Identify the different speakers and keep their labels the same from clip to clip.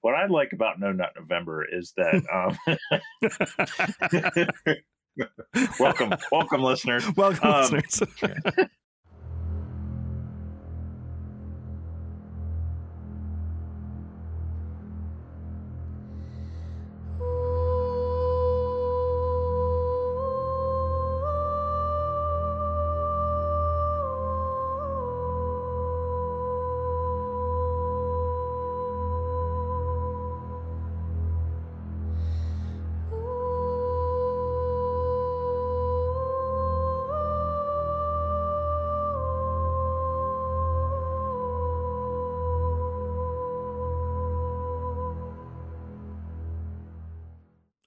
Speaker 1: what I like about No Nut November is that um, welcome, welcome, listeners.
Speaker 2: Welcome,
Speaker 1: Um,
Speaker 2: listeners.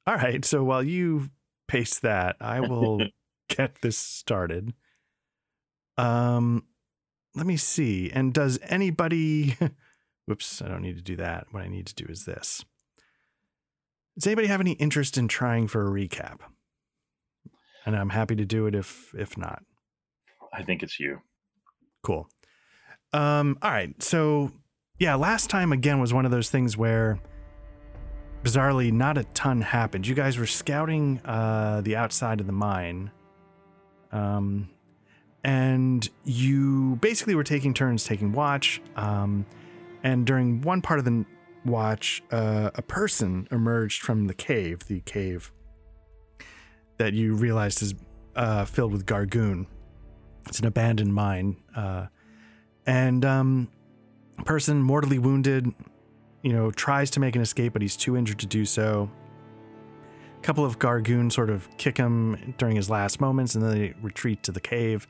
Speaker 2: All right. So while you paste that, I will get this started. Um, let me see. And does anybody? Whoops! I don't need to do that. What I need to do is this. Does anybody have any interest in trying for a recap? And I'm happy to do it if if not.
Speaker 1: I think it's you.
Speaker 2: Cool. Um, all right. So, yeah, last time again was one of those things where bizarrely not a ton happened. You guys were scouting uh, the outside of the mine. Um, and you basically were taking turns taking watch. Um, and during one part of the n- watch, uh, a person emerged from the cave, the cave that you realized is uh, filled with Gargoon. It's an abandoned mine. Uh, and um, a person mortally wounded, you know, tries to make an escape, but he's too injured to do so. A couple of Gargoon sort of kick him during his last moments, and then they retreat to the cave.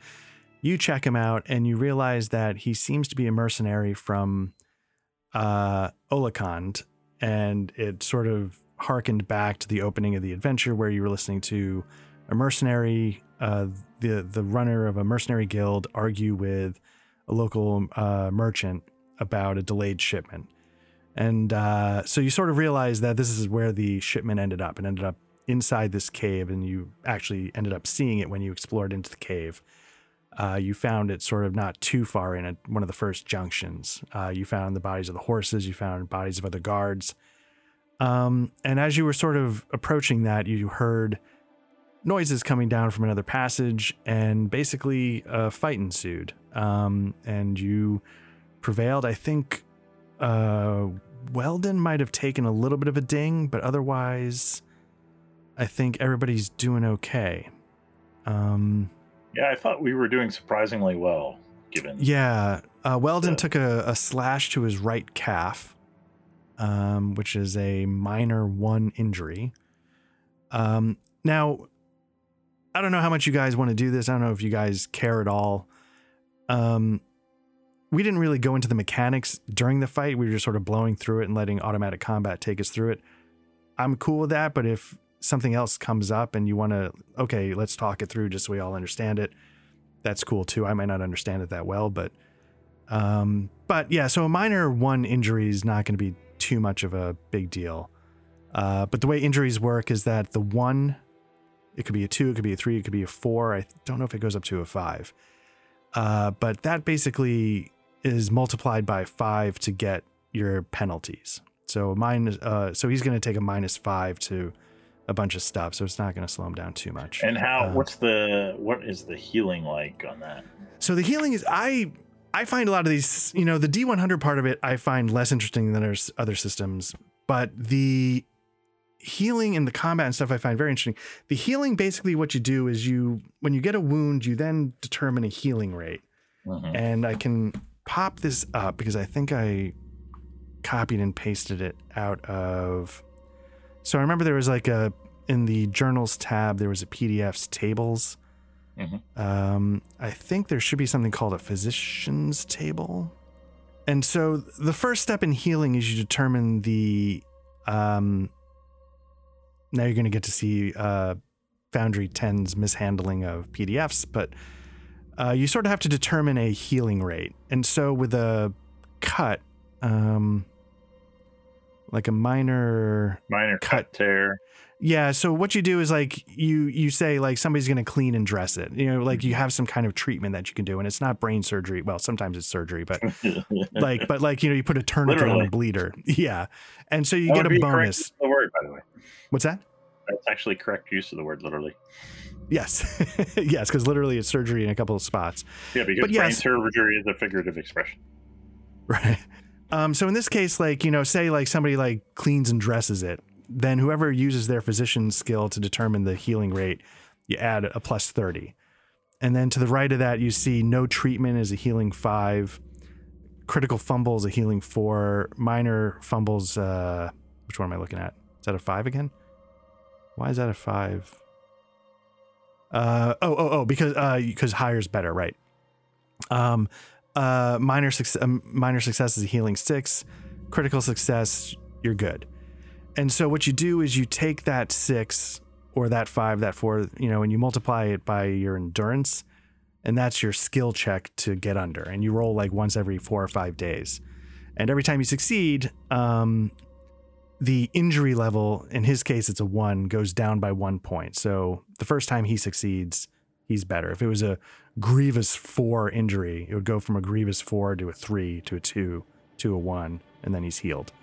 Speaker 2: You check him out, and you realize that he seems to be a mercenary from uh, Olakond, and it sort of harkened back to the opening of the adventure where you were listening to a mercenary, uh, the the runner of a mercenary guild, argue with a local uh, merchant about a delayed shipment, and uh, so you sort of realize that this is where the shipment ended up. It ended up inside this cave, and you actually ended up seeing it when you explored into the cave. Uh, you found it sort of not too far in at one of the first junctions. Uh, you found the bodies of the horses. You found bodies of other guards. Um, and as you were sort of approaching that, you heard noises coming down from another passage, and basically a fight ensued. Um, and you prevailed. I think uh, Weldon might have taken a little bit of a ding, but otherwise, I think everybody's doing okay. Um,
Speaker 1: Yeah, I thought we were doing surprisingly well, given.
Speaker 2: yeah, uh, Weldon
Speaker 1: Yeah.
Speaker 2: took a, a slash to his right calf, um, which is a minor one injury. Um, now, I don't know how much you guys want to do this. I don't know if you guys care at all. Um, we didn't really go into the mechanics during the fight. We were just sort of blowing through it and letting automatic combat take us through it. I'm cool with that, but if something else comes up and you want to, okay, let's talk it through just so we all understand it that's cool too. I might not understand it that well, but um, but yeah, so a minor one injury is not going to be too much of a big deal. Uh, but the way injuries work is that the one, it could be a two, it could be a three, it could be a four. I don't know if it goes up to a five, uh, but that basically is multiplied by five to get your penalties. So mine, uh, so he's going to take a minus five to a bunch of stuff. So it's not going to slow him down too much.
Speaker 1: And how?
Speaker 2: Uh,
Speaker 1: what's the? What is the healing like on that?
Speaker 2: So the healing is I I find a lot of these, you know, the D100 part of it I find less interesting than others- other systems, but the healing and the combat and stuff I find very interesting. The healing basically what you do is you when you get a wound, you then determine a healing rate.
Speaker 1: Mhm.
Speaker 2: And I can pop this up because I think I copied and pasted it out of So I remember there was like a in the journals tab there was a PDFs tables.
Speaker 1: Mhm.
Speaker 2: Um, I think there should be something called a physician's table. And so the first step in healing is you determine the um now you're going to get to see uh Foundry 10's mishandling of PDFs, but uh, you sort of have to determine a healing rate. And so with a cut, um, like a minor
Speaker 1: Minor
Speaker 2: Cut.
Speaker 1: cut tear.
Speaker 2: Yeah. So what you do is like you you say like somebody's gonna clean and dress it. You know, like
Speaker 1: Mm-hmm.
Speaker 2: you have some kind of treatment that you can do, and it's not brain surgery. Well, sometimes it's surgery, but like but like you know you put a tourniquet on
Speaker 1: Literally.
Speaker 2: a bleeder. Yeah, and so you
Speaker 1: That
Speaker 2: get
Speaker 1: would
Speaker 2: a
Speaker 1: be correct
Speaker 2: bonus.
Speaker 1: use of The word, by the way,
Speaker 2: What's that?
Speaker 1: that's actually correct use of the word, literally.
Speaker 2: Yes, yes, because literally it's surgery in a couple of spots.
Speaker 1: Yeah, because
Speaker 2: But
Speaker 1: brain
Speaker 2: yes.
Speaker 1: surgery is a figurative expression.
Speaker 2: Right. Um, so in this case, like, you know, say like somebody like cleans and dresses it, then whoever uses their physician's skill to determine the healing rate, you add a plus 30. And then to the right of that, you see no treatment is a healing five, critical fumble is a healing four, minor fumbles, uh, which one am I looking at? Is that a five again? Why is that a five? Uh, oh, oh, oh, because, uh, because higher is better, right? Um, uh, minor success, um, minor success is a healing six. Critical success, you're good. And so what you do is you take that six or that five, that four, you know, and you multiply it by your endurance, and that's your skill check to get under. And you roll like once every four or five days, and every time you succeed, um, the injury level, in his case, it's a one, goes down by one point. So the first time he succeeds, he's better. If it was a grievous four injury. It would go from a grievous four to a three to a two to a one, and then he's healed.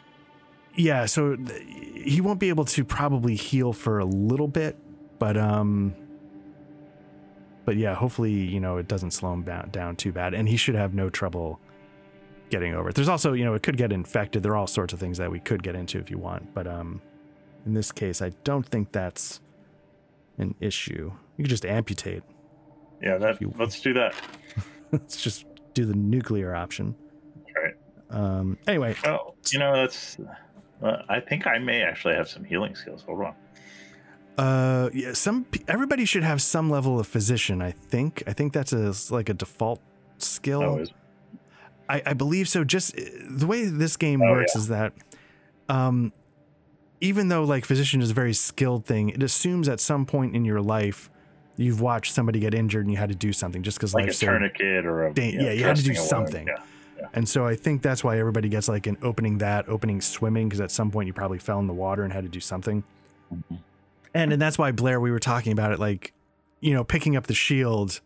Speaker 2: Yeah, so th- he won't be able to probably heal for a little bit, but um, but yeah, hopefully you know it doesn't slow him down, down too bad, and he should have no trouble getting over it. There's also you know it could get infected. There are all sorts of things that we could get into if you want, but um, in this case, I don't think that's an issue. You could just amputate.
Speaker 1: Yeah, that,
Speaker 2: If you-
Speaker 1: let's do that.
Speaker 2: let's just do the nuclear option.
Speaker 1: Right.
Speaker 2: Um, anyway,
Speaker 1: Oh, you know, that's. Uh, I think I may actually have some healing skills. Hold on.
Speaker 2: uh, yeah, some pe- everybody should have some level of physician. I think. I think that's a like a default skill.
Speaker 1: Oh, is-
Speaker 2: I, I believe so. Just uh, the way this game
Speaker 1: Oh,
Speaker 2: works is that, um, even though like physician is a very skilled thing, it assumes at some point in your life you've watched somebody get injured and you had to do something just because
Speaker 1: like a
Speaker 2: life's so
Speaker 1: tourniquet or a.
Speaker 2: Dan- yeah, you had to do
Speaker 1: dressing or whatever.
Speaker 2: something.
Speaker 1: Yeah.
Speaker 2: And so I think that's why everybody gets like an opening that, opening swimming, because at some point you probably fell in the water and had to do something. Mm-hmm.
Speaker 1: Mhm.
Speaker 2: And and that's why Blair, we were talking about it, like, you know, picking up the shield,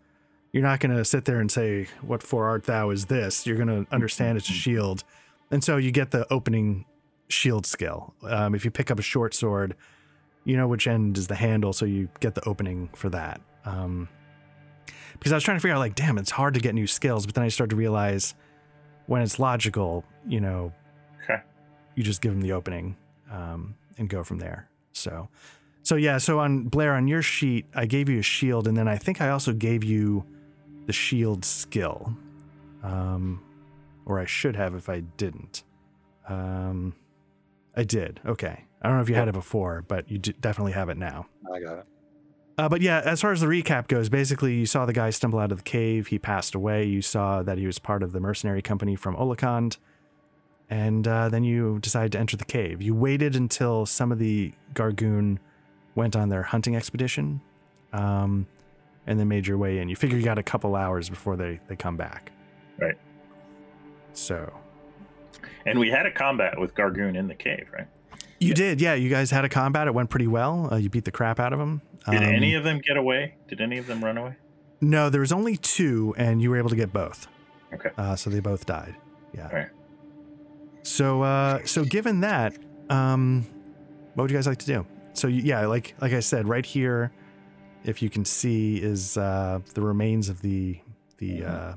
Speaker 2: you're not gonna sit there and say, What for art thou is this? You're gonna understand it's a shield. And so you get the opening shield skill. Um, if you pick up a short sword, you know which end is the handle, so you get the opening for that. Um, because I was trying to figure out, like, damn, it's hard to get new skills, but then I started to realize when it's logical, you know,
Speaker 1: Okay.
Speaker 2: you just give them the opening um, and go from there. So, so yeah. So on Blair, on your sheet, I gave you a shield, and then I think I also gave you the shield skill, um, or I should have if I didn't. Um, I did. Okay. I don't know if you had it before, but you d- definitely have it now.
Speaker 3: I got it.
Speaker 2: Uh, but yeah, as far as the recap goes, basically you saw the guy stumble out of the cave. He passed away. You saw that he was part of the mercenary company from Olakand. And uh, then you decided to enter the cave. You waited until some of the Gargoon went on their hunting expedition um, and then made your way in. You figure you got a couple hours before they, they come back.
Speaker 1: Right.
Speaker 2: So
Speaker 1: And we had a combat with Gargoon in the cave, right?
Speaker 2: you
Speaker 1: Yeah.
Speaker 2: did. Yeah, you guys had a combat. It went pretty well. Uh, you beat the crap out of him.
Speaker 1: Did
Speaker 2: Um,
Speaker 1: any of them get away? Did any of them run away?
Speaker 2: No, there was only two, and you were able to get both.
Speaker 1: Okay.
Speaker 2: Uh, so they both died. Yeah.
Speaker 1: All right.
Speaker 2: So, uh, so given that, um, what would you guys like to do? So, you- yeah, like like I said, right here, if you can see, is uh, the remains of the the
Speaker 1: Mm-hmm.
Speaker 2: uh,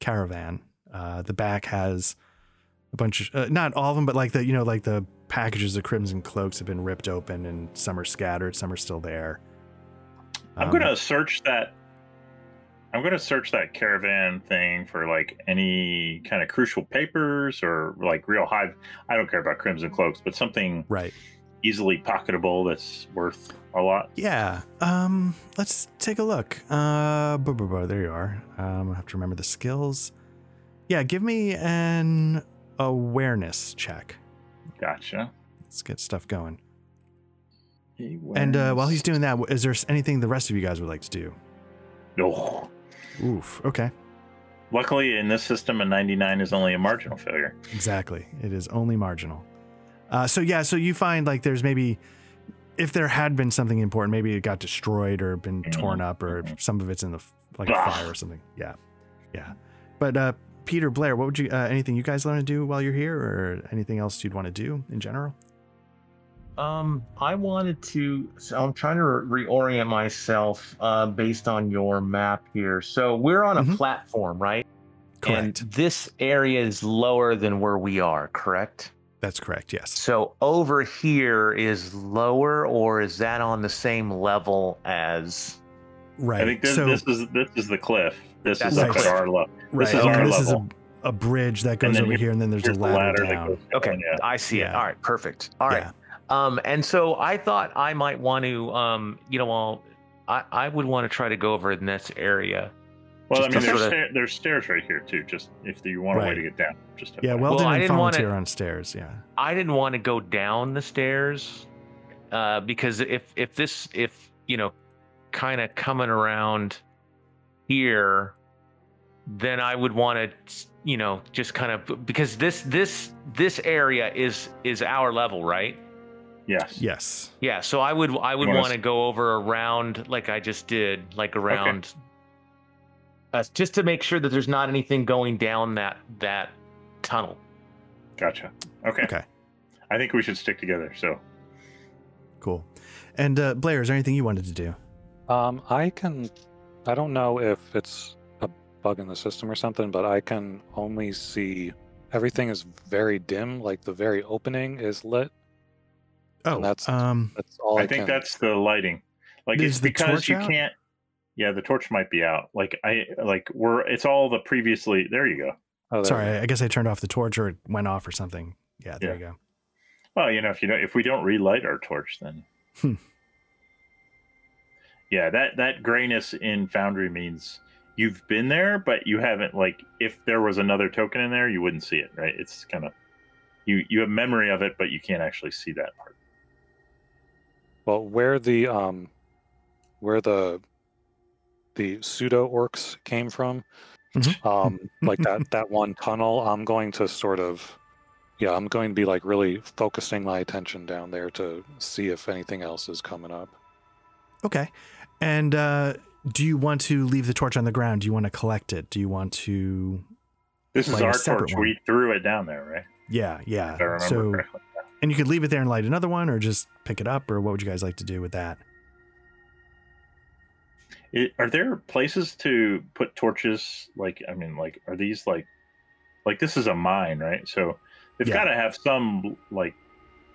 Speaker 2: caravan. Uh, the back has a bunch of uh, not all of them, but like the you know like the packages of crimson cloaks have been ripped open, and some are scattered, some are still there.
Speaker 1: I'm
Speaker 2: Um,
Speaker 1: gonna search that. I'm gonna search that caravan thing for like any kind of crucial papers or like real high. I don't care about crimson cloaks, but something
Speaker 2: right.
Speaker 1: easily pocketable that's worth a lot.
Speaker 2: Yeah. Um. Let's take a look. Uh. Blah, blah, blah, there you are. Um. I have to remember the skills. Yeah. Give me an awareness check.
Speaker 1: Gotcha.
Speaker 2: Let's get stuff going. And uh, while he's doing that, is there anything the rest of you guys would like to do?
Speaker 1: no,
Speaker 2: Oof. Okay.
Speaker 1: luckily in this system, a 99 is only a marginal failure.
Speaker 2: Exactly. It is only marginal. Uh, so yeah, so you find like there's maybe if there had been something important, maybe it got destroyed or been
Speaker 1: Mhm.
Speaker 2: torn up or
Speaker 1: Mhm.
Speaker 2: some of it's in the f- like a
Speaker 1: Ugh.
Speaker 2: fire or something. Yeah, yeah. But uh, Peter Blair, what would you? Uh, anything you guys learn to do while you're here, or anything else you'd want to do in general?
Speaker 4: Um, I wanted to. So I'm trying to re- reorient myself uh, based on your map here. So we're on a
Speaker 2: Mhm.
Speaker 4: platform, right?
Speaker 2: Correct.
Speaker 4: And this area is lower than where we are, correct?
Speaker 2: That's correct. Yes.
Speaker 4: So over here is lower, or is that on the same level as?
Speaker 2: Right.
Speaker 1: I think this,
Speaker 2: so,
Speaker 1: this is this is the cliff. This
Speaker 4: That's
Speaker 1: is up
Speaker 2: the
Speaker 1: at
Speaker 2: cliff.
Speaker 1: our level.
Speaker 2: right.
Speaker 1: is our
Speaker 2: and this
Speaker 1: level.
Speaker 2: is a, a bridge that goes
Speaker 1: then
Speaker 2: over
Speaker 1: here-
Speaker 2: here, and then there's a
Speaker 1: Here's the
Speaker 2: ladder,
Speaker 1: ladder that
Speaker 2: down.
Speaker 1: goes down.
Speaker 4: Okay,
Speaker 1: Yeah.
Speaker 4: I see it.
Speaker 2: Yeah.
Speaker 4: All right, perfect. All right.
Speaker 2: Yeah.
Speaker 4: Um, and so I thought I might want to, um, you know, well, I, I would want to try to go over in this area.
Speaker 1: Well, I
Speaker 4: Just
Speaker 1: mean,
Speaker 4: to
Speaker 1: there's,
Speaker 4: sorta-
Speaker 1: stair- there's stairs right here too. Just if you want a way
Speaker 2: Right.
Speaker 1: to get down, just up
Speaker 2: Yeah.
Speaker 1: there.
Speaker 2: Weldon
Speaker 4: I
Speaker 2: and
Speaker 4: didn't wanna-
Speaker 2: volunteer on stairs. Yeah.
Speaker 4: I didn't want to go down the stairs uh, because if if this if you know kind of coming around here, then I would want to you know just kind of because this this this area is is our level, right?
Speaker 1: yes,
Speaker 2: Yes.
Speaker 4: Yeah, so I would I would
Speaker 1: wanna
Speaker 4: want to
Speaker 1: s-
Speaker 4: go over around like I just did, like around uh, just to make sure that there's not anything going down that that tunnel.
Speaker 1: gotcha. Okay.
Speaker 2: Okay.
Speaker 1: I think we should stick together. So
Speaker 2: Cool. And uh, Blair, is there anything you wanted to do?
Speaker 5: Um, I can. I don't know if it's a bug in the system or something, but I can only see everything is very dim. Like the very opening is lit.
Speaker 2: Oh,
Speaker 5: that's-
Speaker 2: um,
Speaker 5: That's all I,
Speaker 1: I, think
Speaker 5: can-
Speaker 1: that's the lighting. Like
Speaker 2: Is
Speaker 1: it's
Speaker 2: the
Speaker 1: because
Speaker 2: torch
Speaker 1: you
Speaker 2: out?
Speaker 1: can't. Yeah, the torch might be out. Like I like we're. It's all the previously. There you go.
Speaker 5: Oh, there we
Speaker 2: sorry.
Speaker 5: go.
Speaker 2: I guess I turned off the torch or it went off or something. Yeah. There
Speaker 1: Yeah.
Speaker 2: you go.
Speaker 1: Well, you know, if you don't, if we don't relight our torch, then
Speaker 2: Hmm.
Speaker 1: yeah, that that grayness in Foundry means you've been there, but you haven't. Like, if there was another token in there, you wouldn't see it, right? It's kind of you you have memory of it, but you can't actually see that part.
Speaker 5: Well, where the um, where the the pseudo orcs came from,
Speaker 2: Mhm.
Speaker 5: um, like that that one tunnel. I'm going to sort of, yeah, I'm going to be like really focusing my attention down there to see if anything else is coming up.
Speaker 2: Okay. And uh, do you want to leave the torch on the ground? Do you want to collect it? Do you want to?
Speaker 1: This is
Speaker 2: Like a
Speaker 1: our
Speaker 2: separate
Speaker 1: torch. We threw it down there, right?
Speaker 2: Yeah.
Speaker 1: If I
Speaker 2: Yeah.
Speaker 1: remember
Speaker 2: So,
Speaker 1: correctly.
Speaker 2: and you could leave it there and light another one, or just pick it up, or what would you guys like to do with that?
Speaker 1: It, are there places to put torches? Like, I mean, like, are these like, like this is a mine, right? So they've
Speaker 2: Yeah.
Speaker 1: got to have some like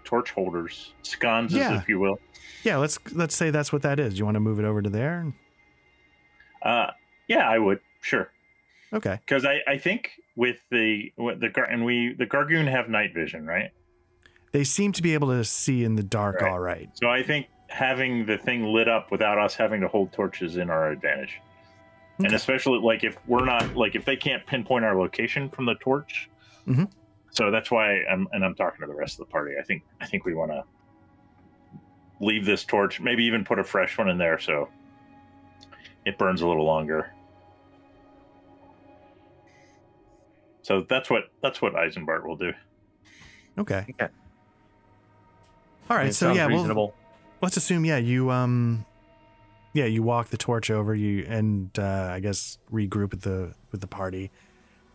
Speaker 1: torch holders, sconces,
Speaker 2: Yeah.
Speaker 1: if you will.
Speaker 2: Yeah. Let's let's say that's what that is. You want to move it over to there?
Speaker 1: Uh, yeah, I would sure
Speaker 2: Okay.
Speaker 1: because I I think with the with the gar and we the gargoon have night vision, right?
Speaker 2: They seem to be able to see in the dark.
Speaker 1: Right.
Speaker 2: All right.
Speaker 1: So I think having the thing lit up without us having to hold torches in our advantage. And
Speaker 2: Okay.
Speaker 1: especially like if we're not like if they can't pinpoint our location from the torch.
Speaker 2: Mhm.
Speaker 1: So that's why I'm and I'm talking to the rest of the party. I think I think we want to leave this torch, maybe even put a fresh one in there so it burns a little longer. So that's what that's what Eisenbart will do.
Speaker 2: Okay.
Speaker 4: Okay.
Speaker 2: All right.
Speaker 4: It
Speaker 2: so
Speaker 4: sounds
Speaker 2: yeah, we'll,
Speaker 4: reasonable.
Speaker 2: let's assume yeah you um yeah you walk the torch over you and uh i guess regroup with the with the party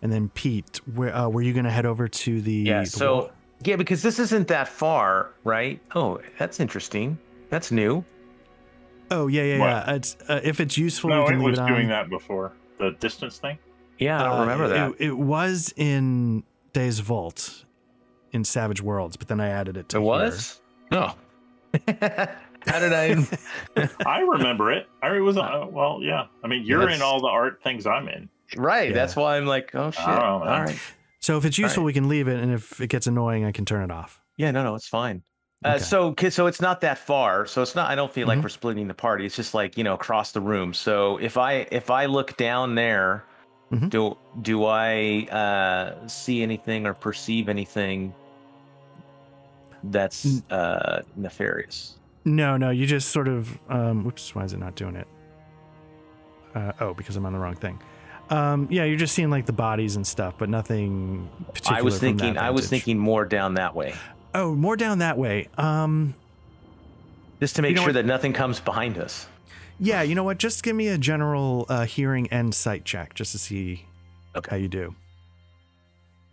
Speaker 2: and then pete where uh, were you gonna head over to the
Speaker 4: Yeah,
Speaker 2: the
Speaker 4: so
Speaker 2: wall?
Speaker 4: yeah, because this isn't that far, right? Oh, that's interesting. That's new.
Speaker 2: oh yeah yeah
Speaker 1: What?
Speaker 2: yeah it's, uh, if it's useful
Speaker 1: no,
Speaker 2: we
Speaker 1: it
Speaker 2: can leave
Speaker 1: was
Speaker 2: it on.
Speaker 1: doing that before the distance thing.
Speaker 4: Yeah, I don't
Speaker 2: Uh,
Speaker 4: remember
Speaker 2: it-
Speaker 4: that.
Speaker 2: it, it was in days vault in savage worlds but then i added it to
Speaker 4: It was? No. How did I?
Speaker 1: I remember it. I it was uh, well, yeah. I mean, you're
Speaker 4: That's-
Speaker 1: in all the art things I'm in.
Speaker 4: right.
Speaker 2: Yeah.
Speaker 4: That's why I'm like, oh shit.
Speaker 1: don't know,
Speaker 4: All
Speaker 1: man.
Speaker 4: right.
Speaker 2: so if it's
Speaker 4: All
Speaker 2: useful
Speaker 4: right.
Speaker 2: we can leave it and if it gets annoying i can turn it off
Speaker 4: Yeah, no, no, it's fine. Uh,
Speaker 2: Okay.
Speaker 4: so, 'kay, so it's not that far. So it's not. I don't feel like
Speaker 2: Mhm.
Speaker 4: we're splitting the party. It's just like you know, across the room. So if I if I look down there,
Speaker 2: Mhm.
Speaker 4: do do I uh, see anything or perceive anything that's
Speaker 2: N-
Speaker 4: uh, nefarious?
Speaker 2: No, no, you just sort of. Um, whoops, why is it not doing it? Uh, oh, because I'm on the wrong thing. Um, yeah, you're just seeing like the bodies and stuff, but nothing particular.
Speaker 4: I was
Speaker 2: from that
Speaker 4: thinking. I was
Speaker 2: vantage.
Speaker 4: thinking more down that way.
Speaker 2: Oh, more down that way. Um,
Speaker 4: Just to make
Speaker 2: know
Speaker 4: sure
Speaker 2: what-
Speaker 4: that nothing comes behind us.
Speaker 2: yeah, you know what? Just give me a general uh, hearing and sight check just to see
Speaker 4: Okay.
Speaker 2: how you do.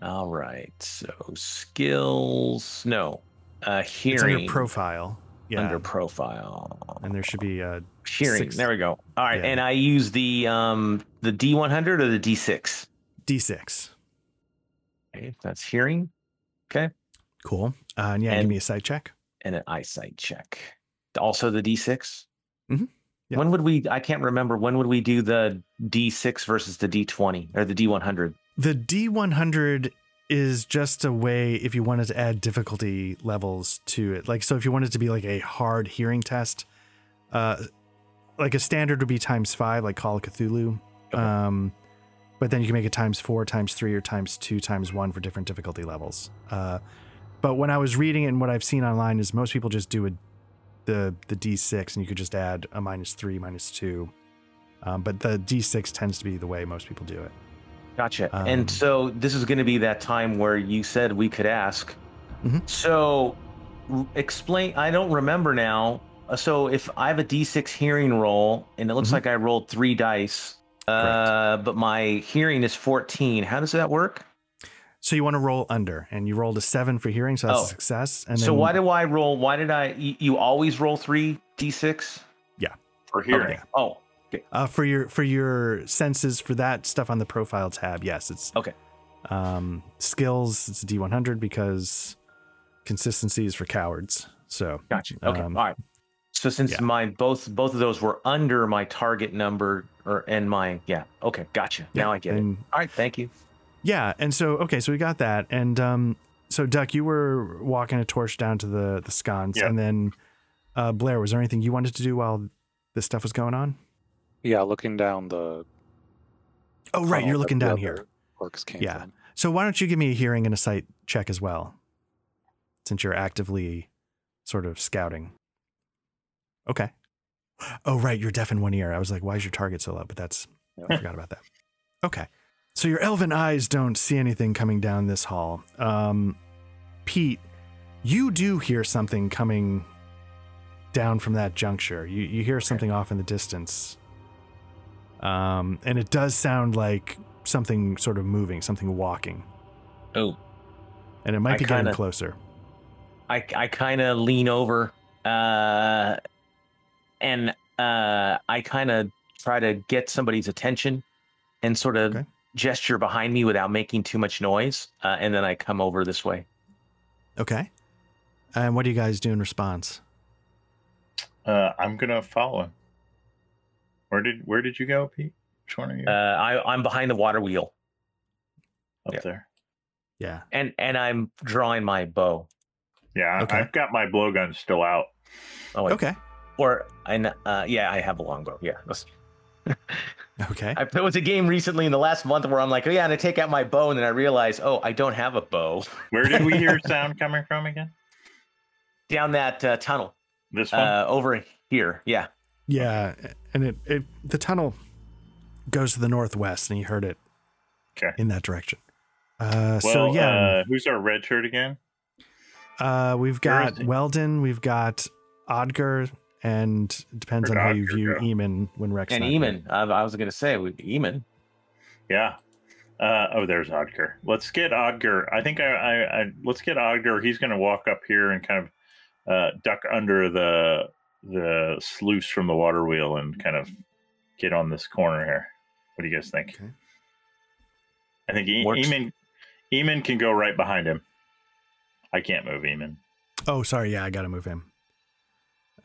Speaker 4: All right. So skills, no. Uh, hearing
Speaker 2: It's under profile. Yeah.
Speaker 4: under profile.
Speaker 2: and there should be uh,
Speaker 4: Hearing.
Speaker 2: six-
Speaker 4: There we go. All right,
Speaker 2: Yeah.
Speaker 4: and I use the um the D100 or the D6.
Speaker 2: D6.
Speaker 4: Okay, that's hearing
Speaker 2: Cool. Uh, and yeah, give
Speaker 4: And-
Speaker 2: me a sight check.
Speaker 4: and an eyesight check. Also the D6.
Speaker 2: Mhm. Yeah.
Speaker 4: When would we? I can't remember. When would we do the D6 versus the D20 or the D100?
Speaker 2: The D100 is just a way if you wanted to add difficulty levels to it. Like, so if you wanted to be like a hard hearing test, uh, like a standard would be times five, like Call of Cthulhu.
Speaker 4: Okay.
Speaker 2: Um, but then you can make it times four, times three, or times two, times one for different difficulty levels. Uh, but when I was reading it and what I've seen online is most people just do a, the the D6 and you could just add a minus three, minus two. Um, but the D6 tends to be the way most people do it.
Speaker 4: Gotcha.
Speaker 2: Um,
Speaker 4: and so this is going to be that time where you said we could ask.
Speaker 2: Mhm.
Speaker 4: So r- explain. I don't remember now. Uh, So if I have a D6 hearing roll and it looks
Speaker 2: Mhm.
Speaker 4: like I rolled three dice, uh, but my hearing is 14, how does that work?
Speaker 2: So you want to roll under, and you rolled a seven for hearing, so that's
Speaker 4: Oh.
Speaker 2: a success. And
Speaker 4: so
Speaker 2: then,
Speaker 4: why do I roll? Why did I? You, you always roll three D6?
Speaker 1: for hearing.
Speaker 2: Okay.
Speaker 4: Oh,
Speaker 2: uh, for your for your senses for that stuff on the profile tab? Yes, it's
Speaker 4: Okay.
Speaker 2: Um, skills, it's a D one hundred because consistency is for cowards. So
Speaker 4: Gotcha. Okay.
Speaker 2: Um,
Speaker 4: All right. So since
Speaker 2: yeah.
Speaker 4: my both both of those were under my target number or and my yeah okay gotcha now I get it
Speaker 2: then-
Speaker 4: all right thank you
Speaker 2: Yeah, and so okay, so we got that, and um, so Duck, you were walking a torch down to the the sconce,
Speaker 1: Yeah.
Speaker 2: and then uh, Blair, was there anything you wanted to do while this stuff was going on?
Speaker 5: Yeah, looking down the.
Speaker 2: Oh, right,
Speaker 4: Uh,
Speaker 5: tunnel
Speaker 2: you're
Speaker 5: that
Speaker 2: looking
Speaker 5: the
Speaker 2: down
Speaker 5: other
Speaker 2: here.
Speaker 5: Orcs came
Speaker 2: Yeah.
Speaker 5: from.
Speaker 2: So why don't you give me a hearing and a sight check as well, since you're actively sort of scouting. Okay. Oh right, you're deaf in one ear. I was like, why is your target so low? But that's I forgot about that. Okay. So your elven eyes don't see anything coming down this hall. Um, Pete, you do hear something coming down from that juncture. You you hear something off in the distance. Um, and it does sound like something sort of moving, something walking,
Speaker 4: oh
Speaker 2: and it might
Speaker 4: I
Speaker 2: be getting
Speaker 4: kinda-
Speaker 2: closer.
Speaker 4: I I kind of lean over uh and uh I kind of try to get somebody's attention and sort of
Speaker 2: Okay.
Speaker 4: gesture behind me without making too much noise uh, and then I come over this way
Speaker 2: Okay. And what do you guys do in response?
Speaker 1: Uh, I'm gonna follow him. Where did Where did you go, Pete? Which one are you?
Speaker 4: uh I I'm behind the water wheel
Speaker 1: Up
Speaker 4: yeah.
Speaker 1: there.
Speaker 2: Yeah.
Speaker 4: and and I'm drawing my bow
Speaker 1: Yeah, I
Speaker 2: Okay.
Speaker 1: I've got my blowgun still out.
Speaker 4: oh wait,
Speaker 2: Okay.
Speaker 4: or and uh yeah I have a longbow yeah that's-
Speaker 2: Okay.
Speaker 4: I, there was a game recently in the last month where I'm like, oh yeah, I'm gonna take out my bow, and then I realize, oh, I don't have a bow.
Speaker 1: Where did we hear sound coming from again?
Speaker 4: Down that uh, tunnel
Speaker 1: This one.
Speaker 4: uh, over here, yeah.
Speaker 2: Yeah, and it, it the tunnel goes to the northwest, and you heard it
Speaker 1: Okay.
Speaker 2: in that direction. Uh,
Speaker 1: well,
Speaker 2: so yeah,
Speaker 1: uh, who's our red shirt again?
Speaker 2: uh, we've
Speaker 1: where is
Speaker 2: got
Speaker 1: it?
Speaker 2: Weldon, we've got Odger, and it depends on
Speaker 1: Where'd
Speaker 2: how you
Speaker 1: Odger
Speaker 2: view
Speaker 1: go?
Speaker 2: Eamon when Rex
Speaker 4: And
Speaker 2: not here.
Speaker 4: Eamon, I, I was gonna say we- Eamon.
Speaker 1: Yeah. Uh, oh, there's Odger. Let's get Odger. I think I, I, I let's get Odger. He's going to walk up here and kind of uh, duck under the the sluice from the water wheel and kind of get on this corner here. What do you guys think?
Speaker 2: Okay.
Speaker 1: I think e-
Speaker 4: Works.
Speaker 1: Eamon Eamon can go right behind him. I can't move Eamon.
Speaker 2: Oh, sorry, yeah, I gotta move him.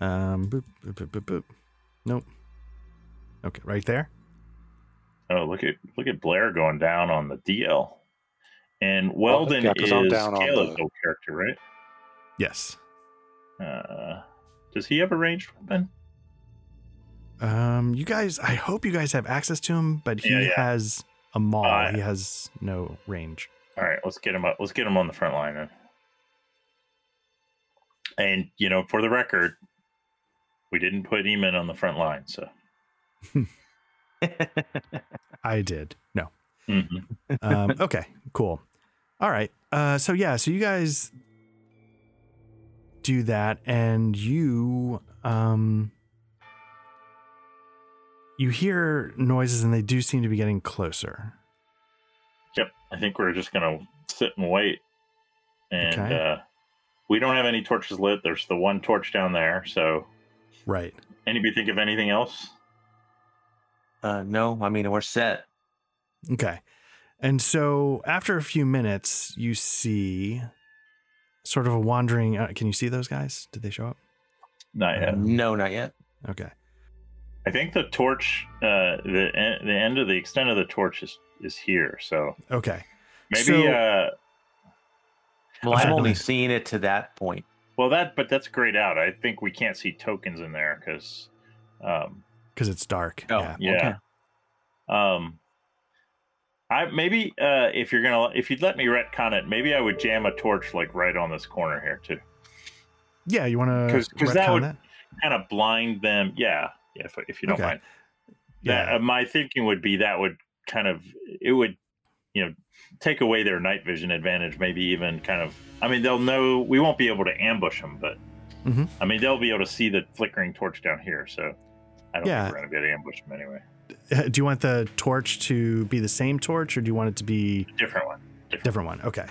Speaker 2: Um, boop, boop, boop, boop, boop. Nope. Okay, right there.
Speaker 1: Oh, look at look at Blair going down on the DL, and Weldon
Speaker 5: Oh, yeah, 'cause
Speaker 1: is
Speaker 5: I'm down on
Speaker 1: Caleb's
Speaker 5: the-
Speaker 1: old character, right?
Speaker 2: Yes.
Speaker 1: Uh, does he have a ranged weapon?
Speaker 2: Um, you guys, I hope you guys have access to him, but he
Speaker 1: Yeah, yeah.
Speaker 2: has a maul.
Speaker 1: Uh,
Speaker 2: he has no range.
Speaker 1: All right, let's get him up. Let's get him on the front line. Then. And you know, for the record, we didn't put Eamon on the front line, so
Speaker 2: I did. No. Mm-hmm.
Speaker 1: Mhm.
Speaker 2: um, okay, cool. All right. Uh, so yeah, so you guys do that, and you um, you hear noises, and they do seem to be getting closer.
Speaker 1: Yep. I think we're just gonna sit and wait. And
Speaker 2: Okay.
Speaker 1: uh, we don't have any torches lit. There's the one torch down there. So,
Speaker 2: Right.
Speaker 1: anybody think of anything else?
Speaker 4: Uh, no, I mean we're set.
Speaker 2: Okay. And so after a few minutes, you see sort of a wandering. Uh, can you see those guys? Did they show up?
Speaker 1: Not
Speaker 2: Mm-hmm.
Speaker 1: yet.
Speaker 4: No, not yet.
Speaker 2: Okay.
Speaker 1: I think the torch, uh, the en- the end of the extent of the torch is is here. So
Speaker 2: Okay.
Speaker 1: maybe,
Speaker 2: So-
Speaker 1: uh,
Speaker 4: Well,
Speaker 2: Okay.
Speaker 4: I've only seen it to that point.
Speaker 1: well, that but that's grayed out. I think we can't see tokens in there because, um,
Speaker 2: Because it's dark.
Speaker 4: Oh,
Speaker 2: Yeah.
Speaker 1: yeah, um, I maybe uh, if you're gonna if you'd let me retcon it, maybe I would jam a torch like right on this corner here too,
Speaker 2: Yeah. You want to
Speaker 1: 'Cause- 'cause that
Speaker 2: retcon
Speaker 1: would- kind of blind them. Yeah, if if you don't
Speaker 2: Okay.
Speaker 1: mind. that
Speaker 2: Yeah.
Speaker 1: uh, my thinking would be that would kind of it would you know take away their night vision advantage maybe even kind of i mean they'll know we won't be able to ambush them but
Speaker 2: Mhm.
Speaker 1: i mean they'll be able to see the flickering torch down here so i don't
Speaker 2: Yeah.
Speaker 1: think we're going to be able to ambush them anyway
Speaker 2: Uh, do you want the torch to be the same torch, or do you want it to be
Speaker 1: different one
Speaker 2: different one? Okay.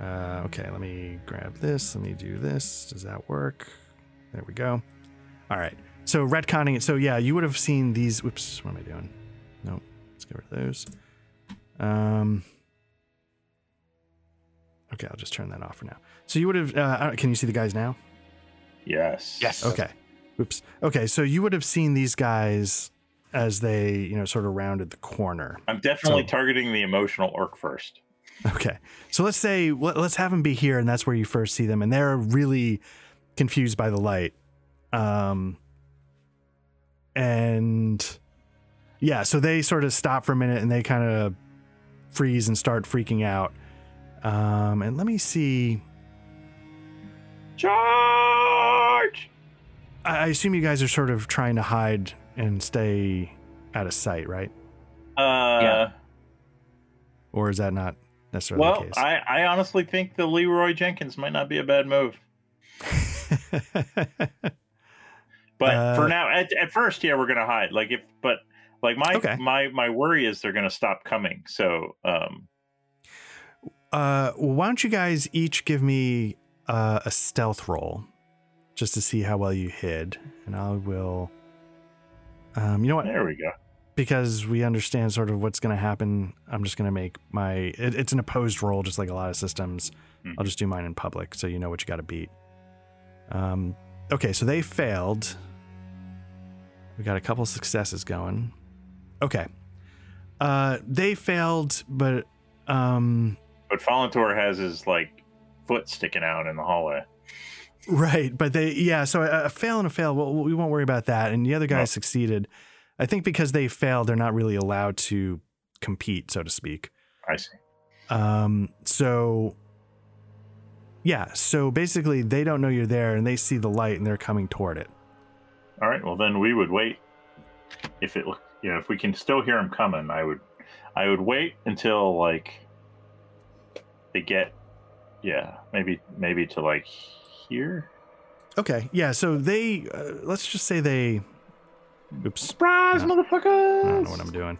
Speaker 2: Uh, okay. Let me grab this. Let me do this. Does that work? There we go. All right. So retconning it. So yeah, you would have seen these. Whoops. What am I doing? Nope. Let's get rid of those. Um. Okay, I'll just turn that off for now. So you would have. Uh, I don't- can you see the guys now?
Speaker 1: yes
Speaker 3: Yes.
Speaker 2: Okay. Oops. Okay, so you would have seen these guys as they, you know, sort of rounded the corner.
Speaker 1: i'm definitely
Speaker 2: So-
Speaker 1: targeting the emotional orc first
Speaker 2: Okay. So let's say let- let's have them be here and that's where you first see them and they're really confused by the light. Um and yeah, so they sort of stop for a minute and they kind of freeze and start freaking out. Um and let me see
Speaker 1: charge
Speaker 2: I I assume you guys are sort of trying to hide and stay out of sight, right?
Speaker 1: uh
Speaker 4: Yeah.
Speaker 2: Or is that not necessarily the
Speaker 1: well
Speaker 2: case?
Speaker 1: I, I honestly think the leroy jenkins might not be a bad move But
Speaker 2: Uh,
Speaker 1: for now, at, at first, yeah, we're gonna hide. Like if, but like my
Speaker 2: Okay.
Speaker 1: my my worry is they're gonna stop coming. So um,
Speaker 2: uh, well, why don't you guys each give me uh, a stealth roll just to see how well you hid? And I will. Um, you know what?
Speaker 1: there we go.
Speaker 2: Because we understand sort of what's going to happen, I'm just going to make my. It, it's an opposed roll, just like a lot of systems.
Speaker 1: Hmm.
Speaker 2: I'll just do mine in public so you know what you got to beat. Um, okay, so they failed. We got a couple successes going. Okay. Uh, they failed, but um,
Speaker 1: But Fallentor has his like foot sticking out in the hallway.
Speaker 2: Right, but they yeah. So a, a fail and a fail. Well, we won't worry about that. And the other guys
Speaker 1: No.
Speaker 2: succeeded. I think because they failed, they're not really allowed to compete, so to speak.
Speaker 1: I see.
Speaker 2: Um, so yeah. So basically, they don't know you're there, and they see the light, and they're coming toward it.
Speaker 1: All right. Well, then we would wait. If it, look- you know, if we can still hear him coming, I would, I would wait until like they get, yeah, maybe maybe to like here.
Speaker 2: Okay. Yeah. So they uh, let's just say they. Oops.
Speaker 1: Surprise,
Speaker 2: Yeah.
Speaker 1: motherfuckers!
Speaker 2: I don't know what I'm doing.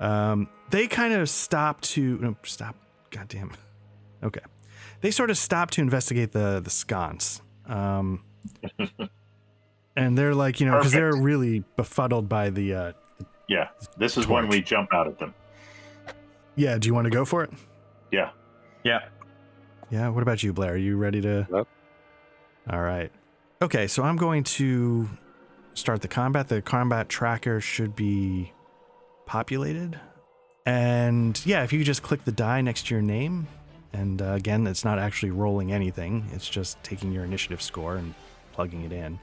Speaker 2: Um, they kind of stop to no, stop. Goddamn. Okay, they sort of stop to investigate the the sconce. Um, and they're like, you know, because they're really befuddled by the. Uh,
Speaker 1: Yeah, this is when
Speaker 2: Torch.
Speaker 1: we jump out at them.
Speaker 2: yeah, do you want to go for it?
Speaker 1: Yeah.
Speaker 4: Yeah.
Speaker 2: Yeah. What about you, Blair? Are you ready to?
Speaker 5: Yep.
Speaker 2: All right. Okay, so I'm going to start the combat. The combat tracker should be populated. And yeah, if you just click the die next to your name, and uh, again, it's not actually rolling anything, it's just taking your initiative score and plugging it in.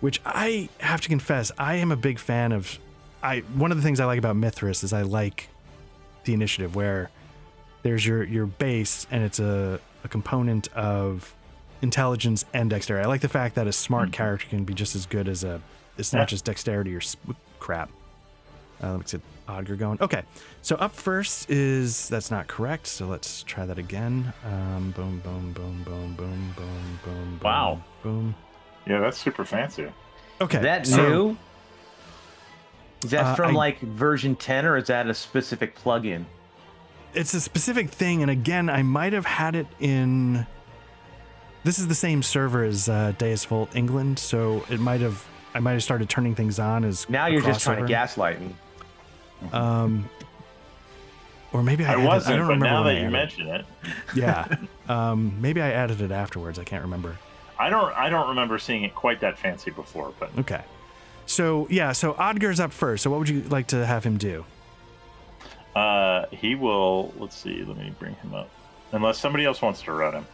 Speaker 2: Which I have to confess, I am a big fan of. I one of the things I like about Mithras is I like the initiative where there's your your base and it's a, a component of intelligence and dexterity. I like the fact that a
Speaker 4: Mm-hmm.
Speaker 2: smart character can be just as good as a. It's
Speaker 1: Yeah.
Speaker 2: not just dexterity or s- crap. Uh, let me see. Odger going. Okay, so up first is that's not correct. So let's try that again. Um, boom, boom, boom, boom, boom, boom, boom.
Speaker 4: Wow.
Speaker 2: Boom.
Speaker 1: Yeah, that's super fancy.
Speaker 2: Okay.
Speaker 4: Is that
Speaker 2: so-
Speaker 4: new? Is that
Speaker 2: Uh,
Speaker 4: from
Speaker 2: I-
Speaker 4: like version 10 or is that a specific plugin?
Speaker 2: it's a specific thing and again i might have had it in this is the same server as uh, Deus Vault England, so it might have I might have started turning things on as
Speaker 4: Now you're just trying to
Speaker 2: get
Speaker 4: gaslight me.
Speaker 2: um, or maybe I,
Speaker 1: I
Speaker 2: added- I
Speaker 1: wasn't,
Speaker 2: don't
Speaker 1: but
Speaker 2: remember
Speaker 1: now
Speaker 2: when
Speaker 1: that
Speaker 2: I
Speaker 1: you
Speaker 2: added-
Speaker 1: mention it,
Speaker 2: yeah, um, maybe I added it afterwards. I can't remember.
Speaker 1: I don't. I don't remember seeing it quite that fancy before. But
Speaker 2: Okay, so yeah, so Odger's up first. So what would you like to have him do?
Speaker 1: uh, he will. Let's see. Let me bring him up. Unless somebody else wants to run him.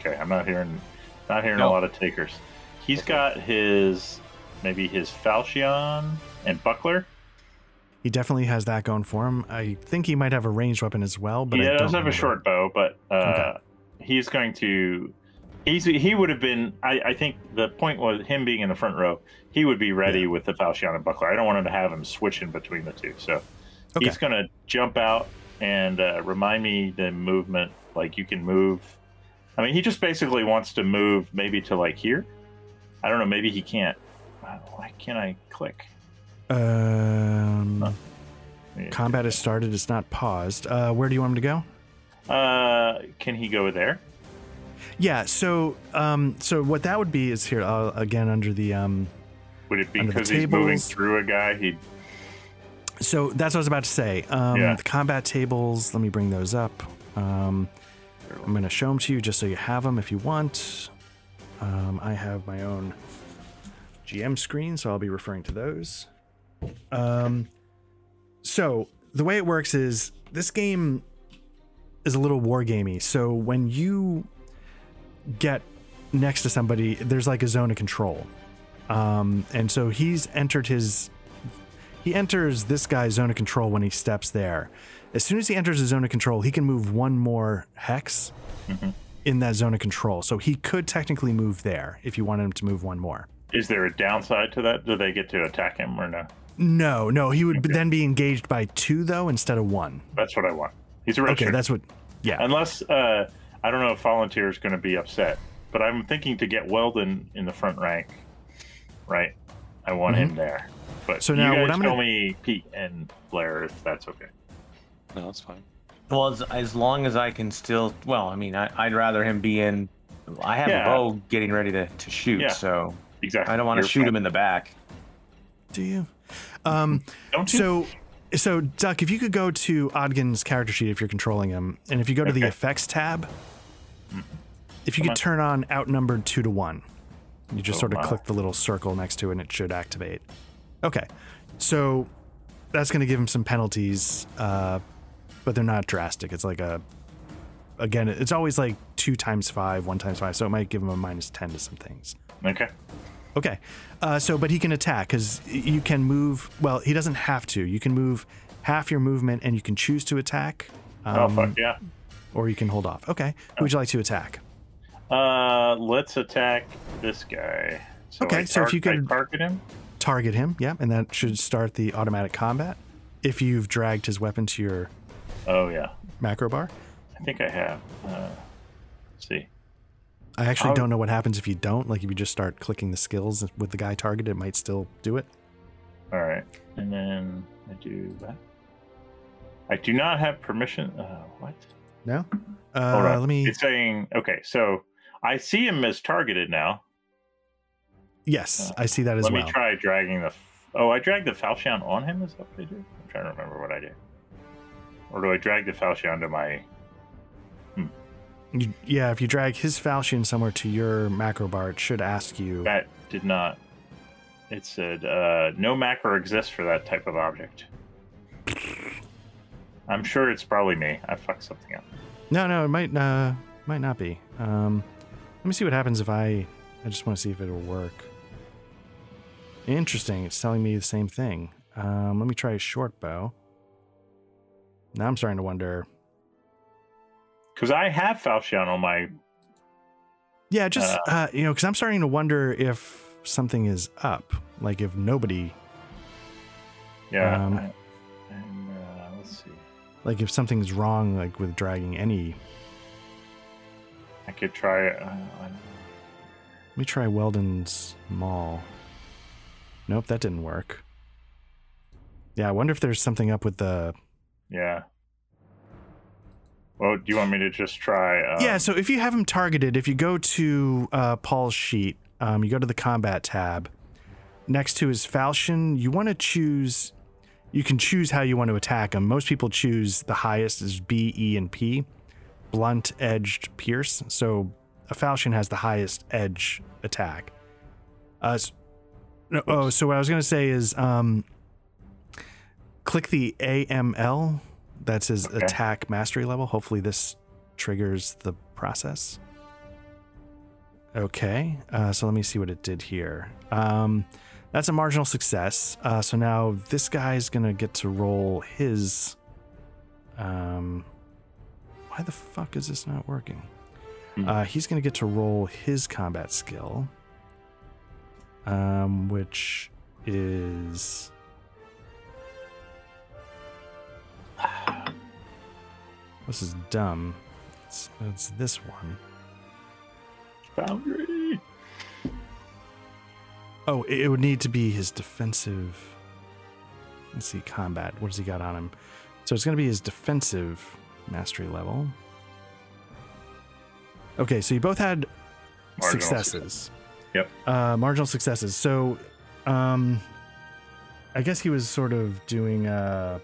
Speaker 1: Okay, I'm not hearing. Not hearing a
Speaker 4: No.
Speaker 1: lot of takers. He's got his maybe his falchion and buckler.
Speaker 2: He definitely has that going for him. I think he might have a ranged weapon as well, but
Speaker 1: he
Speaker 2: I
Speaker 1: does
Speaker 2: don't
Speaker 1: have a
Speaker 2: remember.
Speaker 1: short bow, but uh,
Speaker 2: Okay.
Speaker 1: he's going to. He's, he would have been. I, I think the point was him being in the front row. He would be ready
Speaker 2: Yeah.
Speaker 1: with the Falchion and Buckler. I don't want him to have him switching between the two. So
Speaker 2: Okay.
Speaker 1: he's going to jump out and uh, remind me the movement. Like you can move. I mean, he just basically wants to move maybe to like here. I don't know. Maybe he can't. Uh, Why can't I click?
Speaker 2: Um, Combat is started. It's not paused. Uh, where do you want him to go?
Speaker 1: Uh, can he go there?
Speaker 2: Yeah. So, um, so what that would be is here uh, again under the. Um,
Speaker 1: Would it be
Speaker 2: Under the
Speaker 1: because he's moving
Speaker 2: tables.
Speaker 1: through a guy? He
Speaker 2: so that's what I was about to say. Um,
Speaker 1: Yeah.
Speaker 2: The combat tables. Let me bring those up. Um, I'm going to show them to you just so you have them if you want. Um, I have my own GM screen, so I'll be referring to those. Um, so the way it works is this game is a little wargamey. So when you get next to somebody, there's like a zone of control. Um, and so he's entered his. He enters this guy's zone of control when he steps there. As soon as he enters his zone of control, he can move one more hex in that zone of control. So he could technically move there if you wanted him to move one more.
Speaker 1: Is there a downside to that? Do they get to attack him or no?
Speaker 2: No, no, he would then be engaged by two though instead of one.
Speaker 1: That's what I want. He's a
Speaker 2: Okay,
Speaker 1: redshirt.
Speaker 2: that's what. Yeah.
Speaker 1: Unless uh, I don't know if volunteer is going to be upset, but I'm thinking to get Weldon in the front rank. Right, I want him there. But
Speaker 2: Mm-hmm.
Speaker 1: so
Speaker 2: So now
Speaker 1: you guys
Speaker 2: what I'm
Speaker 1: tell
Speaker 2: gonna-
Speaker 1: me, Pete and Blair, if that's okay.
Speaker 5: No, it's fine.
Speaker 4: Well, as, as long as I can still, well, I mean, I, I'd rather him be in. I have
Speaker 1: Yeah.
Speaker 4: a bow getting ready to, to shoot,
Speaker 1: Yeah.
Speaker 4: so
Speaker 1: Exactly.
Speaker 4: I don't want to
Speaker 1: You're
Speaker 4: shoot
Speaker 1: fine.
Speaker 4: him in the back.
Speaker 2: Do you? Um.
Speaker 1: Don't you?
Speaker 2: So, so Duck, if you could go to Odgin's character sheet if you're controlling him, and if you go to the
Speaker 1: Okay.
Speaker 2: effects tab, if you
Speaker 1: Come
Speaker 2: could
Speaker 1: on.
Speaker 2: turn on outnumbered two to one, you just
Speaker 1: Oh,
Speaker 2: sort of
Speaker 1: my.
Speaker 2: click the little circle next to it, and it should activate. Okay, so that's going to give him some penalties, uh, but they're not drastic. It's like a again, it's always like two times five, one times five, so it might give him a minus ten to some things.
Speaker 1: okay.
Speaker 2: Okay. Uh, so, but he can attack because you can move. Well, he doesn't have to. You can move half your movement and you can choose to attack
Speaker 1: oh
Speaker 2: um,
Speaker 1: fuck yeah.
Speaker 2: or you can hold off. Okay. Who would you like to attack?
Speaker 1: Uh, let's attack this guy. So
Speaker 2: Okay,
Speaker 1: I
Speaker 2: so if you
Speaker 1: tar- I
Speaker 2: could-
Speaker 1: target him.
Speaker 2: Target him. Yeah. And that should start the automatic combat if you've dragged his weapon to your
Speaker 1: Oh yeah,
Speaker 2: macro bar.
Speaker 1: I think I have. Uh, let's see.
Speaker 2: I actually
Speaker 1: I'll-
Speaker 2: don't know what happens if you don't. Like, if you just start clicking the skills with the guy targeted, it might still do it.
Speaker 1: All right, and then I do that. I do not have permission. Uh, what?
Speaker 2: No?
Speaker 1: Hold
Speaker 2: Uh,
Speaker 1: on.
Speaker 2: let me.
Speaker 1: It's saying okay. So I see him as targeted now.
Speaker 2: Yes, I see that as
Speaker 1: uh, Let
Speaker 2: well.
Speaker 1: me try dragging the. f- Oh, I dragged the falchion on him. Is that what I do? I'm trying to remember what I did. Or do I drag the falchion to my?
Speaker 2: You- yeah, if you drag his falchion somewhere to your macro bar, it should ask you.
Speaker 1: That did not. It said uh, no macro exists for that type of object. I'm sure it's probably me. I fucked something up.
Speaker 2: No, no, it might uh might not be. Um let me see what happens if I I just want to see if it'll work. Interesting, it's telling me the same thing. Um let me try a short bow. Now I'm starting to wonder.
Speaker 1: Because I have falchion on my.
Speaker 2: Yeah, just uh, you know, cuz I'm starting to wonder if something is up, like if nobody
Speaker 1: Yeah.
Speaker 2: Um,
Speaker 1: I- and uh, let's see.
Speaker 2: Like if something's wrong, like with dragging any.
Speaker 1: I could try. Uh, I don't know.
Speaker 2: Let me try Weldon's Maul. Nope, that didn't work. Yeah, I wonder if there's something up with the.
Speaker 1: yeah. Well, do you want me to just try? Uh,
Speaker 2: yeah, so if you have him targeted, if you go to uh, Paul's sheet, um, you go to the combat tab. Next to his falchion, you want to choose. You can choose how you want to attack him. Most people choose the highest is B, E, and P, blunt, edged, pierce. So a falchion has the highest edge attack. Uh, s- no, oh, so what I was gonna say is, um, click the AML. That's his
Speaker 1: Okay.
Speaker 2: attack mastery level. Hopefully, this triggers the process. Okay, uh, so let me see what it did here. Um, that's a marginal success. Uh, so now this guy's gonna get to roll his. Um, why the fuck is this not working?
Speaker 1: Hmm.
Speaker 2: Uh, he's gonna get to roll his combat skill, um, which is this is dumb. It's, it's this one.
Speaker 1: Foundry.
Speaker 2: Oh, it it would need to be his defensive. Let's see, combat. What does he got on him? So it's going to be his defensive mastery level. Okay, so you both had
Speaker 1: Marginal
Speaker 2: successes.
Speaker 1: Yep.
Speaker 2: Uh, marginal successes. So, um, I guess he was sort of doing a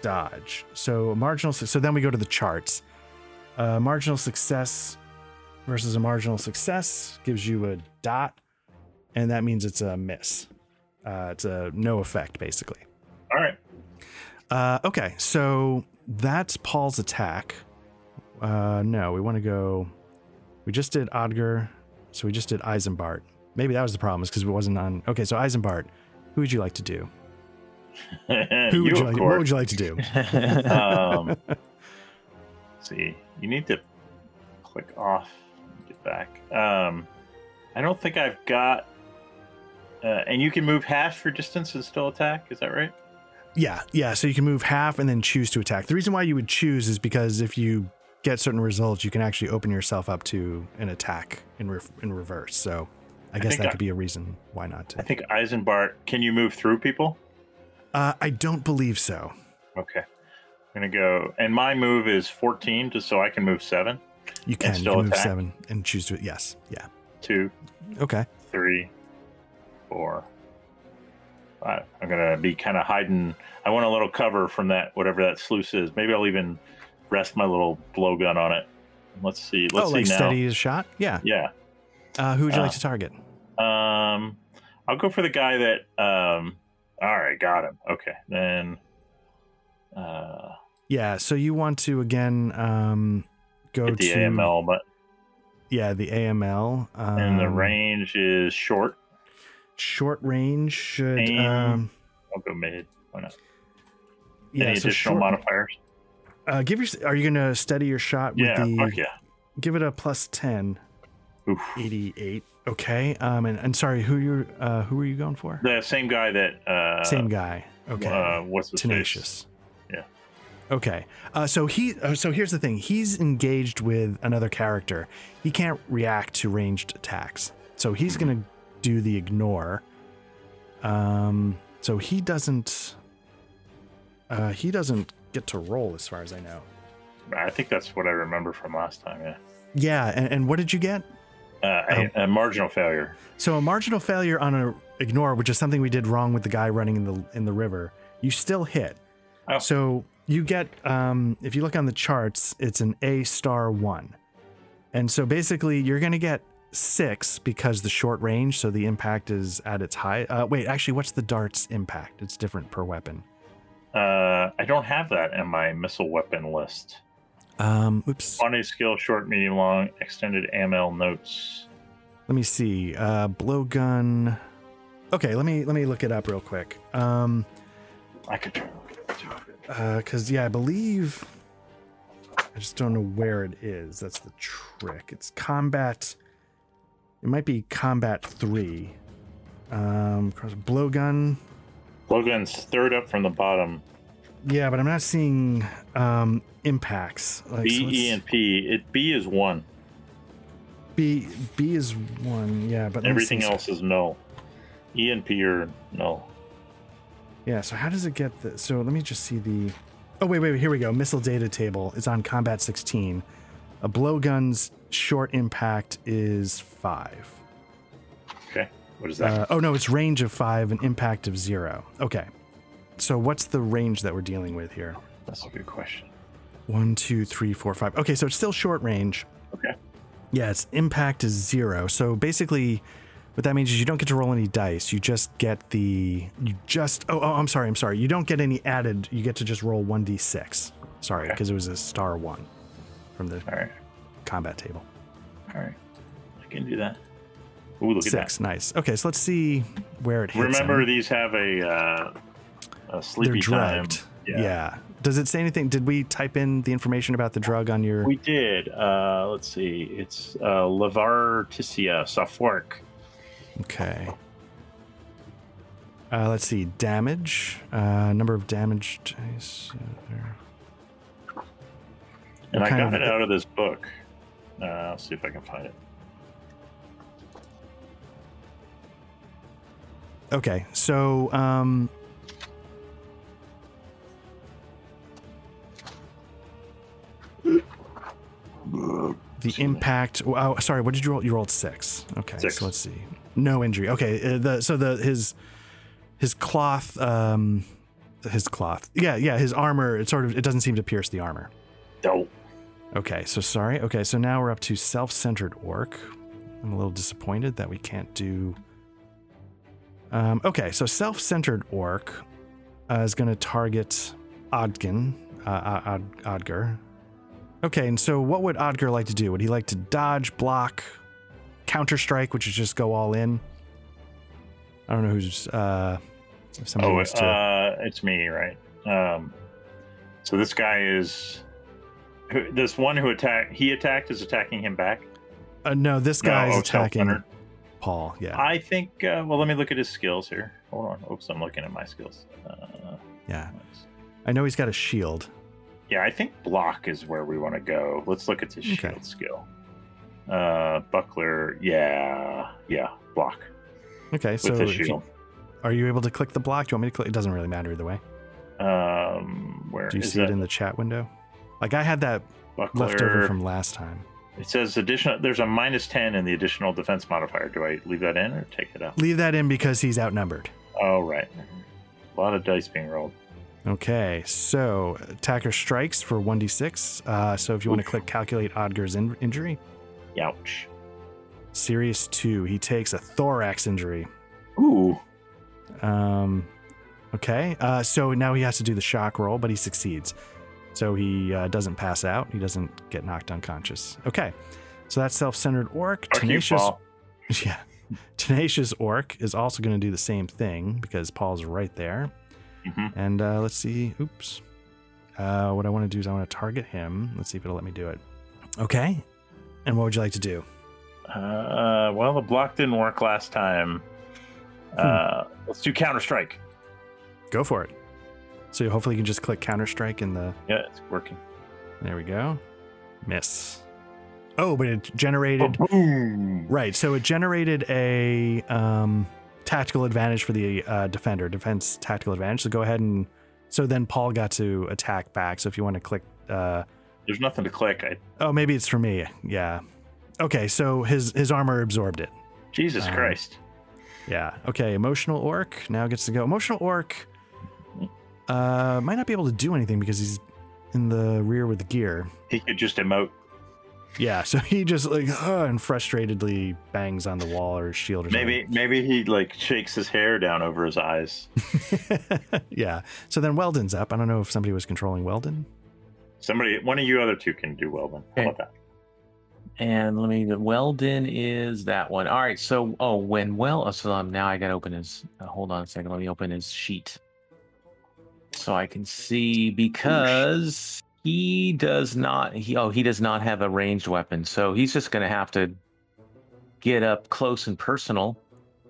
Speaker 2: dodge. So a marginal. su- So then we go to the charts. Uh, marginal success versus a marginal success gives you a dot, and that means it's a miss. Uh, it's a no effect basically.
Speaker 1: All right.
Speaker 2: Uh, okay, so that's Paul's attack. Uh, no, we want to go. We just did Odger, so we just did Eisenbart. Maybe that was the problem, is because it wasn't on. Okay, so Eisenbart, who would you like to do? Who
Speaker 1: you,
Speaker 2: would you
Speaker 1: of
Speaker 2: like,
Speaker 1: course.
Speaker 2: what would you like to do?
Speaker 1: um, let's see, you need to click off and get back. Um, I don't think I've got. Uh, and you can move half your distance and still attack. Is that right?
Speaker 2: Yeah, yeah. So you can move half and then choose to attack. The reason why you would choose is because if you get certain results, you can actually open yourself up to an attack in re- in reverse. So I guess
Speaker 1: think
Speaker 2: that
Speaker 1: I-
Speaker 2: could be a reason why not
Speaker 1: I
Speaker 2: to.
Speaker 1: think Eisenbart. Can you move through people?
Speaker 2: Uh, I don't believe so.
Speaker 1: Okay, I'm gonna go. And my move is 14, just so I can move seven,
Speaker 2: You can, you
Speaker 1: still
Speaker 2: can move
Speaker 1: attack?
Speaker 2: seven and choose to. Yes, yeah.
Speaker 1: two,
Speaker 2: Okay.
Speaker 1: three, four, five. I'm gonna be kind of hiding. I want a little cover from that whatever that sluice is. Maybe I'll even rest my little blowgun on it. Let's see. Let's
Speaker 2: oh,
Speaker 1: see
Speaker 2: like
Speaker 1: now.
Speaker 2: steady as shot. Yeah.
Speaker 1: Yeah.
Speaker 2: Uh, who would you
Speaker 1: Uh,
Speaker 2: like to target?
Speaker 1: Um, I'll go for the guy that. Um, all right, got him. Okay, then. Uh,
Speaker 2: Yeah. So you want to again um, go
Speaker 1: hit the
Speaker 2: to
Speaker 1: AML, but
Speaker 2: Yeah, the AML. Um,
Speaker 1: and the range is short.
Speaker 2: Short range should.
Speaker 1: Aim.
Speaker 2: Um,
Speaker 1: I'll go mid. Why not?
Speaker 2: yeah,
Speaker 1: Any
Speaker 2: so
Speaker 1: additional
Speaker 2: short-
Speaker 1: modifiers?
Speaker 2: Uh, give your. Are you going to steady your shot with
Speaker 1: Yeah,
Speaker 2: the?
Speaker 1: fuck yeah.
Speaker 2: Give it a plus 10,
Speaker 1: Oof.
Speaker 2: 88. Okay. Um, and, and sorry, who you uh, who are you going for?
Speaker 1: The same guy that. Uh,
Speaker 2: Same guy. Okay.
Speaker 1: Uh, what's his face?
Speaker 2: tenacious.
Speaker 1: Yeah.
Speaker 2: Okay. Uh, so he. Uh, so here's the thing. He's engaged with another character. He can't react to ranged attacks. So he's gonna do the ignore. Um. So he doesn't. Uh, he doesn't get to roll, as far as I know.
Speaker 1: I think that's what I remember from last time. Yeah.
Speaker 2: Yeah. And, and what did you get? Oh.
Speaker 1: Uh, a, a marginal failure.
Speaker 2: So a marginal failure on a ignore, which is something we did wrong with the guy running in the in the river, you still hit.
Speaker 1: Oh.
Speaker 2: So you get um, if you look on the charts, it's an A star one, and so basically you're gonna get six because the short range, so the impact is at its high. Uh, wait, actually, what's the dart's impact? It's different per weapon.
Speaker 1: Uh, I don't have that in my missile weapon list.
Speaker 2: Um, oops.
Speaker 1: On a skill, short, medium, long, extended AML notes.
Speaker 2: Let me see. Uh, blowgun. Okay, let me let me look it up real quick. Um,
Speaker 1: I could.
Speaker 2: because Uh, yeah, I believe I just don't know where it is. That's the trick. It's combat. It might be combat three. Um, cross blowgun.
Speaker 1: Logan's third up from the bottom.
Speaker 2: Yeah, but I'm not seeing um, impacts. Like, so
Speaker 1: B,
Speaker 2: let's-
Speaker 1: E, and P. It B is one.
Speaker 2: B B is one. Yeah, but let me
Speaker 1: Everything
Speaker 2: see.
Speaker 1: else is null. E and P are null.
Speaker 2: Yeah, so how does it get the so let me just see the Oh wait, wait, wait, here we go. Missile data table. It's on combat 16. A blowgun's short impact is 5.
Speaker 1: Okay. What is that?
Speaker 2: Uh, oh no, it's range of 5 and impact of 0. Okay. So what's the range that we're dealing with here?
Speaker 1: That's a good question.
Speaker 2: One, two, three, four, five. Okay, so it's still short range.
Speaker 1: Okay.
Speaker 2: Yeah, its impact is zero. So basically, what that means is you don't get to roll any dice. You just get the you just oh, oh I'm sorry I'm sorry. You don't get any added. You get to just roll one d six. Sorry,
Speaker 1: Okay.
Speaker 2: because it was a star one from the
Speaker 1: All right.
Speaker 2: combat table.
Speaker 1: All right. I can do that. Ooh, look at
Speaker 2: Six, nice. Okay, so let's see where it
Speaker 1: that.
Speaker 2: hits.
Speaker 1: Remember,
Speaker 2: him.
Speaker 1: these have a, uh, a
Speaker 2: they're
Speaker 1: sleepy time.
Speaker 2: drugged. Yeah. Does it say anything? Did we type in the information about the drug on your?
Speaker 1: We did. Uh, let's see. It's uh, Lavarticia Softwork.
Speaker 2: Okay. Uh, let's see. Damage. Uh, number of damaged dice. uh, there.
Speaker 1: And
Speaker 2: What
Speaker 1: I
Speaker 2: kind
Speaker 1: got
Speaker 2: of-
Speaker 1: it out of this book. Uh, I'll see if I can find it.
Speaker 2: Okay. So, um, the
Speaker 1: Excuse me.
Speaker 2: impact. Oh, sorry. What did you roll? You rolled six. Okay.
Speaker 1: Six.
Speaker 2: So let's see. No injury. Okay. Uh, the, so the his his cloth. Um, his cloth. Yeah. Yeah. His armor. It sort of. It doesn't seem to pierce the armor.
Speaker 1: Dope.
Speaker 2: Okay, so sorry. Okay, so now we're up to self centered orc. I'm a little disappointed that we can't do. Um, okay, so self centered orc uh, is going to target Odgin, uh, uh, Od- Odger. Okay, and so what would Odger like to do? Would he like to dodge, block, counter strike, which is just go all in? I don't know who's. Uh, if somebody
Speaker 1: Oh,
Speaker 2: wants to.
Speaker 1: uh, it's me, right? Um, so this guy is who- this one who attacked. He attacked is attacking him back.
Speaker 2: Uh, no, this guy's
Speaker 1: oh,
Speaker 2: attacking
Speaker 1: self-centered.
Speaker 2: Paul. Yeah.
Speaker 1: I think. Uh, well, let me look at his skills here. Hold on. Oops, I'm looking at my skills. Uh,
Speaker 2: yeah.
Speaker 1: let's-
Speaker 2: I know he's got a shield.
Speaker 1: yeah, I think block is where we want to go. Let's look at his
Speaker 2: Okay.
Speaker 1: shield skill. Uh, buckler. Yeah, yeah, block
Speaker 2: Okay, so
Speaker 1: with his
Speaker 2: if you-
Speaker 1: shield.
Speaker 2: Are you able to click the block? Do you want me to click? It doesn't really matter either way.
Speaker 1: Um, where
Speaker 2: Do you
Speaker 1: is
Speaker 2: see
Speaker 1: that?
Speaker 2: it in the chat window? Like I had that
Speaker 1: buckler?
Speaker 2: left over from last time.
Speaker 1: It says additional. There's a minus ten in the additional defense modifier. Do I leave that in or take it out?
Speaker 2: Leave that in because he's outnumbered.
Speaker 1: Oh right, a lot of dice being rolled.
Speaker 2: Okay, so attacker strikes for 1d6. Uh, so if you want to click calculate Odger's in- injury,
Speaker 1: Ouch.
Speaker 2: serious 2. He takes a thorax injury.
Speaker 1: Ooh.
Speaker 2: Um, okay, uh, so now he has to do the shock roll, but he succeeds. So he uh, doesn't pass out, he doesn't get knocked unconscious. Okay, so that's self centered orc.
Speaker 1: Fuck you,
Speaker 2: Tenacious
Speaker 1: Paul.
Speaker 2: Yeah. Tenacious Orc is also going to do the same thing because Paul's right there.
Speaker 1: Mhm.
Speaker 2: And uh, let's see. Oops. Uh, what I want to do is I want to target him. Let's see if it'll let me do it. Okay. And what would you like to do?
Speaker 1: Uh, well, the block didn't work last time.
Speaker 2: Hmm.
Speaker 1: Uh, let's do counter strike.
Speaker 2: Go for it. So hopefully you can just click Counter Strike in the.
Speaker 1: Yeah, it's working.
Speaker 2: There we go. Miss. Oh, but it generated.
Speaker 1: Boom.
Speaker 2: Right. So it generated a um, tactical advantage for the uh, defender, defense tactical advantage. So go ahead and. So then Paul got to attack back. So if you want to click. Uh,
Speaker 1: There's nothing to click. I,
Speaker 2: oh, maybe it's for me. Yeah. Okay. So his his armor absorbed it.
Speaker 1: Jesus
Speaker 2: Um,
Speaker 1: Christ.
Speaker 2: Yeah. Okay. Emotional orc now gets to go. Emotional orc uh, might not be able to do anything because he's in the rear with the gear.
Speaker 1: He could just emote.
Speaker 2: Yeah. So he just like uh, and frustratedly bangs on the wall or his shield or something.
Speaker 1: Maybe, maybe he like shakes his hair down over his eyes.
Speaker 2: yeah. So then Weldon's up. I don't know if somebody was controlling Weldon.
Speaker 1: Somebody, one of you other two can do well then. How about that?
Speaker 4: And let me. Weldon is that one. All right. So, oh, when well, oh, so um, now I got to open his. Uh, hold on a second. Let me open his sheet so I can see because he does not. He oh, he does not have a ranged weapon. So he's just gonna have to get up close and personal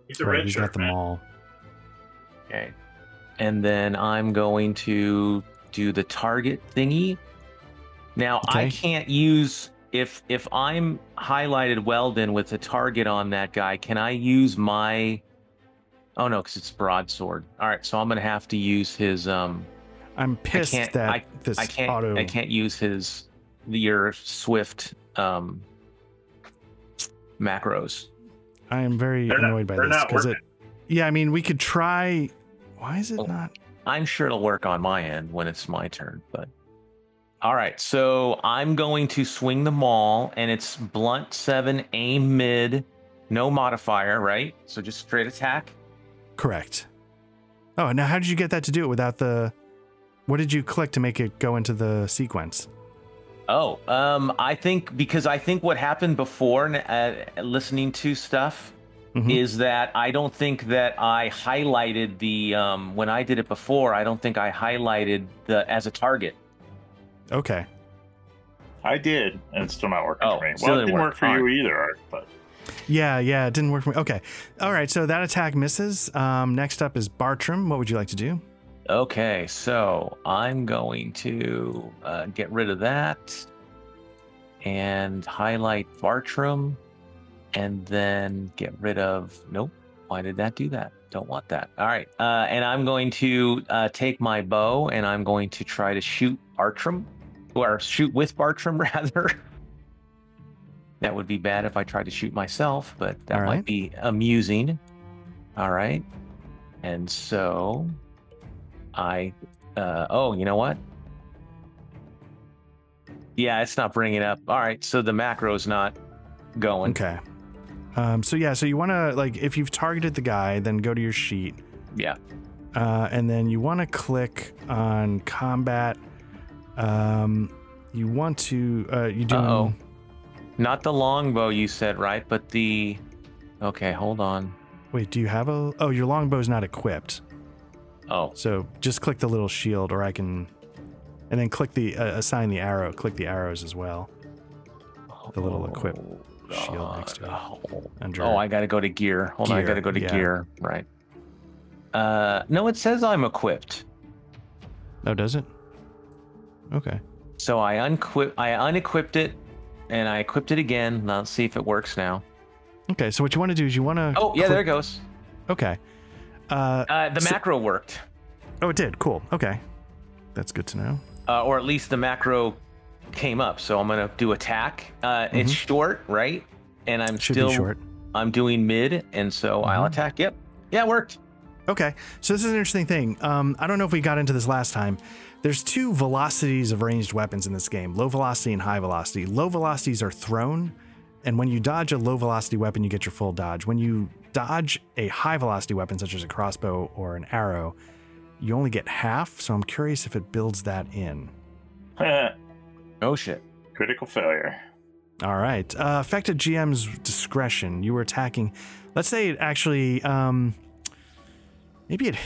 Speaker 1: He's a
Speaker 2: Right,
Speaker 1: red
Speaker 2: he's
Speaker 1: shirt.
Speaker 2: at the
Speaker 1: man.
Speaker 2: mall.
Speaker 4: Okay. And then I'm going to do the target thingy. Now I
Speaker 2: Okay.
Speaker 4: can't use if if I'm highlighted Weldon with a target on that guy, can I use my Oh no, because it's broadsword. All right, so I'm gonna have to use his um
Speaker 2: I'm pissed
Speaker 4: can't-
Speaker 2: that
Speaker 4: I-
Speaker 2: this
Speaker 4: I can't
Speaker 2: auto.
Speaker 4: I can't use his your swift um macros.
Speaker 2: I am very
Speaker 1: They're not-
Speaker 2: annoyed by
Speaker 1: they're
Speaker 2: this
Speaker 1: not
Speaker 2: because it. Yeah, I mean, we could try. Why is it
Speaker 4: Oh.
Speaker 2: not?
Speaker 4: I'm sure it'll work on my end when it's my turn, but all right. So I'm going to swing the maul, and it's blunt seven, aim mid, no modifier, right? So just straight attack.
Speaker 2: Correct. Oh, now how did you get that to do it without the? What did you click to make it go into the sequence?
Speaker 4: Oh, um, I think because I think what happened before uh, listening to stuff
Speaker 2: Mhm.
Speaker 4: is that I don't think that I highlighted the um, when I did it before. I don't think I highlighted the as a target.
Speaker 2: Okay.
Speaker 1: I did, and it's still not working
Speaker 4: Oh,
Speaker 1: for me.
Speaker 4: still
Speaker 1: Well, it
Speaker 4: didn't
Speaker 1: didn't work,
Speaker 4: work.
Speaker 1: for you either, Art, but
Speaker 2: Yeah, yeah, it didn't work for me. Okay. All right, so that attack misses. Um, next up is Bartram. What would you like to do?
Speaker 4: Okay, so I'm going to uh, get rid of that and highlight Bartram and then get rid of. Nope, why did that do that? Don't want that. All right, uh, and I'm going to uh, take my bow and I'm going to try to shoot Bartram or shoot with Bartram rather. that would be bad if I tried to shoot myself, but that
Speaker 2: All
Speaker 4: might
Speaker 2: right.
Speaker 4: be amusing. All right, and so I, uh, oh, you know what? Yeah, it's not bringing up. All right, so the macro's not going.
Speaker 2: Okay. Um, so yeah, so you want to like if you've targeted the guy, then go to your sheet.
Speaker 4: Yeah.
Speaker 2: Uh, and then you want to click on combat. Um, you want to uh, you do.
Speaker 4: Uh-oh. Not the longbow you said, right? But the. Okay, hold on.
Speaker 2: Wait, do you have a? Oh, your longbow's not equipped.
Speaker 4: Oh,
Speaker 2: So just click the little shield, or I can, and then click the uh, assign the arrow. Click the arrows as well The little equip
Speaker 4: Hold
Speaker 2: shield next to it.
Speaker 4: on. Oh,
Speaker 2: under
Speaker 4: Oh, I gotta go to gear. Hold on, I
Speaker 2: Gear,
Speaker 4: gotta go to
Speaker 2: yeah.
Speaker 4: gear. Right. Uh, no, it says I'm equipped.
Speaker 2: Oh, does it? Okay.
Speaker 4: So I unquip, I unequipped it, and I equipped it again. Let's see if it works now.
Speaker 2: Okay. So what you want to do is you want to.
Speaker 4: Oh, yeah, there it goes.
Speaker 2: Okay. Uh,
Speaker 4: Uh, the
Speaker 2: So-
Speaker 4: macro worked,
Speaker 2: oh, it did. Cool. Okay. That's good to know.
Speaker 4: uh, or at least the macro came up. So I'm gonna do attack. Uh, It's short, right? And I'm
Speaker 2: Mm-hmm. Should
Speaker 4: still
Speaker 2: be short.
Speaker 4: I'm doing mid, and so I'll
Speaker 2: Mhm.
Speaker 4: attack. Yep, yeah, it worked.
Speaker 2: Okay. So this is an interesting thing. Um, I don't know if we got into this last time. There's two velocities of ranged weapons in this game: low velocity and high velocity. Low velocities are thrown, and when you dodge a low velocity weapon, you get your full dodge. When you dodge a high velocity weapon, such as a crossbow or an arrow, you only get half. So I'm curious if it builds that in.
Speaker 4: Oh shit.
Speaker 1: critical failure.
Speaker 2: All right. Uh, affected GM's discretion. You were attacking. Let's say it actually. Um, maybe it.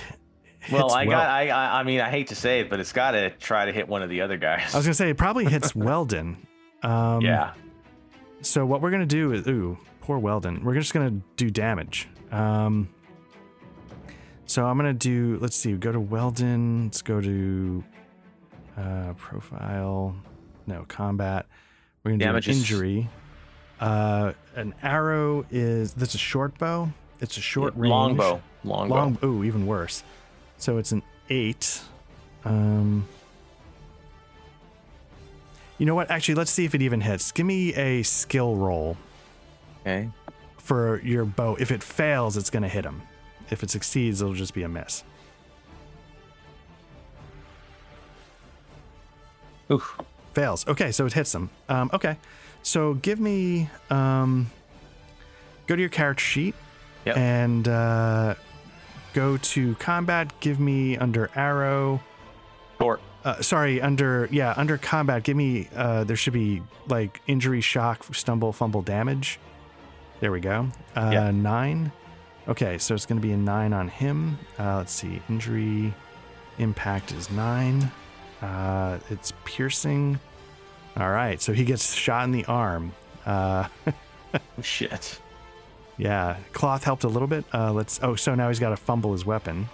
Speaker 4: Well,
Speaker 2: hits
Speaker 4: I
Speaker 2: Wel-
Speaker 4: got. I, I. I mean, I hate to say it, but it's got to try to hit one of the other guys.
Speaker 2: I was gonna say it probably hits Weldon. Um,
Speaker 4: yeah.
Speaker 2: So what we're gonna do is, ooh, poor Weldon. We're just gonna do damage. Um, so I'm gonna do. Let's see. Go to Weldon. Let's go to uh, profile. No combat. We're gonna do
Speaker 4: Damages.
Speaker 2: an injury. Uh, an arrow is. That's a short bow. It's a short range.
Speaker 4: Longbow. Longbow.
Speaker 2: Long. Ooh, even worse. So it's an eight. Um. You know what? Actually, let's see if it even hits. Give me a skill roll
Speaker 4: Okay.
Speaker 2: for your bow. If it fails, it's going to hit him. If it succeeds, it'll just be a miss.
Speaker 4: Oof.
Speaker 2: Fails. Okay, so it hits him. Um, okay, so give me. Um, go to your character sheet
Speaker 4: Yep.
Speaker 2: and uh, go to combat. Give me under arrow.
Speaker 4: Short.
Speaker 2: Uh, sorry, under yeah, under combat. Give me. Uh, there should be like injury, shock, stumble, fumble, damage. There we go. Uh,
Speaker 4: Yeah.
Speaker 2: Nine. Okay, so it's going to be a nine on him. Uh, let's see. Injury, impact is nine. Uh, it's piercing. All right, so he gets shot in the arm. Uh,
Speaker 4: Oh, Shit.
Speaker 2: Yeah, cloth helped a little bit. Uh, let's. Oh, so now he's got to fumble his weapon.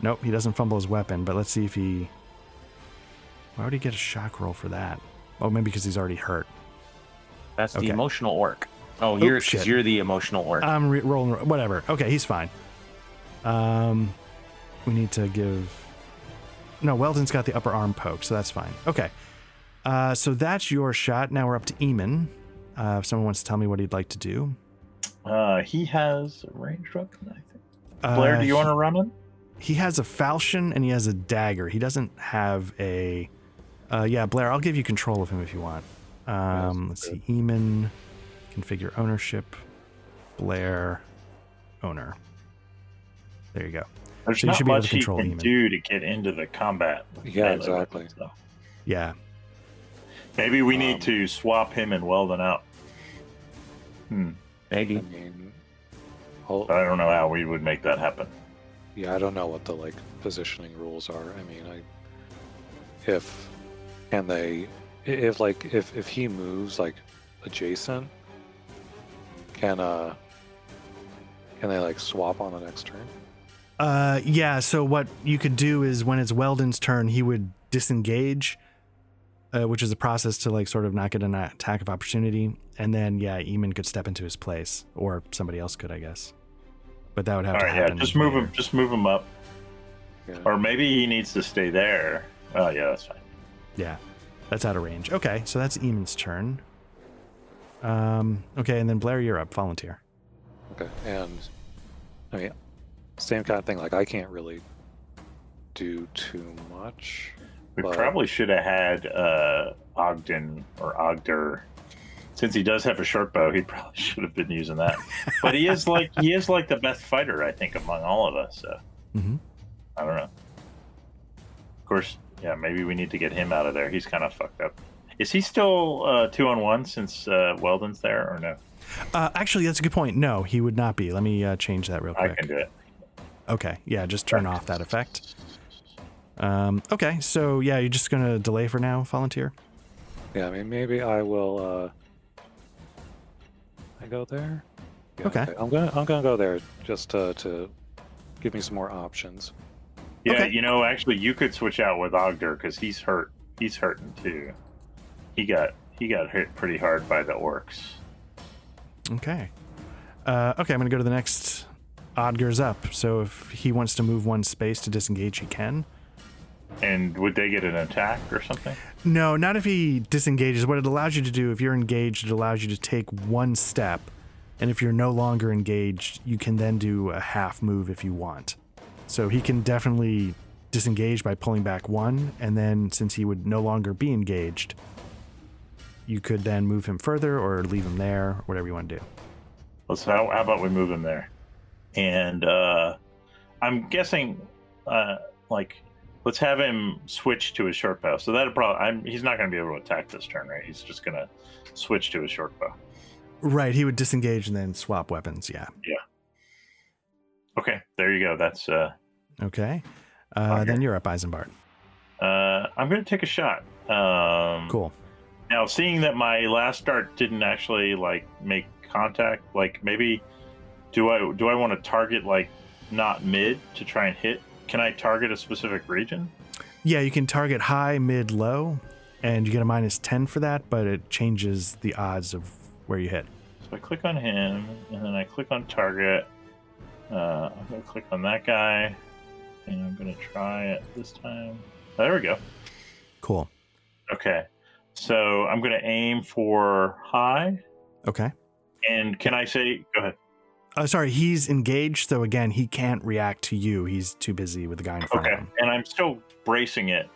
Speaker 2: Nope, he doesn't fumble his weapon. But let's see if he. Why would he get a shock roll for that? Oh, maybe because he's already hurt.
Speaker 4: That's
Speaker 2: Okay.
Speaker 4: the emotional orc. Oh, you're
Speaker 2: shit. Uh,
Speaker 4: because you're the emotional orc.
Speaker 2: I'm re- rolling. Whatever. Okay, he's fine. Um, we need to give. No, Weldon's got the upper arm poke, so that's fine. Okay. Uh, so that's your shot. Now we're up to Eamon. Uh, if someone wants to tell me what he'd like to do.
Speaker 1: Uh, he has a ranged weapon, I think. Blair,
Speaker 2: Uh,
Speaker 1: do you want to run him?
Speaker 2: he has a falchion and he has a dagger. He doesn't have a. Uh, yeah, Blair, I'll give you control of him if you want. Um, let's see. Eamon, configure ownership. Blair, owner. There you go.
Speaker 1: There's
Speaker 2: so you
Speaker 1: not
Speaker 2: should be able
Speaker 1: much
Speaker 2: to control
Speaker 1: he can
Speaker 2: Eamon.
Speaker 1: do to get into the combat. with
Speaker 5: Yeah,
Speaker 1: melee
Speaker 5: exactly.
Speaker 1: weapons, though.
Speaker 2: Yeah.
Speaker 1: Maybe we
Speaker 5: Um,
Speaker 1: need to swap him and Weldon out. Hmm.
Speaker 5: I
Speaker 2: Mm-hmm.
Speaker 4: Maybe.
Speaker 5: mean, I'll-
Speaker 1: I don't know how we would make that happen.
Speaker 5: yeah, I don't know what the like positioning rules are. I mean, I if can they i- if like if if he moves like adjacent, can uh can they like swap on the next turn?
Speaker 2: Uh, yeah. So what you could do is when it's Weldon's turn, he would disengage, uh, which is a process to like sort of not get an attack of opportunity, and then yeah, Eamon could step into his place, or somebody else could, I guess. But that would have
Speaker 1: All
Speaker 2: to
Speaker 1: right, yeah,
Speaker 2: happen.
Speaker 1: just move him.
Speaker 2: later.
Speaker 1: Just move him up,
Speaker 5: Yeah.
Speaker 1: or maybe he needs to stay there. Oh yeah, that's fine.
Speaker 2: Yeah, that's out of range. Okay, so that's Eamon's turn. Um. Okay, and then Blair, you're up. Volunteer.
Speaker 5: Okay, and I mean, same kind of thing. Like I can't really do too much.
Speaker 1: We
Speaker 5: But-
Speaker 1: probably should have had uh, Ogden or Ogder, since he does have a short bow. He probably should have been using that. but he is like he is like the best fighter, I think, among all of us. So
Speaker 2: Mm-hmm.
Speaker 1: I don't know. Of course, yeah, maybe we need to get him out of there. He's kind of fucked up. Is he still uh, two on one since uh, Weldon's there, or no?
Speaker 2: Uh, actually, that's a good point. No, he would not be. Let me uh, change that real
Speaker 1: I
Speaker 2: quick.
Speaker 1: can do it.
Speaker 2: Okay. Yeah, just turn off that effect. Um, okay. So, yeah, you're just going to delay for now, volunteer?
Speaker 5: Yeah, I mean, maybe I will. uh I go there. Yeah,
Speaker 2: Okay.
Speaker 5: I'm gonna I'm gonna go there just to, to give me some more options.
Speaker 1: Yeah,
Speaker 2: Okay.
Speaker 1: you know, actually, you could switch out with Ogder because he's hurt. He's hurting too. He got he got hit pretty hard by the orcs.
Speaker 2: Okay. Uh, okay, I'm going to go to the next Odger's up. So, if he wants to move one space to disengage, he can.
Speaker 1: And would they get an attack or something?
Speaker 2: No, not if he disengages. What it allows you to do, if you're engaged, it allows you to take one step. And if you're no longer engaged, you can then do a half move if you want. So he can definitely disengage by pulling back one. And then since he would no longer be engaged, you could then move him further or leave him there, whatever you want to do.
Speaker 1: Let's how, how about we move him there? And uh, I'm guessing, uh, like, let's have him switch to his short bow. So that'll probably I'm, he's not going to be able to attack this turn, right? He's just going to switch to his short bow.
Speaker 2: Right. He would disengage and then swap weapons. Yeah.
Speaker 1: Okay, there you go. That's uh,
Speaker 2: Okay. Uh,
Speaker 1: Okay.
Speaker 2: Then you're up, Eisenbart.
Speaker 1: uh, I'm going to take a shot. Um,
Speaker 2: Cool.
Speaker 1: Now, seeing that my last dart didn't actually like make contact, like maybe do I do I want to target like not mid to try and hit? Can I target a specific region?
Speaker 2: Yeah, you can target high, mid, low, and you get a minus 10 for that, but it changes the odds of where you hit.
Speaker 1: So I click on him, and then I click on target. Uh, I'm gonna click on that guy, and I'm gonna try it this time. Oh, There we go.
Speaker 2: Cool.
Speaker 1: Okay, so I'm gonna aim for high,
Speaker 2: Okay.
Speaker 1: and can I say? Go ahead.
Speaker 2: Uh, sorry, he's engaged, so again, he can't react to you. He's too busy with the guy in front
Speaker 1: Okay,
Speaker 2: of him.
Speaker 1: and I'm still bracing it,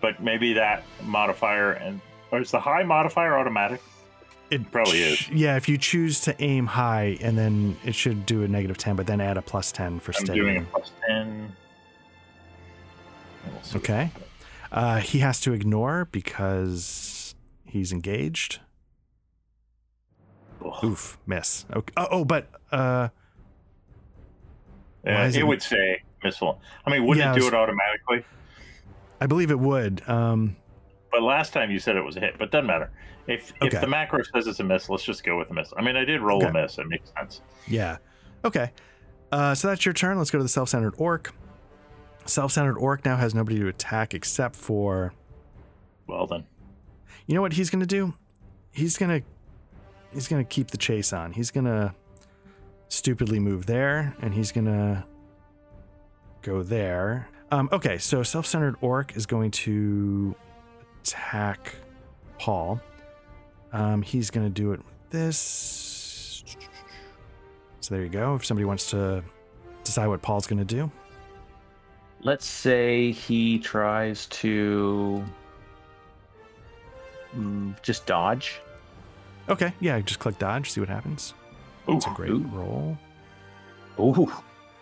Speaker 1: but maybe that modifier and or is the high modifier automatic?
Speaker 2: It
Speaker 1: Probably
Speaker 2: ch- Yeah, if you choose to aim high, and then it should do a negative 10, but then add a plus 10 for
Speaker 1: I'm doing a
Speaker 2: steadying.
Speaker 1: plus ten. And we'll see.
Speaker 2: Okay. Uh, he has to ignore because he's engaged.
Speaker 1: Ugh.
Speaker 2: Oof, miss. Okay. Oh, oh, but uh,
Speaker 1: Uh,
Speaker 2: Why is
Speaker 1: it,
Speaker 2: it-
Speaker 1: would say missile. I mean, wouldn't
Speaker 2: Yeah, I
Speaker 1: it do
Speaker 2: was-
Speaker 1: it automatically?
Speaker 2: I believe it would. Um,
Speaker 1: But last time you said it was a hit, but doesn't matter. If
Speaker 2: Okay.
Speaker 1: if the macro says it's a miss, let's just go with a miss. I mean, I did roll
Speaker 2: Okay.
Speaker 1: a miss. It makes sense.
Speaker 2: Yeah. Okay. Uh, so that's your turn. Let's go to the self centered orc. Self centered orc now has nobody to attack except for.
Speaker 1: Well then,
Speaker 2: You know what he's going to do? He's going to. He's going to keep the chase on. He's going to stupidly move there and he's going to go there. Um, okay. So self centered orc is going to attack Paul. Um, he's going to do it with this. So there you go. If somebody wants to decide what Paul's going to do,
Speaker 4: Let's say he tries to mm, just dodge.
Speaker 2: okay, yeah, just click dodge, see what happens.
Speaker 1: ooh,
Speaker 2: It's a great
Speaker 4: Ooh.
Speaker 2: roll.
Speaker 4: Ooh.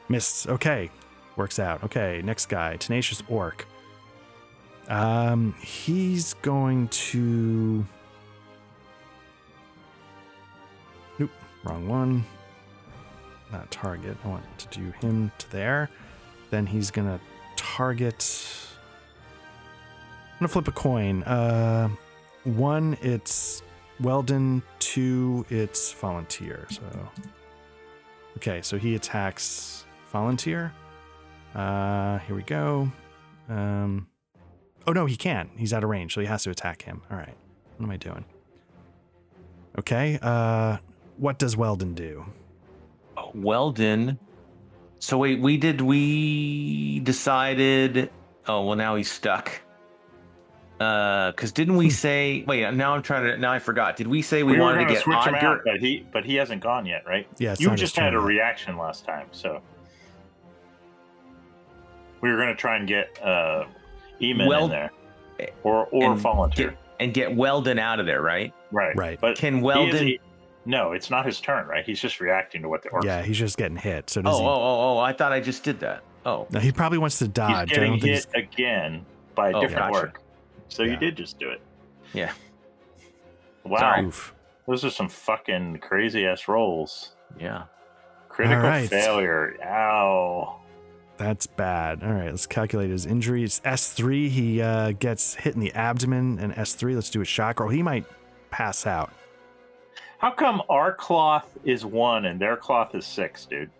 Speaker 2: Missed. Okay, works out. Okay, next guy, tenacious orc. Um, he's going to. Nope, wrong one. Not target. I want to do him to there. Then he's gonna target. I'm gonna flip a coin. Uh, one, it's Weldon. Two, it's Volunteer. So. Okay, so he attacks Volunteer. Uh, here we go. Um, oh no, he can. He's out of range, so he has to attack him. All right. What am I doing? Okay. Uh, what does Weldon do?
Speaker 4: Weldon. So wait, we did we decided oh well now he's stuck. Uh cuz didn't we say wait, now I'm trying to now I forgot. Did we say we,
Speaker 1: we, were
Speaker 4: wanted
Speaker 1: going
Speaker 4: to
Speaker 1: to
Speaker 4: get
Speaker 1: switch him out,
Speaker 4: Odger?
Speaker 1: but he but he hasn't gone yet, right?
Speaker 2: Yeah, it's
Speaker 1: you
Speaker 2: not his
Speaker 1: just had a
Speaker 2: turn yet.
Speaker 1: reaction last time, so we were going to try and get uh, Eamon
Speaker 4: Well- eh,
Speaker 1: in there, or or
Speaker 4: and
Speaker 1: volunteer,
Speaker 4: Get, and get Weldon out of there, right?
Speaker 1: right?
Speaker 2: Right.
Speaker 1: But
Speaker 4: Can
Speaker 1: he is-
Speaker 4: Weldon
Speaker 1: he- no, it's not his turn, right? He's just reacting to what the orcs.
Speaker 2: Yeah, he's just getting hit. So does
Speaker 4: Oh,
Speaker 2: he?
Speaker 4: oh, oh, oh, I thought I just did that. Oh.
Speaker 2: No, he probably wants to
Speaker 1: he's
Speaker 2: dodge. I
Speaker 1: getting
Speaker 2: don't think
Speaker 1: hit again by a
Speaker 4: Oh,
Speaker 1: different
Speaker 4: gotcha.
Speaker 1: orc. So
Speaker 2: Yeah.
Speaker 1: you did just do it.
Speaker 4: Yeah.
Speaker 1: Wow,
Speaker 2: he's...
Speaker 4: Sorry.
Speaker 2: Oof.
Speaker 1: those are some fucking crazy ass rolls.
Speaker 4: Yeah.
Speaker 1: Critical
Speaker 2: right.
Speaker 1: failure. Ow.
Speaker 2: That's bad. All right, let's calculate his injuries. S3, he uh, gets hit in the abdomen, and S3, let's do a shock roll. He might pass out.
Speaker 1: How come our cloth is one and their cloth is six, dude?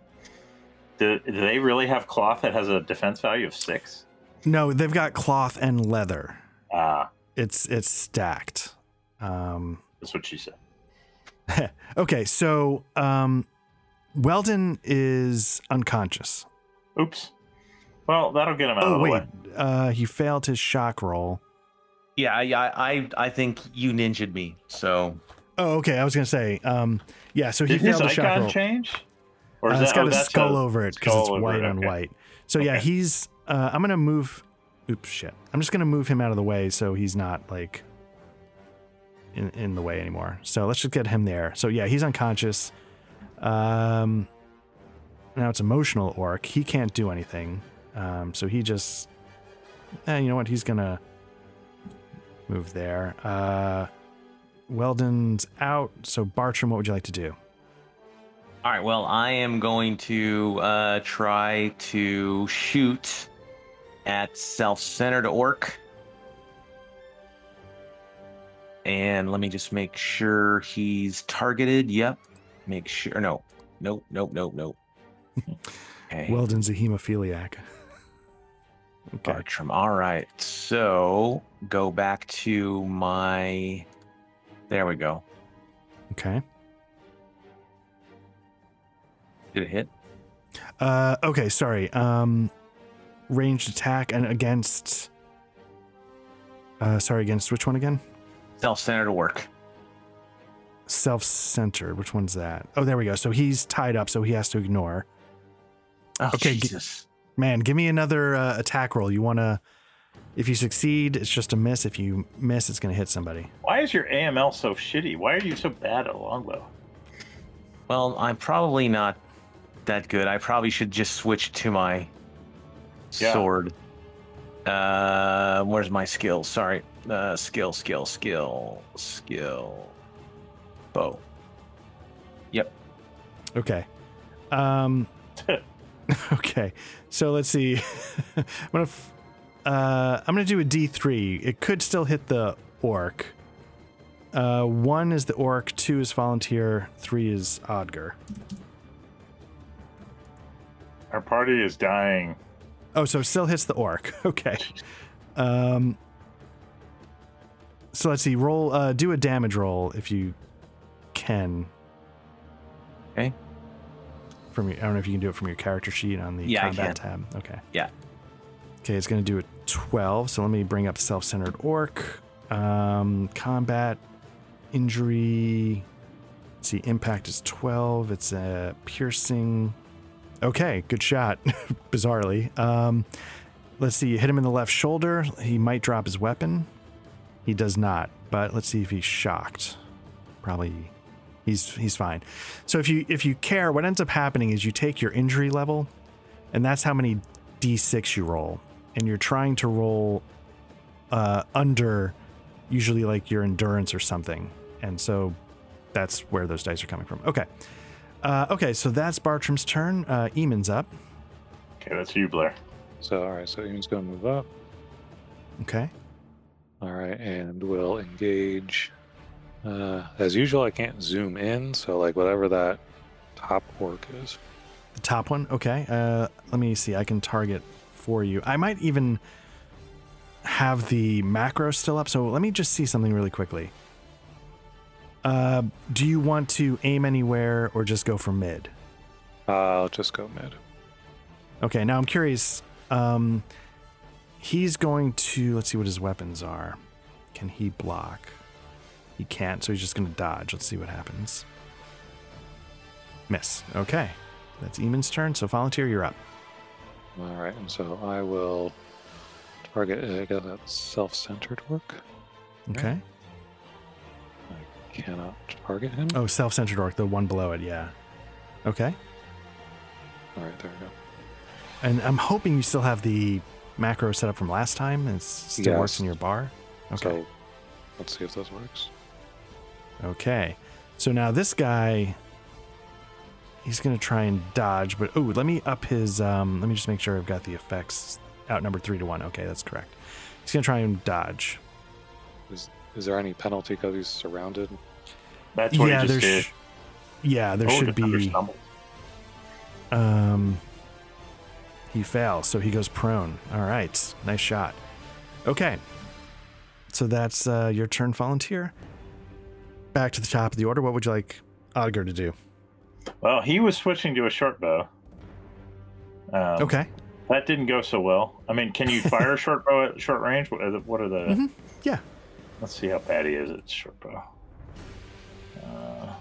Speaker 1: Do, do they really have cloth that has a defense value of six?
Speaker 2: No, they've got cloth and leather.
Speaker 1: Ah,
Speaker 2: It's it's stacked. Um,
Speaker 1: that's what she said.
Speaker 2: okay, so um, Weldon is unconscious.
Speaker 1: Oops. Well, that'll get him out of the
Speaker 2: Oh wait,
Speaker 1: way.
Speaker 2: uh, he failed his shock roll.
Speaker 4: Yeah, I I I- I think you ninjaed me. So
Speaker 2: Oh, okay. I was gonna say, um, yeah. So he
Speaker 1: Did
Speaker 2: failed
Speaker 1: his
Speaker 2: the shock roll.
Speaker 1: icon change? Or
Speaker 2: Uh, it's got
Speaker 1: oh,
Speaker 2: a
Speaker 1: that's
Speaker 2: skull over it because it's
Speaker 1: skull over
Speaker 2: white
Speaker 1: it,
Speaker 2: on
Speaker 1: okay.
Speaker 2: white. So yeah,
Speaker 1: Okay.
Speaker 2: he's. Uh, I'm gonna move. Oops, shit. I'm just gonna move him out of the way so he's not like in in the way anymore. So let's just get him there. So yeah, he's unconscious. Um, now it's emotional orc. He can't do anything. Um, so he just. Eh, you know what? He's gonna move there. Uh, Weldon's out. So Bartram, what would you like to do?
Speaker 4: all right, well, I am going to uh try to shoot at self-centered orc. And let me just make sure he's targeted. Yep. Make sure no. Nope, nope, nope, nope. Okay.
Speaker 2: Weldon's a hemophiliac. Okay.
Speaker 4: Bartram. All right. So go back to my. There we go.
Speaker 2: Okay.
Speaker 4: Did it hit?
Speaker 2: Uh, okay. Sorry. Um, ranged attack and against. Uh, sorry, against which one again?
Speaker 4: Self centered work.
Speaker 2: Self-centered. Which one's that? Oh, there we go. So he's tied up, so he has to ignore.
Speaker 4: Oh,
Speaker 2: Okay, g-
Speaker 4: Jesus.
Speaker 2: Man, give me another uh, attack roll. You want to? If you succeed, it's just a miss. If you miss, it's going to hit somebody.
Speaker 1: Why is your AML so shitty? Why are you so bad at longbow?
Speaker 4: Well, I'm probably not that good. I probably should just switch to my
Speaker 1: Yeah.
Speaker 4: sword. Uh, where's my skill? Sorry. Uh, skill, skill, skill, skill. Bow.
Speaker 2: Okay. Um, okay. So let's see. I'm gonna. F- Uh, I'm going to do a D3. It could still hit the orc. Uh, one is the orc, two is volunteer, three is Odger.
Speaker 1: Our party is dying.
Speaker 2: Oh, so it still hits the orc. Okay. Um, so let's see. Roll. Uh, do a damage roll if you can.
Speaker 4: Okay.
Speaker 2: From your, I don't know if you can do it from your character sheet on the
Speaker 4: Yeah, I
Speaker 2: combat tab. Okay.
Speaker 4: Yeah.
Speaker 2: Okay, it's going to do a twelve. So let me bring up self-centered orc. Um, combat injury. Let's see, impact is twelve. It's a piercing. Okay, good shot. Bizarrely. Um, let's see. You hit him in the left shoulder. He might drop his weapon. He does not. But let's see if he's shocked. Probably. He's he's fine. So if you if you care, what ends up happening is you take your injury level, and that's how many d6 you roll, and you're trying to roll uh, under usually like your endurance or something, and so that's where those dice are coming from. Okay. Uh, okay, so that's Bartram's turn. Uh, Eamon's up.
Speaker 1: Okay, that's you, Blair.
Speaker 5: So, all right, so Eamon's going to move up.
Speaker 2: Okay.
Speaker 5: All right, and we'll engage. Uh, as usual, I can't zoom in, so like whatever that top orc is.
Speaker 2: The top one. Okay. Uh, let me see. I can target for you. I might even have the macro still up. So let me just see something really quickly. Uh, do you want to aim anywhere or just go for mid?
Speaker 5: Uh, I'll just go mid.
Speaker 2: Okay. Now I'm curious. Um, he's going to. Let's see what his weapons are. Can he block? He can't. So he's just going to dodge. Let's see what happens. Miss. Okay. That's Eamon's turn. So volunteer, you're up.
Speaker 5: All right, and so I will target. uh, I guess that's self-centered work.
Speaker 2: Okay.
Speaker 5: Cannot target him.
Speaker 2: Oh, self-centered orc, the one below it, yeah. Okay.
Speaker 5: All right, there we go.
Speaker 2: And I'm hoping you still have the macro set up from last time and it still
Speaker 5: Yes.
Speaker 2: works in your bar. Okay.
Speaker 5: So let's see if this works.
Speaker 2: okay. So now this guy he's going to try and dodge, but oh, let me up his um let me just make sure I've got the effects outnumbered 3 to 1. Okay, that's correct. He's going to try and dodge.
Speaker 5: Is is there any penalty because he's surrounded?
Speaker 1: That's what
Speaker 2: yeah,
Speaker 1: you just
Speaker 2: there's
Speaker 1: did.
Speaker 2: Yeah, there
Speaker 1: Oh,
Speaker 2: should
Speaker 1: the thunder
Speaker 2: be
Speaker 1: stumbled.
Speaker 2: Um, he fails, so he goes prone. All right, nice shot. Okay, so that's uh, your turn, volunteer. Back to the top of the order. What would you like Odger to do?
Speaker 1: Well, he was switching to a short bow. Um,
Speaker 2: Okay,
Speaker 1: That didn't go so well. I mean, can you fire a short bow at short range? What are the? What are the
Speaker 2: Mhm, yeah.
Speaker 1: Let's see how bad he is at short bow. Uh,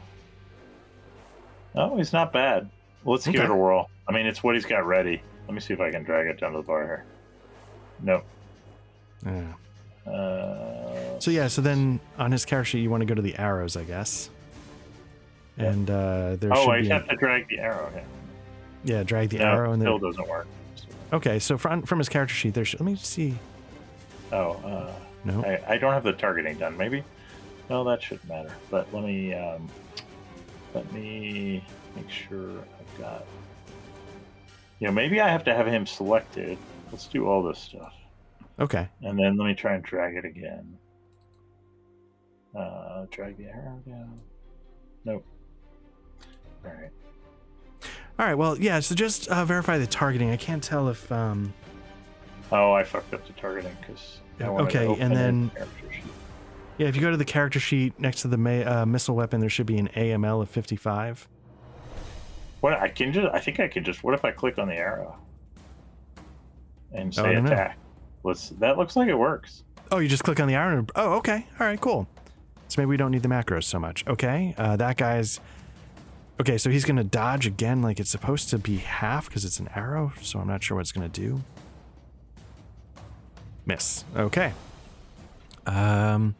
Speaker 1: oh, he's not bad. Let's give
Speaker 2: Okay.
Speaker 1: it a whirl. I mean, it's what he's got ready. Let me see if I can drag it down to the bar here. Nope.
Speaker 2: Yeah.
Speaker 1: Uh,
Speaker 2: so yeah, so then on his character sheet, you want to go to the arrows, I guess.
Speaker 1: Yeah.
Speaker 2: And uh, there
Speaker 1: oh,
Speaker 2: should
Speaker 1: I
Speaker 2: be
Speaker 1: have to drag the arrow. Yeah.
Speaker 2: yeah, drag the
Speaker 1: No,
Speaker 2: arrow and
Speaker 1: still
Speaker 2: then
Speaker 1: doesn't work.
Speaker 2: okay. So from from his character sheet, there should let me see.
Speaker 1: Oh, uh,
Speaker 2: No,
Speaker 1: I, I don't have the targeting done. Maybe. No, that shouldn't matter. But let me um, let me make sure I've got. You know, maybe I have to have him selected. Let's do all this stuff,
Speaker 2: okay,
Speaker 1: and then let me try and drag it again. Uh, drag the arrow down. Nope. All right.
Speaker 2: all right. Well, yeah. So just uh, verify the targeting. I can't tell if um,
Speaker 1: Oh, I fucked up the targeting because.
Speaker 2: Yeah, okay, and then- Yeah, if you go to the character sheet next to the ma- uh, missile weapon, there should be an AML of 55.
Speaker 1: What I can just, I think I can just. What if I click on the arrow and
Speaker 2: Oh, I
Speaker 1: say
Speaker 2: don't know.
Speaker 1: attack? Let's. That looks like it works.
Speaker 2: Oh, you just click on the arrow. and- Oh, okay. All right, cool. So maybe we don't need the macros so much. Okay, uh, that guy's. Okay, so he's going to dodge again. Like it's supposed to be half because it's an arrow, so I'm not sure what it's going to do. Miss. Okay. Um,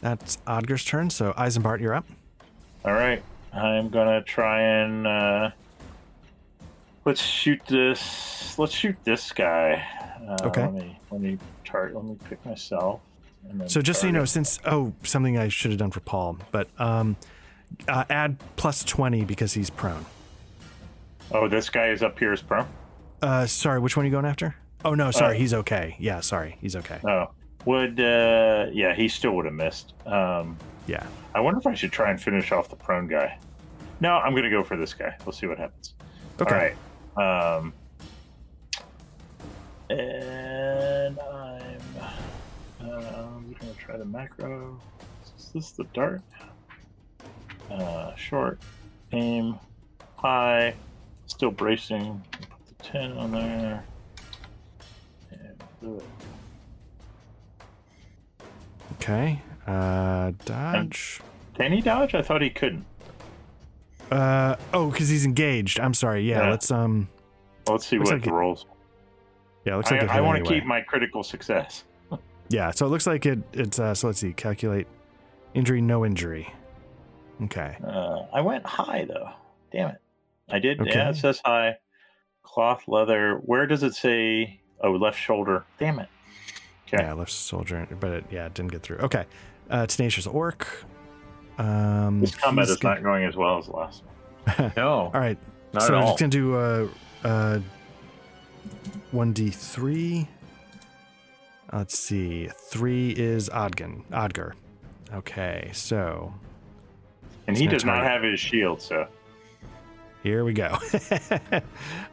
Speaker 2: that's Odger's turn. So Eisenbart, you're up.
Speaker 1: All right, I'm gonna try and uh, let's shoot this. Let's shoot this guy. Uh,
Speaker 2: Okay.
Speaker 1: Let me let me tar- Let me pick myself. And then
Speaker 2: So just so you know,
Speaker 1: target.
Speaker 2: since oh, something I should have done for Paul, but um, uh, add plus twenty because he's prone.
Speaker 1: Oh, this guy is up here is prone.
Speaker 2: Uh, sorry, which one are you going after? Oh no, sorry,
Speaker 1: Uh,
Speaker 2: he's okay. Yeah, sorry, he's okay.
Speaker 1: Oh, would uh, yeah, he still would have missed. Um,
Speaker 2: Yeah.
Speaker 1: I wonder if I should try and finish off the prone guy. No, I'm gonna go for this guy. We'll see what happens.
Speaker 2: Okay.
Speaker 1: All right. Um, and I'm um, gonna try the macro. Is this the dart? Uh, short, aim, high, still bracing. Put the ten on there. And uh, do it.
Speaker 2: Okay. Uh, dodge.
Speaker 1: Can he dodge? I thought he couldn't.
Speaker 2: Uh, oh, because he's engaged. I'm sorry. Yeah,
Speaker 1: Yeah.
Speaker 2: let's um.
Speaker 1: Well, let's see
Speaker 2: Looks
Speaker 1: what
Speaker 2: like
Speaker 1: the
Speaker 2: it-
Speaker 1: rolls.
Speaker 2: Yeah, looks
Speaker 1: I,
Speaker 2: like it
Speaker 1: I
Speaker 2: hit
Speaker 1: want to
Speaker 2: anyway.
Speaker 1: keep my critical success.
Speaker 2: Yeah, so it looks like it. It's uh, so let's see. Calculate injury, no injury. Okay.
Speaker 1: Uh, I went high though. Damn it. I did.
Speaker 2: Okay.
Speaker 1: Yeah, it says high. Cloth leather. Where does it say? Oh, left shoulder. Damn it. Okay.
Speaker 2: Yeah, left soldier, but it, yeah, it didn't get through. Okay. Uh, tenacious orc. Um,
Speaker 1: This combat
Speaker 2: he's
Speaker 1: is not going as well as the last one.
Speaker 4: No,
Speaker 2: All right,
Speaker 4: not
Speaker 2: so
Speaker 4: at
Speaker 2: I'm
Speaker 4: all.
Speaker 2: just gonna do uh, uh, one d three. Let's see. Three is Odgin. Odger. Okay, so
Speaker 1: And
Speaker 2: It's
Speaker 1: he
Speaker 2: gonna
Speaker 1: does not
Speaker 2: target.
Speaker 1: have his shield, so
Speaker 2: here we go. uh,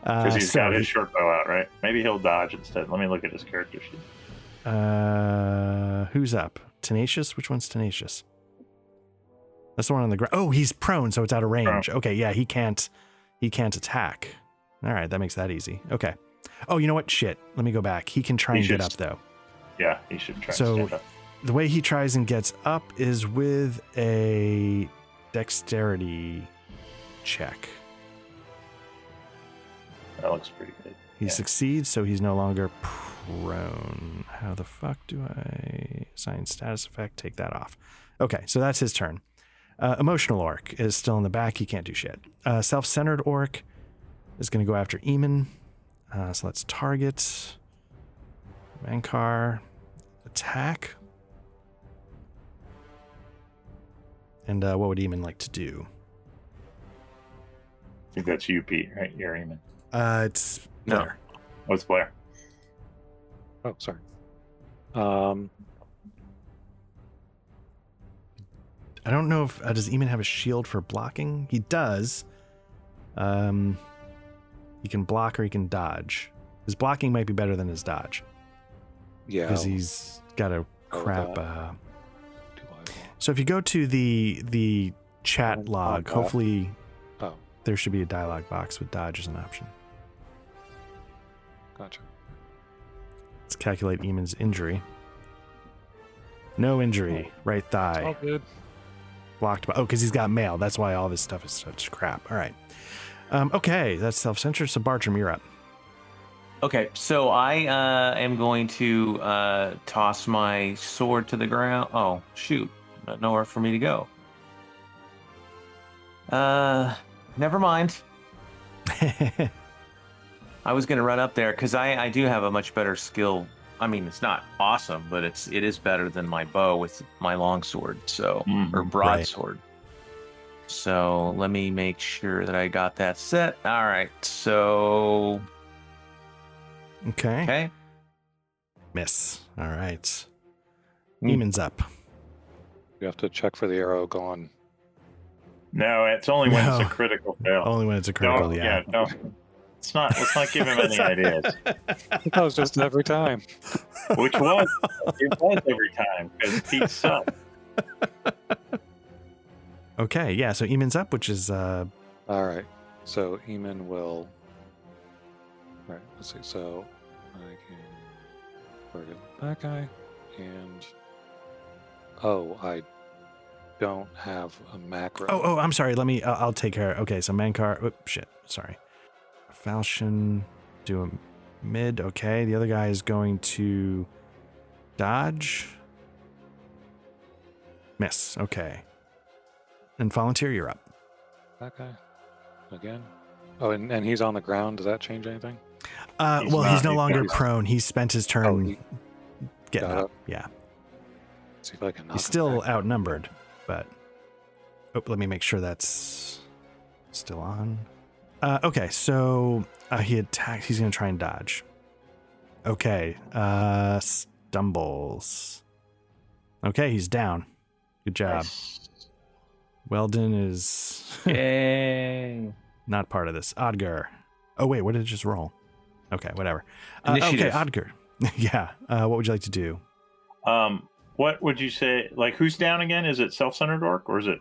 Speaker 1: because he's
Speaker 2: so
Speaker 1: got
Speaker 2: he-
Speaker 1: his short bow out, right? Maybe he'll dodge instead. Let me look at his character sheet.
Speaker 2: Uh, who's up? Tenacious? Which one's tenacious? That's the one on the ground. Oh, he's prone, so it's out of range. Okay, yeah, he can't. He can't attack. All right, that makes that easy. Okay. Oh, you know what? Shit. Let me go back. He can try
Speaker 1: He
Speaker 2: and get
Speaker 1: should
Speaker 2: up though.
Speaker 1: Yeah, he should try.
Speaker 2: So-
Speaker 1: So, and stand up.
Speaker 2: The way he tries and gets up is with a dexterity check.
Speaker 1: that looks pretty good.
Speaker 2: He
Speaker 1: Yeah.
Speaker 2: succeeds, so he's no longer prone. How the fuck do I assign status effect? Take that off. Okay, so that's his turn. Uh, emotional orc is still in the back. He can't do shit. Uh, Self centered orc is going to go after Eamon. Uh, so let's target Mankar. Attack. And uh, what would Eamon like to do?
Speaker 1: I think that's you, Pete, right? You're aiming.
Speaker 2: Uh, it's
Speaker 3: No.
Speaker 2: Blair.
Speaker 1: What's Blair?
Speaker 5: Oh, sorry. Um,
Speaker 2: I don't know if uh, does Eamon have a shield for blocking. He does. Um, he can block or he can dodge. His blocking might be better than his dodge
Speaker 5: yeah.
Speaker 2: because he's got a
Speaker 5: I'll go with
Speaker 2: crap.
Speaker 5: that.
Speaker 2: Uh,
Speaker 5: Do I-
Speaker 2: so if you go to the the chat
Speaker 5: I'll
Speaker 2: log,
Speaker 5: go.
Speaker 2: hopefully
Speaker 5: Oh,
Speaker 2: there should be a dialogue box with dodge as an option.
Speaker 5: gotcha.
Speaker 2: Let's calculate Eamon's injury. No injury, right thigh.
Speaker 5: All good.
Speaker 2: blocked by oh because he's got mail that's why all this stuff is such crap all right um, okay that's self-censor so bartram you're up
Speaker 4: Okay, so I uh, am going to uh, toss my sword to the ground. Oh shoot, not nowhere for me to go. Uh, never mind. I was gonna run up there because I, I do have a much better skill. I mean, it's not awesome, but it's it is better than my bow with my longsword, so or
Speaker 1: Mhm.
Speaker 4: broadsword. So let me make sure that I got that set. All right, so
Speaker 2: okay.
Speaker 4: okay,
Speaker 2: miss all right
Speaker 4: Mm.
Speaker 2: Eamon's up
Speaker 5: You have to check for the arrow gone.
Speaker 1: No, it's only when it's
Speaker 2: No.
Speaker 1: a critical fail.
Speaker 2: only when it's a critical
Speaker 1: don't,
Speaker 2: yeah,
Speaker 1: Oh, yeah, no. It's not. Let's not give him any ideas.
Speaker 5: That was just every time.
Speaker 1: Which was it was every time because Pete sucked.
Speaker 2: okay yeah so Eamon's up which is uh
Speaker 5: All right. So Eamon will. All right. Let's see. So I can target that guy, and oh, I don't have a macro.
Speaker 2: oh oh i'm sorry let me uh, i'll take care okay so mankar oh, shit sorry falchion do a mid okay the other guy is going to dodge miss okay and volunteer you're up
Speaker 5: that guy again. Oh, and, and he's on the ground. Does that change anything?
Speaker 2: Uh,
Speaker 1: He's
Speaker 2: well,
Speaker 1: not-
Speaker 2: he's no
Speaker 1: he's
Speaker 2: longer
Speaker 5: not-
Speaker 2: prone. He spent his turn
Speaker 5: Oh, he-
Speaker 2: getting
Speaker 5: got
Speaker 2: up.
Speaker 5: up.
Speaker 2: Yeah,
Speaker 5: Let's see if I can. knock him
Speaker 2: he's still
Speaker 5: back.
Speaker 2: outnumbered, but oh, let me make sure that's still on. Uh, okay, so uh, he attacks. He's going to try and dodge. Okay. Uh, stumbles. Okay, he's down. Good job.
Speaker 1: Nice.
Speaker 2: Weldon is
Speaker 4: Yay.
Speaker 2: not part of this. Odger. Oh wait, what did it just roll? Okay, whatever. Uh, okay,
Speaker 4: Initiative.
Speaker 2: Odger. yeah. Uh, what would you like to do?
Speaker 1: Um, what would you say? Like, who's down again? Is it self-centered orc or is it?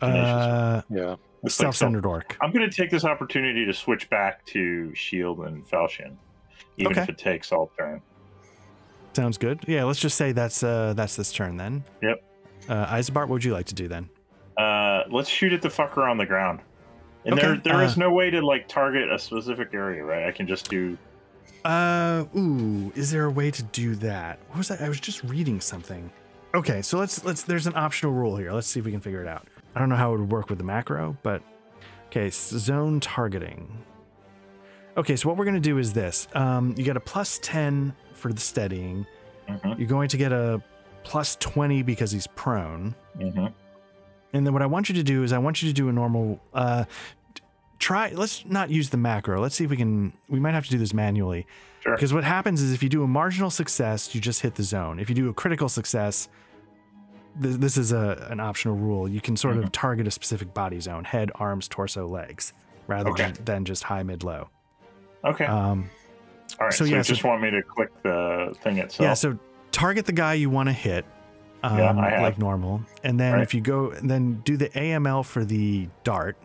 Speaker 1: Tenacious.
Speaker 2: Uh,
Speaker 5: Yeah.
Speaker 1: it's like
Speaker 2: self-centered orc.
Speaker 1: I'm going to take this opportunity to switch back to shield and falchion, even if
Speaker 2: Okay.
Speaker 1: it takes all turn.
Speaker 2: Sounds good. Yeah, let's just say that's uh that's this turn then.
Speaker 1: Yep.
Speaker 2: Uh, Isobart, what would you like to do then?
Speaker 1: Uh, let's shoot at the fucker on the ground. And
Speaker 2: Okay,
Speaker 1: there, there is
Speaker 2: uh,
Speaker 1: no way to like target a specific area, right? I can just do.
Speaker 2: Uh, ooh, is there a way to do that? What was that? I was just reading something. Okay, so let's let's. There's an optional rule here. Let's see if we can figure it out. I don't know how it would work with the macro, but okay, s- zone targeting. Okay, so what we're gonna do is this. Um, you get a plus ten for the steadying.
Speaker 1: Mhm,
Speaker 2: You're going to get a plus twenty because he's prone.
Speaker 1: mhm.
Speaker 2: And then what I want you to do is I want you to do a normal uh t- try let's not use the macro. Let's see if we can we might have to do this manually.
Speaker 1: Sure.
Speaker 2: Because what happens is if you do a marginal success, you just hit the zone. If you do a critical success, th- this is a an optional rule. You can
Speaker 1: Mm-hmm.
Speaker 2: sort of target a specific body zone, head, arms, torso, legs, rather
Speaker 1: Okay.
Speaker 2: than, than just high, mid, low.
Speaker 1: Okay.
Speaker 2: Um
Speaker 1: all right.
Speaker 2: so
Speaker 1: So,
Speaker 2: yeah,
Speaker 1: you
Speaker 2: so-
Speaker 1: just want me to click the thing itself.
Speaker 2: Yeah, so target the guy you want to hit, um,
Speaker 1: Yeah, I have.
Speaker 2: like normal, and then
Speaker 1: Right.
Speaker 2: if you go, then do the AML for the dart,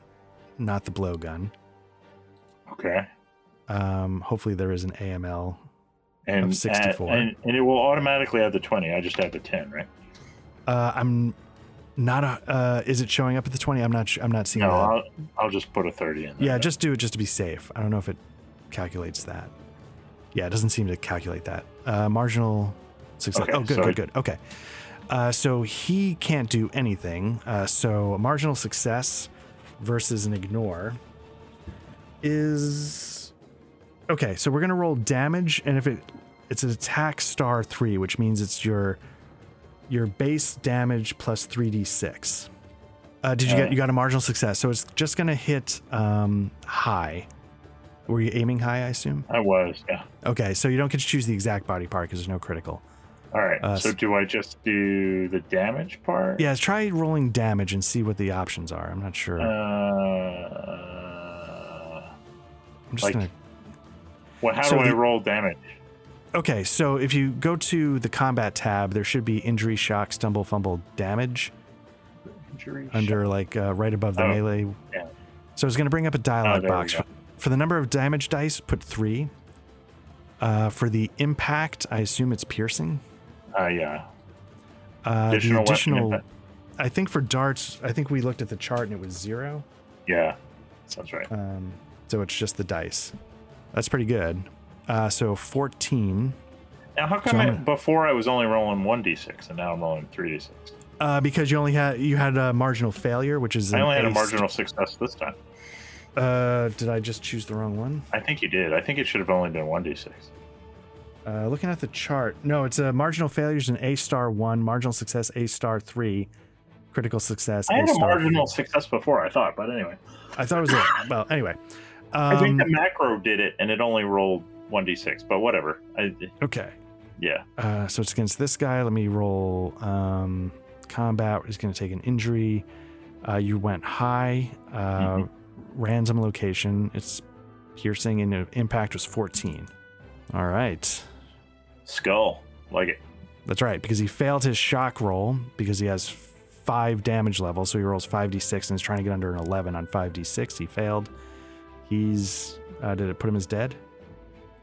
Speaker 2: not the blowgun.
Speaker 1: okay.
Speaker 2: Um, hopefully there is an AML.
Speaker 1: And,
Speaker 2: 64.
Speaker 1: and and it will automatically add the twenty. I just add the ten, right?
Speaker 2: Uh, I'm not a. Uh, is it showing up at the twenty? I'm not. Sh- I'm not seeing
Speaker 1: No,
Speaker 2: that.
Speaker 1: I'll, I'll just put a thirty in. There
Speaker 2: yeah,
Speaker 1: then.
Speaker 2: just do it just to be safe. I don't know if it calculates that. Yeah, it doesn't seem to calculate that. Uh, marginal success.
Speaker 1: Okay,
Speaker 2: oh, good,
Speaker 1: so
Speaker 2: good,
Speaker 1: it-
Speaker 2: good. Okay. Uh, so he can't do anything. Uh, so a marginal success versus an ignore is okay. So we're gonna roll damage, and if it it's an attack star three, which means it's your your base damage plus three d six. Uh, did you get
Speaker 1: Uh.
Speaker 2: you got a marginal success? So it's just gonna hit um, high. Were you aiming high? I assume.
Speaker 1: I was. Yeah.
Speaker 2: Okay, so you don't get to choose the exact body part because there's no critical.
Speaker 1: All right.
Speaker 2: Uh,
Speaker 1: so
Speaker 2: s-
Speaker 1: do I just do the damage part?
Speaker 2: Yeah, try rolling damage and see what the options are. I'm not sure.
Speaker 1: Uh,
Speaker 2: I'm just
Speaker 1: like-
Speaker 2: gonna.
Speaker 1: well, how
Speaker 2: So
Speaker 1: do I
Speaker 2: the-
Speaker 1: roll damage?
Speaker 2: Okay, so if you go to the combat tab, there should be injury, shock, stumble, fumble, damage
Speaker 1: Injury
Speaker 2: under like uh, right above the
Speaker 1: Oh,
Speaker 2: melee.
Speaker 1: yeah. Oh,
Speaker 2: So it's going to bring up a dialogue
Speaker 1: there we
Speaker 2: box.
Speaker 1: go.
Speaker 2: For the number of damage dice, put three. Uh, for the impact, I assume it's piercing.
Speaker 1: shot. Uh, yeah.
Speaker 2: Uh,
Speaker 1: Additional
Speaker 2: the
Speaker 1: weapon
Speaker 2: additional,
Speaker 1: impact.
Speaker 2: I think for darts, I think we looked at the chart and it was zero.
Speaker 1: Yeah. Sounds right.
Speaker 2: Um, so it's just the dice. That's pretty good. Uh, so 14.
Speaker 1: Now, how
Speaker 2: So
Speaker 1: come
Speaker 2: I'm
Speaker 1: I,
Speaker 2: gonna-
Speaker 1: before I was only rolling one d6 and now I'm rolling three d6?
Speaker 2: Uh, because you only had you had a marginal failure, which is
Speaker 1: I
Speaker 2: an
Speaker 1: only had a
Speaker 2: ace.
Speaker 1: marginal success this time.
Speaker 2: Uh, did I just choose the wrong one?
Speaker 1: I think you did. I think it should have only been one d6.
Speaker 2: Uh, looking at the chart, no, it's a marginal failure is an A star one, marginal success A star three, critical success.
Speaker 1: I had a
Speaker 2: star
Speaker 1: marginal
Speaker 2: three.
Speaker 1: success before, I thought, but anyway.
Speaker 2: I thought it was it. Well, anyway.
Speaker 1: I think the
Speaker 2: Um,
Speaker 1: macro did it and it only rolled one d6, but whatever. I,
Speaker 2: okay.
Speaker 1: yeah.
Speaker 2: Uh, so it's against this guy. Let me roll. Um, combat is going to take an injury. Uh, you went high. Uh,
Speaker 1: Mm-hmm.
Speaker 2: Random location. It's piercing and the impact was 14. All right.
Speaker 1: Skull. Like it.
Speaker 2: That's right, because he failed his shock roll because he has five damage levels. So he rolls 5d6 and is trying to get under an 11 on 5d6. He failed. He's. Uh, did it put him as dead?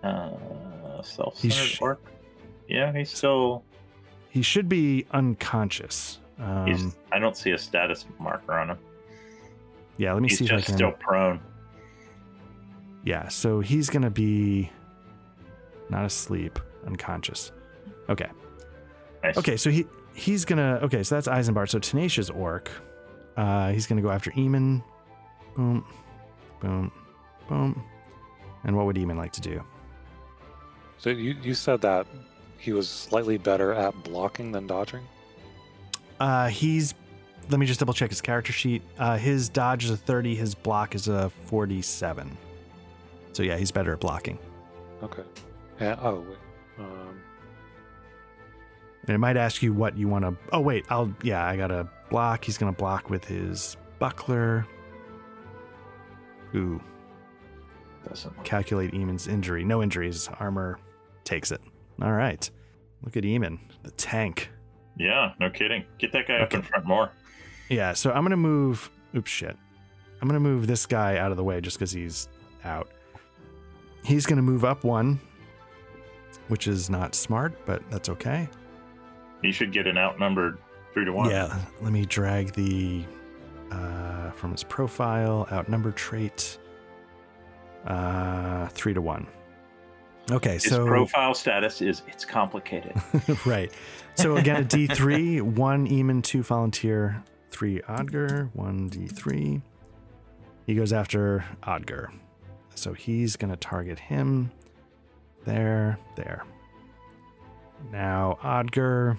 Speaker 1: Uh, self
Speaker 2: He's-
Speaker 1: centered orc. Yeah, he's still.
Speaker 2: He should be unconscious. Um,
Speaker 1: He's, I don't see a status marker on him.
Speaker 2: yeah, let me
Speaker 1: He's
Speaker 2: see if I
Speaker 1: just
Speaker 2: can.
Speaker 1: still prone.
Speaker 2: Yeah, so he's gonna be not asleep, unconscious. Okay.
Speaker 1: Nice.
Speaker 2: Okay, so he he's gonna okay, so that's Eisenbart. So Tenacious Orc. Uh he's gonna go after Eamon. Boom. Boom. Boom. And what would Eamon like to do?
Speaker 5: So you, you said that he was slightly better at blocking than dodging?
Speaker 2: Uh he's let me just double check his character sheet. Uh his dodge is a 30, his block is a 47. So yeah, he's better at blocking.
Speaker 5: Okay. Yeah, oh, wait. Um,
Speaker 2: And it might ask you what you want to. Oh, wait. I'll. Yeah, I got to block. He's going to block with his buckler. Ooh,
Speaker 1: Doesn't look-
Speaker 2: calculate Eamon's injury. No injuries. Armor takes it. All right. Look at Eamon, the tank.
Speaker 1: Yeah, no kidding. Get that guy up in
Speaker 2: Okay.
Speaker 1: front more.
Speaker 2: Yeah, so I'm gonna move. Oops, shit. I'm gonna move this guy out of the way just because he's out. He's gonna move up one, which is not smart, but that's okay.
Speaker 1: He should get an outnumbered three to one.
Speaker 2: Yeah, let me drag the uh, from his profile outnumber trait. Uh, three to one. Okay,
Speaker 1: His
Speaker 2: so
Speaker 1: profile status is it's complicated.
Speaker 2: right. So again, a D three, one Eamon, two Volunteer, three Odger, one D three. He goes after Odger, so he's gonna target him. There, there. Now Odger,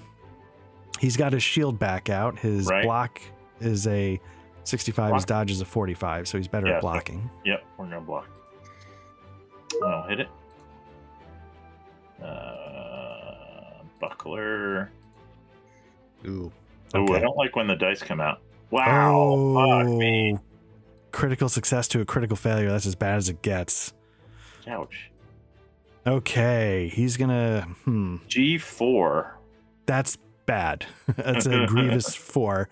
Speaker 2: he's got his shield back out. His
Speaker 1: Right.
Speaker 2: block is a sixty-five. His
Speaker 1: Block.
Speaker 2: dodge is a forty-five, so he's better
Speaker 1: Yeah,
Speaker 2: at
Speaker 1: so-
Speaker 2: blocking.
Speaker 1: yep, we're gonna block. I'll hit it. Uh, buckler.
Speaker 2: Ooh.
Speaker 1: Oh, I
Speaker 2: Okay.
Speaker 1: don't like when the dice come out. Wow, fuck me.
Speaker 2: Oh, Critical success to a critical failure. That's as bad as it gets. Oh.
Speaker 1: Ouch.
Speaker 2: Okay, he's gonna. Hmm,
Speaker 1: G four.
Speaker 2: that's bad. that's a grievous four.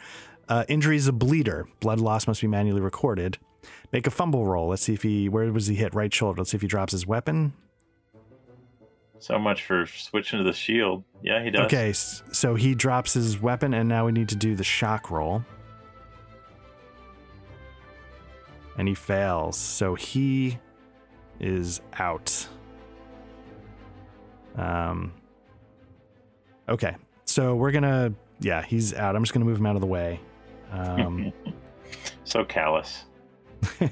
Speaker 2: Uh, injury is a bleeder. Blood loss must be manually recorded. Make a fumble roll. Let's see if he. Where was he hit? Right shoulder. Let's see if he drops his weapon.
Speaker 1: So much for switching to the shield. Yeah, he does.
Speaker 2: Okay, s- so he drops his weapon, and now we need to do the shock roll. And he fails, so he is out. Um. Okay, so we're gonna, yeah, he's out. I'm just gonna move him out of the way. Um,
Speaker 1: So callous.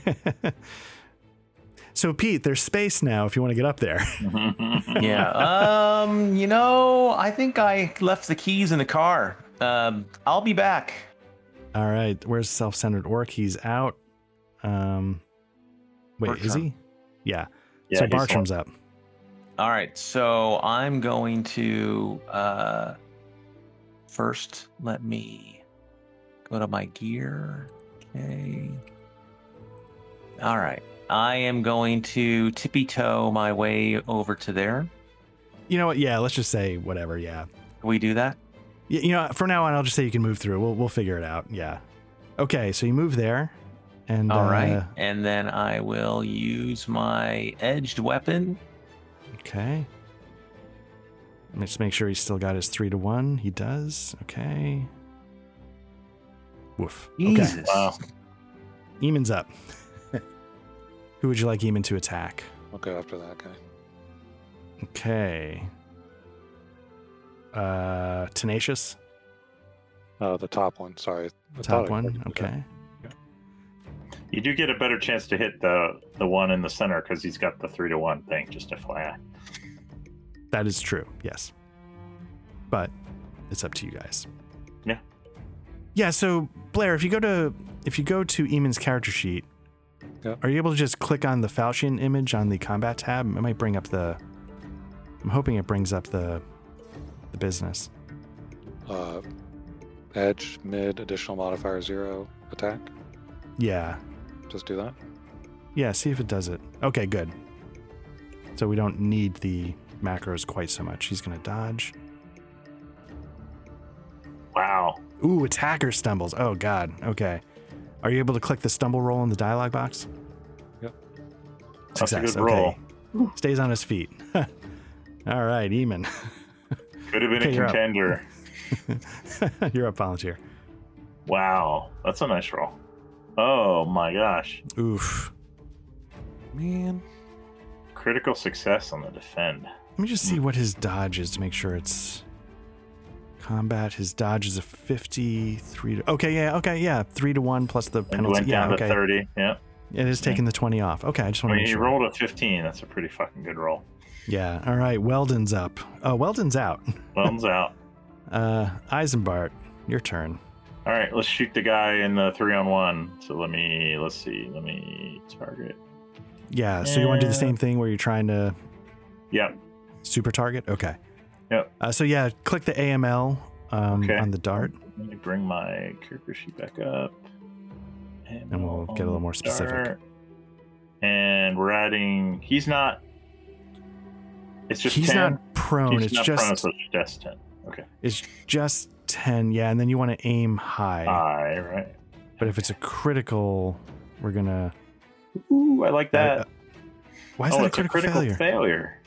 Speaker 2: so Pete, there's space now if you want to get up there.
Speaker 4: yeah. Um, you know, I think I left the keys in the car. Um, I'll be back.
Speaker 2: All right, where's self-centered orc? He's out. Um, wait, is
Speaker 4: Bartram.
Speaker 2: he?
Speaker 1: Yeah,
Speaker 2: Yeah. so
Speaker 1: he's the one-
Speaker 2: Bartram's up.
Speaker 4: All right. So I'm going to uh first let me go to my gear. Okay. All right. I am going to tippy toe my way over to there.
Speaker 2: You know what? Yeah, let's just say whatever. Yeah.
Speaker 4: Can we do that?
Speaker 2: Y- You know, from now on, I'll just say you can move through. We'll we'll figure it out. Yeah. Okay, so you move there, and
Speaker 4: All right.
Speaker 2: uh,
Speaker 4: And then I will use my edged weapon.
Speaker 2: Okay. Let's make sure he's still got his three to one. He does. Okay. Woof. Okay.
Speaker 4: Jesus.
Speaker 1: Wow.
Speaker 2: Eamon's up. Who would you like Eamon to attack?
Speaker 5: I'll go after that guy.
Speaker 2: Okay. Uh, tenacious,
Speaker 5: Uh, the top one. Sorry. I thought
Speaker 2: top
Speaker 5: I
Speaker 2: one.
Speaker 5: corrected that.
Speaker 2: Okay.
Speaker 1: You do get a better chance to hit the the one in the center because he's got the three to one thing. Just FYI.
Speaker 2: That is true. Yes. But it's up to you guys.
Speaker 1: Yeah.
Speaker 2: Yeah. So Blair, if you go to if you go to Eamon's character sheet,
Speaker 5: Yeah.
Speaker 2: are you able to just click on the Falchion image on the combat tab? It might bring up the. I'm hoping it brings up the, the business.
Speaker 5: Uh, edge, mid, additional modifier, zero, attack.
Speaker 2: Yeah.
Speaker 5: Just do that.
Speaker 2: Yeah. See if it does it. Okay. Good. So we don't need the macros quite so much. He's gonna dodge.
Speaker 1: Wow.
Speaker 2: Ooh, attacker stumbles. Oh God. Okay. Are you able to click the stumble roll in the dialogue box?
Speaker 5: Yep.
Speaker 1: That's a good roll.
Speaker 2: Okay. Stays on his feet. All right, Eamon.
Speaker 1: Could have been
Speaker 2: Okay,
Speaker 1: a
Speaker 2: you're up.
Speaker 1: contender.
Speaker 2: You're up, volunteer.
Speaker 1: Wow. That's a nice roll. Oh my gosh.
Speaker 2: Oof.
Speaker 5: Man.
Speaker 1: Critical success on the defend.
Speaker 2: Let me just see what his dodge is to make sure it's combat. His dodge is a 53 to, Okay, yeah, okay, yeah. 3 to 1 plus the
Speaker 1: And
Speaker 2: penalty.
Speaker 1: went down
Speaker 2: Yeah,
Speaker 1: to
Speaker 2: okay.
Speaker 1: thirty. Yeah.
Speaker 2: It is taking the 20 off. Okay, I just
Speaker 1: I
Speaker 2: want to
Speaker 1: mean,
Speaker 2: make
Speaker 1: he
Speaker 2: sure.
Speaker 1: rolled a fifteen. That's a pretty fucking good roll.
Speaker 2: Yeah. All right, Weldon's up. Oh, Weldon's out.
Speaker 1: Weldon's out.
Speaker 2: Uh Eisenbart, your turn.
Speaker 1: All right, let's shoot the guy in the three on one. So let me let's see. Let me target.
Speaker 2: Yeah, so you want to do the
Speaker 1: Yeah.
Speaker 2: same thing where you're trying to
Speaker 1: Yep.
Speaker 2: Super target? Okay.
Speaker 1: Yep.
Speaker 2: Uh, so yeah, click the AML um,
Speaker 1: Okay.
Speaker 2: on the dart.
Speaker 1: Let me bring my character sheet back up.
Speaker 2: And we'll get a little more specific.
Speaker 1: Start. And we're adding. He's not. It's just
Speaker 2: He's
Speaker 1: 10.
Speaker 2: not prone.
Speaker 1: He's
Speaker 2: it's
Speaker 1: not
Speaker 2: just
Speaker 1: prone, so it's just 10.
Speaker 2: it's just ten. Yeah, and then you want to aim high.
Speaker 1: Aye, right.
Speaker 2: but if it's a critical, we're gonna.
Speaker 1: Ooh, I like that.
Speaker 2: Uh, why is
Speaker 1: oh,
Speaker 2: that a
Speaker 1: it's
Speaker 2: critical,
Speaker 1: a critical
Speaker 2: failure?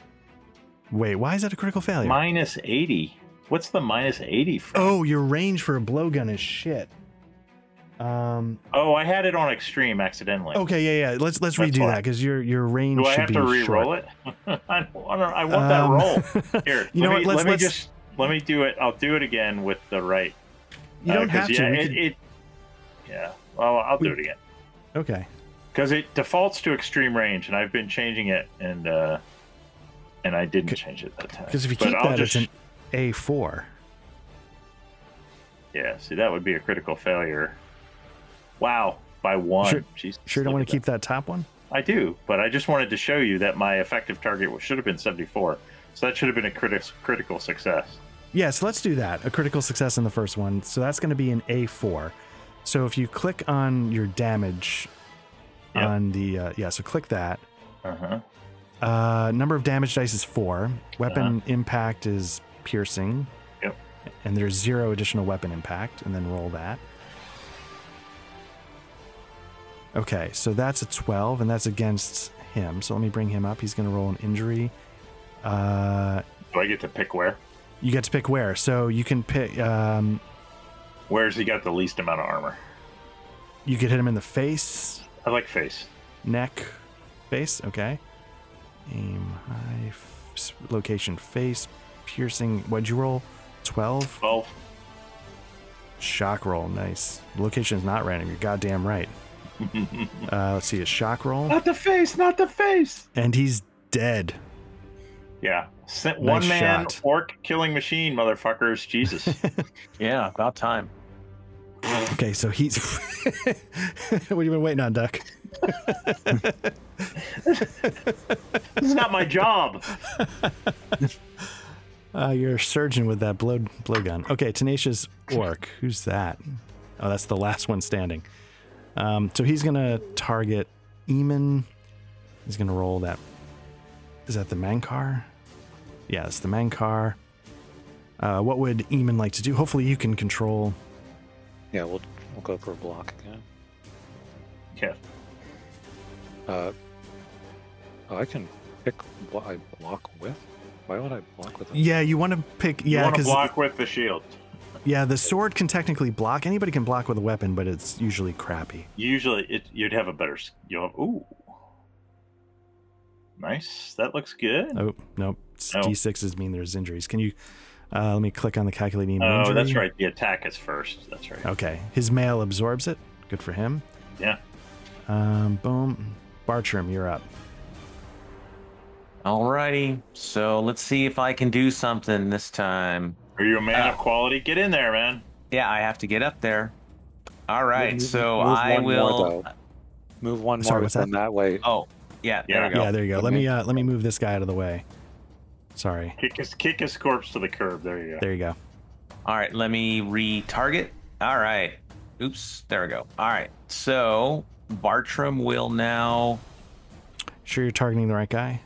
Speaker 2: Wait, why is that a critical failure?
Speaker 1: Minus 80. What's the minus 80 from?
Speaker 2: oh, your range for a blowgun is shit. Um.
Speaker 1: Oh, I had it on extreme accidentally.
Speaker 2: Okay. Yeah. Yeah. Let's let's
Speaker 1: That's
Speaker 2: redo
Speaker 1: why.
Speaker 2: that because your your range.
Speaker 1: Do I
Speaker 2: should
Speaker 1: have
Speaker 2: be
Speaker 1: to re-roll
Speaker 2: short. Um,
Speaker 1: it? I, want to, I want that roll. Uh, Here,
Speaker 2: you
Speaker 1: let
Speaker 2: know
Speaker 1: me,
Speaker 2: what? Let's,
Speaker 1: let me
Speaker 2: let's-
Speaker 1: just let me do it. I'll do it again with the right.
Speaker 2: You
Speaker 1: uh,
Speaker 2: don't
Speaker 1: 'cause,
Speaker 2: have to.
Speaker 1: Yeah,
Speaker 2: we
Speaker 1: it,
Speaker 2: can-
Speaker 1: it- Yeah. Well, I'll do
Speaker 2: We-
Speaker 1: it again
Speaker 2: okay.
Speaker 1: because it defaults to extreme range, and I've been changing it, and uh, and I didn't
Speaker 2: C-
Speaker 1: change it that time.
Speaker 2: Because if you
Speaker 1: But
Speaker 2: keep
Speaker 1: I'll
Speaker 2: that,
Speaker 1: just,
Speaker 2: it's an A four.
Speaker 1: yeah. See, that would be a critical failure. Wow, by one.
Speaker 2: Sure-
Speaker 1: Jesus,
Speaker 2: Sure, don't
Speaker 1: look
Speaker 2: want
Speaker 1: at
Speaker 2: to
Speaker 1: that.
Speaker 2: keep that top one.
Speaker 1: I do, but I just wanted to show you that my effective target was- should have been 74. So that should have been a criti- critical success.
Speaker 2: Yeah, so let's do that. A critical success in the first one. So that's going to be an A4. So if you click on your damage
Speaker 1: Yeah.
Speaker 2: on the uh, yeah, so click that.
Speaker 1: Uh huh.
Speaker 2: Uh, number of damage dice is four. Weapon impact is piercing.
Speaker 1: Yep.
Speaker 2: And there's zero additional weapon impact, and then roll that. Okay, so that's a 12, and that's against him. So let me bring him up. He's going to roll an injury. Uh,
Speaker 1: Do I get to pick where?
Speaker 2: you get to pick where. So you can pick. Um,
Speaker 1: Where's he got the least amount of armor?
Speaker 2: You could hit him in the face,
Speaker 1: I like face.
Speaker 2: neck, face. Okay. Aim high, f- s- location face, piercing. What'd you roll? 12.
Speaker 1: 12.
Speaker 2: Shock roll. Nice. Location's not random. You're goddamn right. Uh, let's see. A shock roll.
Speaker 1: not the face, not the face.
Speaker 2: And he's dead.
Speaker 1: Yeah. Sent one man
Speaker 2: shot.
Speaker 1: orc killing machine, motherfuckers. Jesus.
Speaker 4: Yeah, about time.
Speaker 2: Okay, so he's. what have you been waiting on, Duck?
Speaker 1: this is not my job.
Speaker 2: Uh, you're a surgeon with that blow blowgun. Okay, tenacious orc. Who's that? Oh, that's the last one standing. Um, so he's gonna target Eamon. He's gonna roll that. Is that the Mankar? Yeah, it's the Mankar. Uh, what would Eamon like to do? Hopefully, you can control.
Speaker 5: Yeah, we'll, we'll go for a block again.
Speaker 1: Yeah.
Speaker 5: Uh, oh, I can pick what I block with. Why would I block with? a-
Speaker 2: Yeah, you want to pick.
Speaker 1: you
Speaker 2: Yeah,
Speaker 1: want to
Speaker 2: because
Speaker 1: block with the shield.
Speaker 2: yeah, the sword can technically block. Anybody can block with a weapon, but it's usually crappy.
Speaker 1: Usually it, you'd have a better. s- You'll have, ooh. Nice. That looks good.
Speaker 2: Oh nope.
Speaker 1: No.
Speaker 2: D6s mean there's injuries. Can you? Uh, let me click on the calculating
Speaker 1: Oh,
Speaker 2: injury.
Speaker 1: that's right. The attack is first. That's right.
Speaker 2: Okay, his mail absorbs it. Good for him.
Speaker 1: Yeah.
Speaker 2: Um, boom. Bartram, you're up.
Speaker 4: Alrighty, so let's see if I can do something this time.
Speaker 1: Are you a man of
Speaker 4: Uh,
Speaker 1: quality? Get in there, man.
Speaker 4: Yeah, I have to get up there. All right,
Speaker 5: Move-
Speaker 4: so
Speaker 5: move
Speaker 4: I
Speaker 5: one more,
Speaker 4: will.
Speaker 5: though. Move one
Speaker 2: Sorry,
Speaker 5: more,
Speaker 2: what's
Speaker 5: then that way.
Speaker 4: oh, yeah, there
Speaker 1: Yeah.
Speaker 4: we go.
Speaker 2: Yeah, there you go. Let
Speaker 5: Okay.
Speaker 2: me uh, let me move this guy out of the way. Sorry.
Speaker 1: Kick his kick his corpse to the curb. There you go.
Speaker 2: There you go.
Speaker 4: All right, let me retarget. All right, oops, there we go. All right, so Bartram will now.
Speaker 2: Sure, you're targeting the right guy.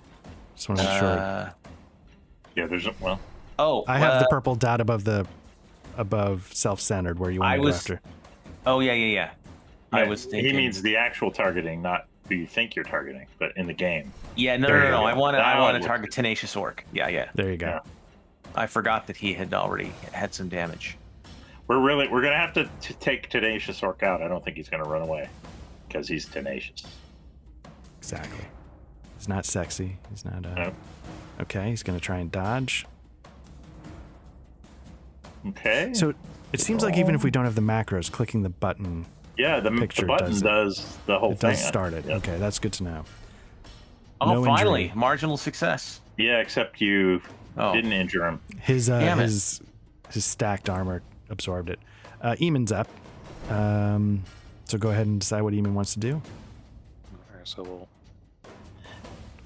Speaker 2: Just want to make sure.
Speaker 4: Uh,
Speaker 1: Yeah, there's a, well.
Speaker 4: oh,
Speaker 2: I have
Speaker 4: uh,
Speaker 2: the purple dot above the above self-centered where you want
Speaker 4: I
Speaker 2: to go
Speaker 4: was-
Speaker 2: after.
Speaker 4: Oh yeah, yeah, yeah. I
Speaker 1: yeah,
Speaker 4: was thinking.
Speaker 1: he means the actual targeting, not who you think you're targeting, but in the game.
Speaker 4: Yeah, no,
Speaker 1: There
Speaker 4: no, no,
Speaker 1: you
Speaker 4: no.
Speaker 1: go.
Speaker 4: I want to.
Speaker 1: That
Speaker 4: I want
Speaker 1: one.
Speaker 4: to target Tenacious Orc. Yeah, yeah.
Speaker 2: There you go.
Speaker 1: Yeah.
Speaker 4: I forgot that he had already had some damage.
Speaker 1: We're really we're gonna have to t- take Tenacious Orc out. I don't think he's gonna run away because he's tenacious.
Speaker 2: Exactly. He's not sexy. He's not. Uh...
Speaker 1: Nope.
Speaker 2: Okay, he's gonna try and dodge.
Speaker 1: Okay.
Speaker 2: So it seems like even if we don't have the macros, clicking the button
Speaker 1: yeah, the, the
Speaker 2: picture
Speaker 1: button
Speaker 2: does
Speaker 1: does,
Speaker 2: it.
Speaker 1: the whole
Speaker 2: it
Speaker 1: thing.
Speaker 2: does start it.
Speaker 1: Yeah.
Speaker 2: Okay, that's good to know.
Speaker 4: Oh,
Speaker 2: No
Speaker 4: finally,
Speaker 2: injury.
Speaker 4: marginal success.
Speaker 1: Yeah, except you
Speaker 4: Oh,
Speaker 1: didn't injure him.
Speaker 2: His uh,
Speaker 4: Damn it.
Speaker 2: his his stacked armor absorbed it. Uh, Eamon's up. Um, so go ahead and decide what Eamon wants to do.
Speaker 5: Alright, so we'll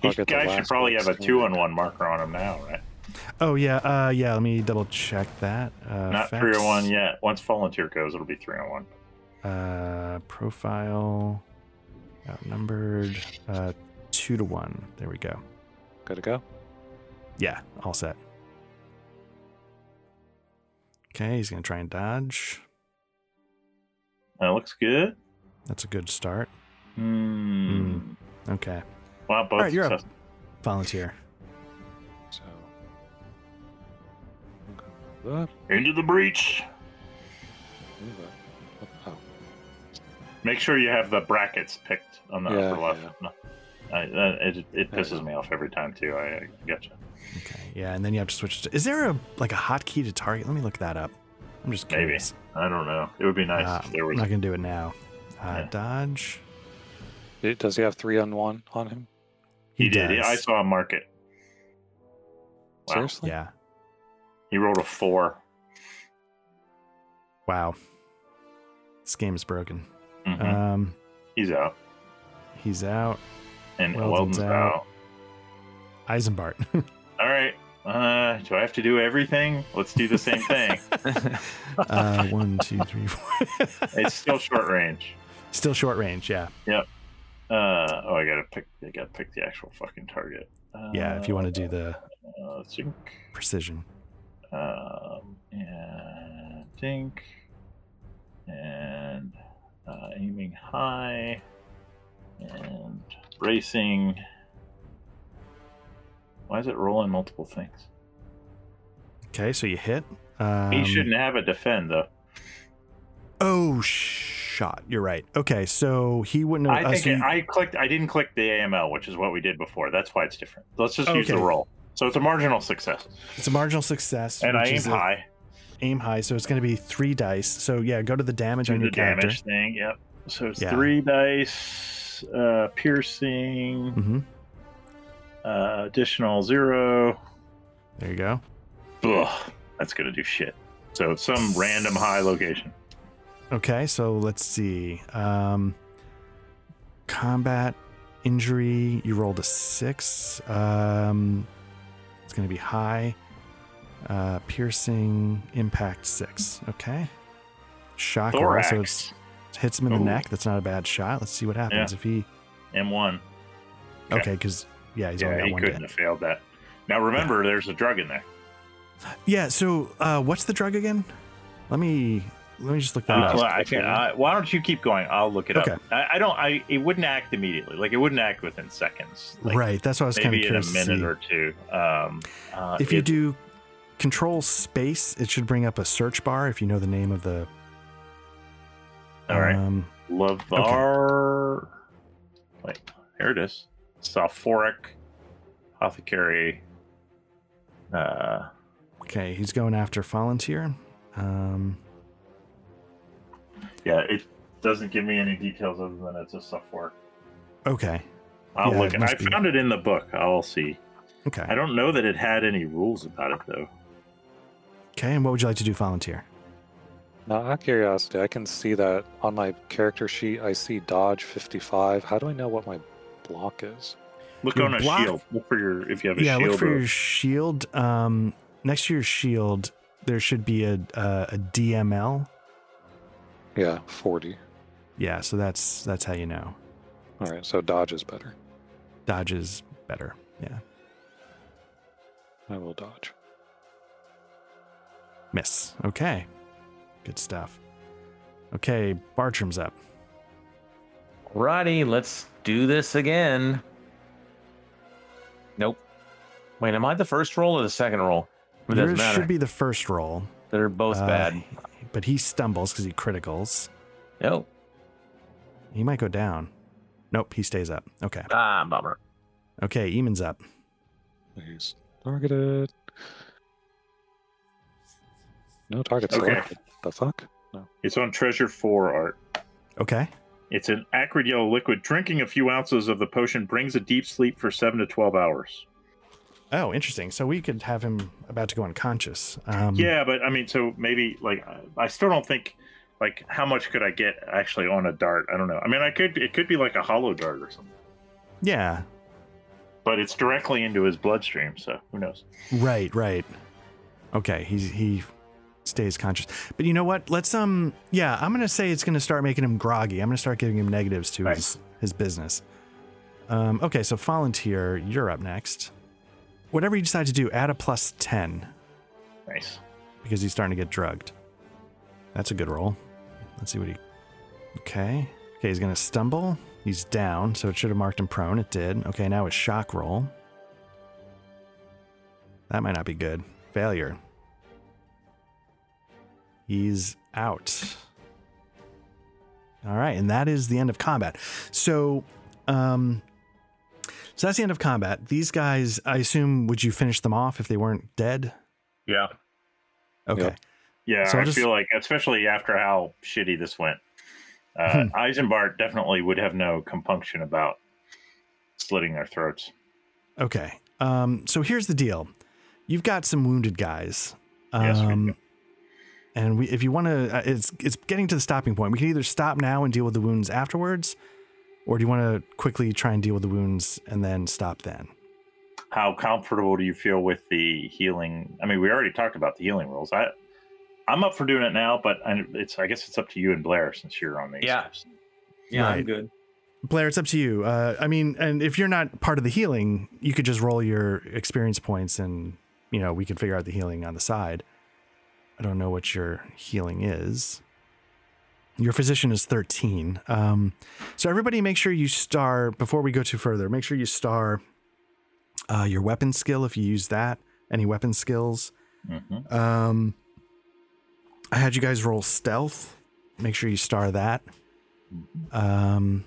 Speaker 1: These
Speaker 5: pocket the
Speaker 1: guys should
Speaker 5: last
Speaker 1: probably
Speaker 5: one,
Speaker 1: have a
Speaker 5: so-
Speaker 1: two on one marker on them now, right?
Speaker 2: Oh yeah, uh, yeah. Let me double check that. Uh,
Speaker 1: Not
Speaker 2: facts,
Speaker 1: three on one yet. Once volunteer goes, it'll be three on one.
Speaker 2: Uh, profile outnumbered uh, two to one. There we go.
Speaker 5: Good to go.
Speaker 2: Yeah, all set. Okay, he's gonna try and dodge.
Speaker 1: That looks good.
Speaker 2: That's a good start.
Speaker 1: Hmm.
Speaker 2: Okay,
Speaker 1: Wow, both
Speaker 2: right, you're up.
Speaker 1: success-
Speaker 2: volunteer.
Speaker 5: So. That,
Speaker 1: into the breach.
Speaker 5: move it. Oh,
Speaker 1: Make sure you have the brackets picked on the
Speaker 5: Yeah,
Speaker 1: upper left.
Speaker 5: yeah.
Speaker 1: No. I, that- it, it
Speaker 5: I
Speaker 1: pisses
Speaker 5: know.
Speaker 1: me off every time too. I, I gotcha.
Speaker 2: Okay, yeah, and then you have to switch. To, is there a like a hotkey to target? Let me look that up. I'm just
Speaker 1: Maybe.
Speaker 2: curious.
Speaker 1: I don't know. It would be nice
Speaker 2: Uh,
Speaker 1: if there
Speaker 2: I'm
Speaker 1: was.
Speaker 2: not gonna do it now. Uh,
Speaker 1: Yeah.
Speaker 2: Dodge.
Speaker 5: Did- Does he have three on one on him?
Speaker 1: He, did. Yeah, I
Speaker 2: does.
Speaker 1: saw him mark it. Wow.
Speaker 5: Seriously?
Speaker 2: Yeah.
Speaker 1: He rolled a four.
Speaker 2: Wow. This game is broken.
Speaker 1: Mhm.
Speaker 2: Um,
Speaker 1: He's out,
Speaker 2: he's out.
Speaker 1: and Weldon's
Speaker 2: Weldon's
Speaker 1: out.
Speaker 2: Eisenbart.
Speaker 1: All right. Uh, do I have to do everything? Let's do the same thing.
Speaker 2: uh, one, two, three, four.
Speaker 1: it's still short range.
Speaker 2: Still short range. Yeah.
Speaker 1: Uh, oh, I gotta pick. I gotta pick the actual fucking target. Uh,
Speaker 2: Yeah. If you want to do the
Speaker 1: uh, think.
Speaker 2: precision.
Speaker 1: Um, and think. And uh, aiming high. And bracing. Why is it rolling multiple things?
Speaker 2: Okay. So you hit. Um,
Speaker 1: he shouldn't have a defend though.
Speaker 2: Oh, shot. You're right. Okay. So he wouldn't have.
Speaker 1: I
Speaker 2: uh,
Speaker 1: think
Speaker 2: so
Speaker 1: it-
Speaker 2: you-
Speaker 1: I clicked. I didn't click the AML, which is what we did before. That's why it's different. Let's just use the
Speaker 2: Okay.
Speaker 1: roll. So it's a marginal success,
Speaker 2: it's a marginal success.
Speaker 1: and I
Speaker 2: which
Speaker 1: aim
Speaker 2: is a-
Speaker 1: high.
Speaker 2: Aim high. So it's going to be three dice. So yeah, go to the damage
Speaker 1: Do
Speaker 2: on your
Speaker 1: the
Speaker 2: character.
Speaker 1: damage thing. Yep. So it's
Speaker 2: Yeah.
Speaker 1: three dice, uh, piercing,
Speaker 2: Mm-hmm.
Speaker 1: uh, additional zero.
Speaker 2: There you go.
Speaker 1: Ugh, that's gonna do shit. So it's some random high location.
Speaker 2: Okay, so let's see. Um, combat injury, you rolled a six. Um, it's going to be high. Uh, piercing impact six. Okay. Shock roll,
Speaker 1: Thorax Oh.
Speaker 2: So it's, hits him in the
Speaker 1: Ooh.
Speaker 2: neck. That's not a bad shot. Let's see what happens if he.
Speaker 1: M1. Okay.
Speaker 2: Okay, because yeah, he's
Speaker 1: yeah,
Speaker 2: only got
Speaker 1: he
Speaker 2: one.
Speaker 1: couldn't
Speaker 2: Hit.
Speaker 1: have failed that. Now remember, there's a drug in there.
Speaker 2: Yeah. So uh, what's the drug again? Let me let me just look that
Speaker 1: Uh,
Speaker 2: up.
Speaker 1: well, I can, I, why don't you keep going? I'll look it
Speaker 2: Okay.
Speaker 1: up. I, I don't. I it wouldn't act immediately. Like it wouldn't act within seconds. Like,
Speaker 2: right. That's what I was kind of
Speaker 1: Maybe in a
Speaker 2: curious. to
Speaker 1: minute
Speaker 2: see.
Speaker 1: or two. Um, uh,
Speaker 2: if you
Speaker 1: it-
Speaker 2: do control space, it should bring up a search bar if you know the name of the.
Speaker 1: all right,
Speaker 2: Um,
Speaker 1: Lavar. Wait, here it is. Sulfuric apothecary. Uh,
Speaker 2: okay, he's going after volunteer. Um,
Speaker 1: yeah, it doesn't give me any details other than it's a sulfuric.
Speaker 2: okay,
Speaker 1: I'll
Speaker 2: Yeah,
Speaker 1: look.
Speaker 2: it
Speaker 1: It. I
Speaker 2: must be.
Speaker 1: found it in the book. I'll see. I
Speaker 2: okay,
Speaker 1: don't know that it had any rules about it though.
Speaker 2: okay. And what would you like to do, volunteer?
Speaker 5: Now, out of curiosity, I can see that on my character sheet. I see dodge 55. How do I know what my block is?
Speaker 1: Look
Speaker 2: Your
Speaker 1: on a
Speaker 2: block-
Speaker 1: shield. Look for your if you have a
Speaker 2: Yeah,
Speaker 1: shield.
Speaker 2: look for
Speaker 1: or-
Speaker 2: your shield. Um, next to your shield, there should be a uh, a DML.
Speaker 5: Yeah, 40.
Speaker 2: Yeah, so that's that's how you know
Speaker 5: All right, so dodge is better.
Speaker 2: dodge is better. Yeah,
Speaker 5: I will dodge.
Speaker 2: miss. Okay, good stuff. Okay, Bartram's up.
Speaker 4: Alrighty, let's do this again. Nope. Wait, am I the first roll or the second roll? It doesn't
Speaker 2: Yours
Speaker 4: matter.
Speaker 2: should be the first roll.
Speaker 4: They're both
Speaker 2: Uh,
Speaker 4: bad.
Speaker 2: But he stumbles because he criticals.
Speaker 4: Nope.
Speaker 2: He might go down. Nope, he stays up. Okay.
Speaker 4: Ah, bummer.
Speaker 2: Okay, Eamon's up.
Speaker 5: He's targeted. No target
Speaker 1: Okay.
Speaker 5: selected. The fuck?
Speaker 1: It's on Treasure Four art.
Speaker 2: Okay.
Speaker 1: It's an acrid yellow liquid. Drinking a few ounces of the potion brings a deep sleep for seven to twelve hours.
Speaker 2: Oh, interesting. So we could have him about to go unconscious. Um,
Speaker 1: Yeah, but I mean, so maybe like I- I still don't think like how much could I get actually on a dart? I don't know. I mean, I could it could be like a hollow dart or something.
Speaker 2: Yeah.
Speaker 1: but it's directly into his bloodstream, so who knows?
Speaker 2: Right, right. Okay, he's he stays conscious. But you know what? Let's um yeah, I'm gonna say it's gonna start making him groggy. I'm gonna start giving him negatives to his his business. Um okay, so volunteer, you're up next. Whatever you decide to do, add a plus ten
Speaker 1: Nice.
Speaker 2: because he's starting to get drugged. That's a good roll. Let's see what he. Okay. Okay, he's going to stumble. He's down, so it should have marked him prone. It did. Okay, now his shock roll. That might not be good. Failure. He's out. All right, and that is the end of combat. So, um, so that's the end of combat. These guys, I assume, would you finish them off if they weren't dead?
Speaker 3: Yeah.
Speaker 2: Okay.
Speaker 5: Yep.
Speaker 1: Yeah,
Speaker 2: So
Speaker 1: I
Speaker 2: I'll just-
Speaker 1: feel like, especially after how shitty this went, uh,
Speaker 2: Hmm.
Speaker 1: Eisenbart definitely would have no compunction about slitting their throats.
Speaker 2: Okay. Um, so here's the deal. You've got some wounded guys. Um,
Speaker 1: Yes, we do.
Speaker 2: And we, if you want to, it's it's getting to the stopping point. We can either stop now and deal with the wounds afterwards, or do you want to quickly try and deal with the wounds and then stop then?
Speaker 1: How comfortable do you feel with the healing? I mean, we already talked about the healing rules. I, I'm up for doing it now, but I, it's I guess it's up to you and Blair since you're on these.
Speaker 3: Yeah.
Speaker 4: Yeah, I'm
Speaker 2: Right.
Speaker 4: good.
Speaker 2: Blair, it's up to you. Uh, I mean, and if you're not part of the healing, you could just roll your experience points, and you know we could figure out the healing on the side. I don't know what your healing is. Your physician is 13. Um, so everybody, make sure you star before we go too further. Make sure you star uh, your weapon skill if you use that. Any weapon skills.
Speaker 1: hmm
Speaker 2: Um, I had you guys roll stealth. Make sure you star that. Um,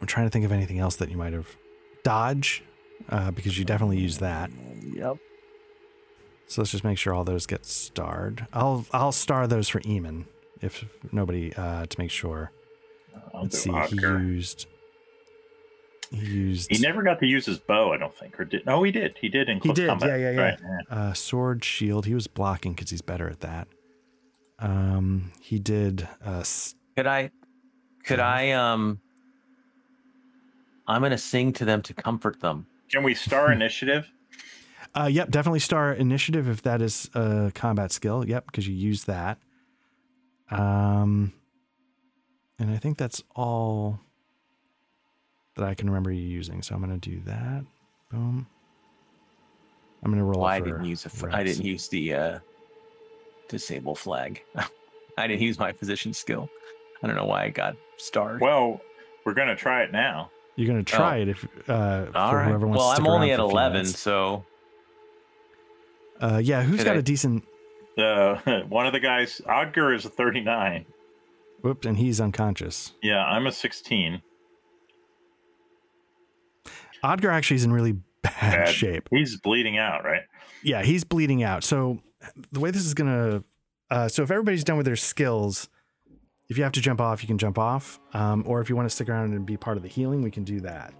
Speaker 2: I'm trying to think of anything else that you might have dodge, uh, because you definitely use that.
Speaker 4: Yep.
Speaker 2: So let's just make sure all those get starred. I'll I'll star those for Eamon if nobody uh, to make sure.
Speaker 1: I'll
Speaker 2: Let's
Speaker 1: do
Speaker 2: see. He
Speaker 1: Oscar.
Speaker 2: used. He used.
Speaker 1: He never got to use his bow, I don't think, or did? No, he did. He did in close
Speaker 2: did,
Speaker 1: combat.
Speaker 2: yeah, yeah, yeah.
Speaker 1: Right, yeah.
Speaker 2: uh, sword shield. He was blocking because he's better at that. Um, he did. Uh, s-
Speaker 4: Could I? Could
Speaker 2: Yeah.
Speaker 4: I? Um. I'm gonna sing to them to comfort them.
Speaker 1: Can we
Speaker 2: Hmm.
Speaker 1: star initiative?
Speaker 2: uh, yep, definitely star initiative if that is a combat skill. Yep, because you use that. Um, and I think that's all that I can remember you using. So I'm gonna do that. Boom. I'm gonna roll.
Speaker 4: Well, I
Speaker 2: for
Speaker 4: didn't use a. f- I
Speaker 2: Rex.
Speaker 4: didn't use the uh, disable flag. I didn't use my physician skill. I don't know why I got starred.
Speaker 1: Well, we're gonna try it now.
Speaker 2: You're gonna try it if uh,
Speaker 4: oh. All
Speaker 2: for
Speaker 4: right.
Speaker 2: whoever wants
Speaker 4: Well,
Speaker 2: to stick
Speaker 4: I'm only at
Speaker 2: around for a few
Speaker 4: 11,
Speaker 2: minutes.
Speaker 4: so
Speaker 2: Uh, yeah, who's
Speaker 4: Did
Speaker 2: got
Speaker 4: I-
Speaker 2: a decent?
Speaker 1: Uh, one of the guys, Odger, is a 39.
Speaker 2: Whoops, and he's unconscious.
Speaker 1: Yeah, I'm a 16.
Speaker 2: Odgar actually is in really bad,
Speaker 1: Bad.
Speaker 2: shape.
Speaker 1: He's bleeding out, right?
Speaker 2: Yeah, he's bleeding out. So the way this is gonna, uh, so if everybody's done with their skills, if you have to jump off, you can jump off, um, or if you want to stick around and be part of the healing, we can do that.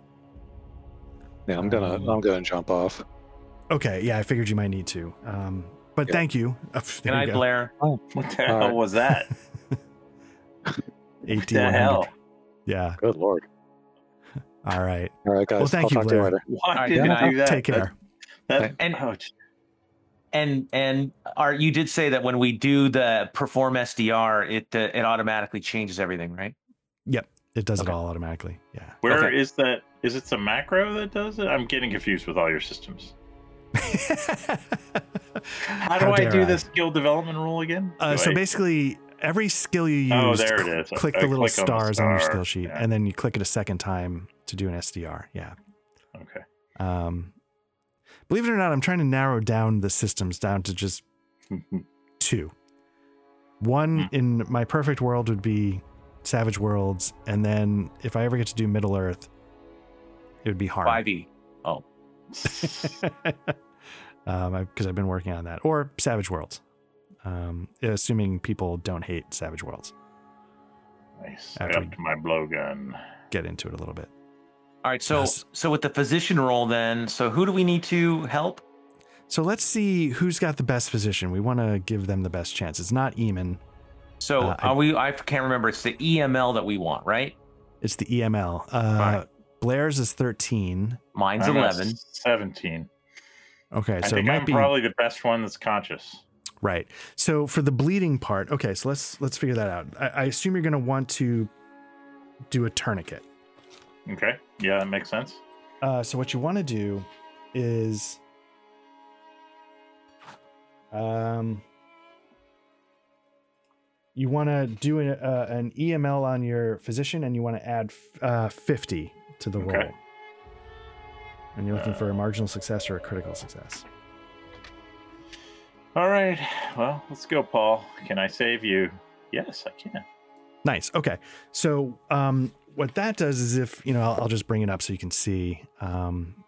Speaker 5: Yeah, I'm gonna
Speaker 2: Um,
Speaker 5: I'm gonna jump off.
Speaker 2: Okay, yeah, I figured you might need to, um, but
Speaker 5: Yeah.
Speaker 2: thank you. Uh,
Speaker 4: can I, Blair?
Speaker 1: What the
Speaker 5: All
Speaker 1: hell
Speaker 5: right.
Speaker 1: was that?
Speaker 2: Eight
Speaker 1: the hell?
Speaker 2: Yeah.
Speaker 5: Good lord.
Speaker 2: All right.
Speaker 5: All right, guys.
Speaker 2: Well, thank
Speaker 5: I'll
Speaker 2: you,
Speaker 5: talk to
Speaker 2: Blair.
Speaker 5: you later.
Speaker 1: Why
Speaker 4: right,
Speaker 1: did
Speaker 4: good
Speaker 1: you
Speaker 4: night.
Speaker 1: do that?
Speaker 2: Take care.
Speaker 1: That-
Speaker 3: And-
Speaker 1: ouch.
Speaker 4: And and are you did say that when we do the perform SDR, it uh, it automatically changes everything, right?
Speaker 2: It does it
Speaker 4: Okay.
Speaker 2: all automatically. Yeah.
Speaker 1: Where is
Speaker 4: okay.
Speaker 1: that? Is it the macro that does it? I'm getting confused with all your systems. How do
Speaker 2: How
Speaker 1: I
Speaker 2: dare
Speaker 1: do
Speaker 2: I.
Speaker 1: the skill development rule again?
Speaker 2: Uh,
Speaker 1: Do
Speaker 2: so
Speaker 1: I-
Speaker 2: basically, every skill you use,
Speaker 1: Oh, there it
Speaker 2: cl-
Speaker 1: is.
Speaker 2: click
Speaker 1: I
Speaker 2: the little
Speaker 1: click on the
Speaker 2: stars on your
Speaker 1: star.
Speaker 2: skill sheet,
Speaker 1: Yeah.
Speaker 2: and then you click it a second time to do an SDR. Yeah.
Speaker 1: okay.
Speaker 2: Um, believe it or not, I'm trying to narrow down the systems down to just two. One
Speaker 1: Hmm.
Speaker 2: in my perfect world would be Savage Worlds, and then if I ever get to do Middle Earth, it would be hard.
Speaker 4: Five E.
Speaker 2: um, because I've been working on that, or Savage Worlds, um, assuming people don't hate Savage Worlds.
Speaker 1: nice. I
Speaker 2: After we-
Speaker 1: upped my blowgun.
Speaker 2: Get into it a little bit.
Speaker 4: All right. So
Speaker 2: Yes.
Speaker 4: so with the physician role, then so who do we need to help?
Speaker 2: So let's see who's got the best physician. We want to give them the best chance. It's not Eamon,
Speaker 4: So
Speaker 2: Uh, I-
Speaker 4: E are we? I can't remember. It's the EML that we want, right?
Speaker 2: it's the EML. Uh,
Speaker 4: Right.
Speaker 2: Blair's is 13.
Speaker 4: Mine's
Speaker 1: I'm at
Speaker 4: 11.
Speaker 1: 17.
Speaker 2: Okay,
Speaker 1: I
Speaker 2: so it
Speaker 1: think
Speaker 2: might
Speaker 1: I'm
Speaker 2: be
Speaker 1: probably the best one that's conscious.
Speaker 2: right. So for the bleeding part, okay, so let's let's figure that out. I, I assume you're gonna want to do a tourniquet.
Speaker 1: Okay. Yeah, that makes sense.
Speaker 2: Uh, so what you want to do is, um, you want to do an, uh, an EML on your physician, and you want to add f- uh, fifty to the
Speaker 1: Okay.
Speaker 2: roll. And you're looking for a marginal success or a critical success.
Speaker 1: All right. Well, let's go, Paul. Can I save you? Yes, I can.
Speaker 2: Nice. Okay. So um, what that does is if, you know, I'll, I'll just bring it up so you can see um,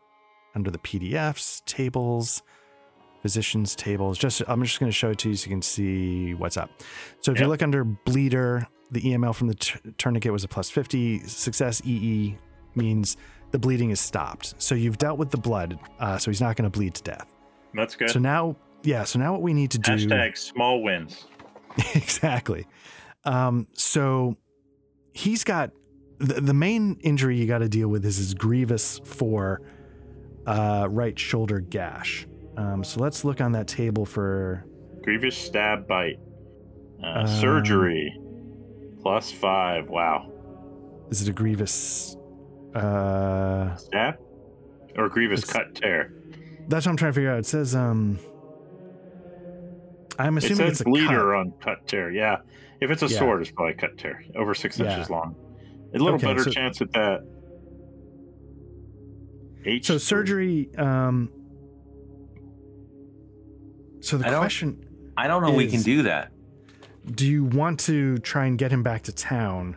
Speaker 2: under the PDFs, tables, physicians tables, just, I'm just going to show it to you so you can see what's up. So if you
Speaker 1: Yep.
Speaker 2: look under bleeder, the EML from the t- tourniquet was a plus 50 success. EE means the bleeding is stopped. So you've dealt with the blood. Uh, so he's not going to bleed to death.
Speaker 1: That's good.
Speaker 2: So now, yeah. So now what we need to do
Speaker 1: Hashtag small wins.
Speaker 2: exactly. Um, so he's got the, the main injury you got to deal with is his grievous four uh, right shoulder gash. Um, so let's look on that table for
Speaker 1: Grievous stab bite. Uh,
Speaker 2: Um,
Speaker 1: surgery. Plus five. Wow.
Speaker 2: is it a grievous? Uh,
Speaker 1: Stab? Or grievous
Speaker 2: It's-
Speaker 1: cut tear.
Speaker 2: that's what I'm trying to figure out. It says um, I'm
Speaker 1: It
Speaker 2: assuming
Speaker 1: says
Speaker 2: it's a
Speaker 1: bleeder
Speaker 2: cut.
Speaker 1: on cut tear. Yeah. If it's a
Speaker 2: Yeah.
Speaker 1: sword, it's probably cut tear. Over six
Speaker 2: Yeah.
Speaker 1: inches long. A little
Speaker 2: Okay,
Speaker 1: better
Speaker 2: so-
Speaker 1: chance at that. H
Speaker 2: So
Speaker 1: three.
Speaker 2: surgery. Um, so the
Speaker 4: I don't-
Speaker 2: question.
Speaker 4: I don't know we can
Speaker 2: Is-
Speaker 4: do that.
Speaker 2: Do you want to try and get him back to town?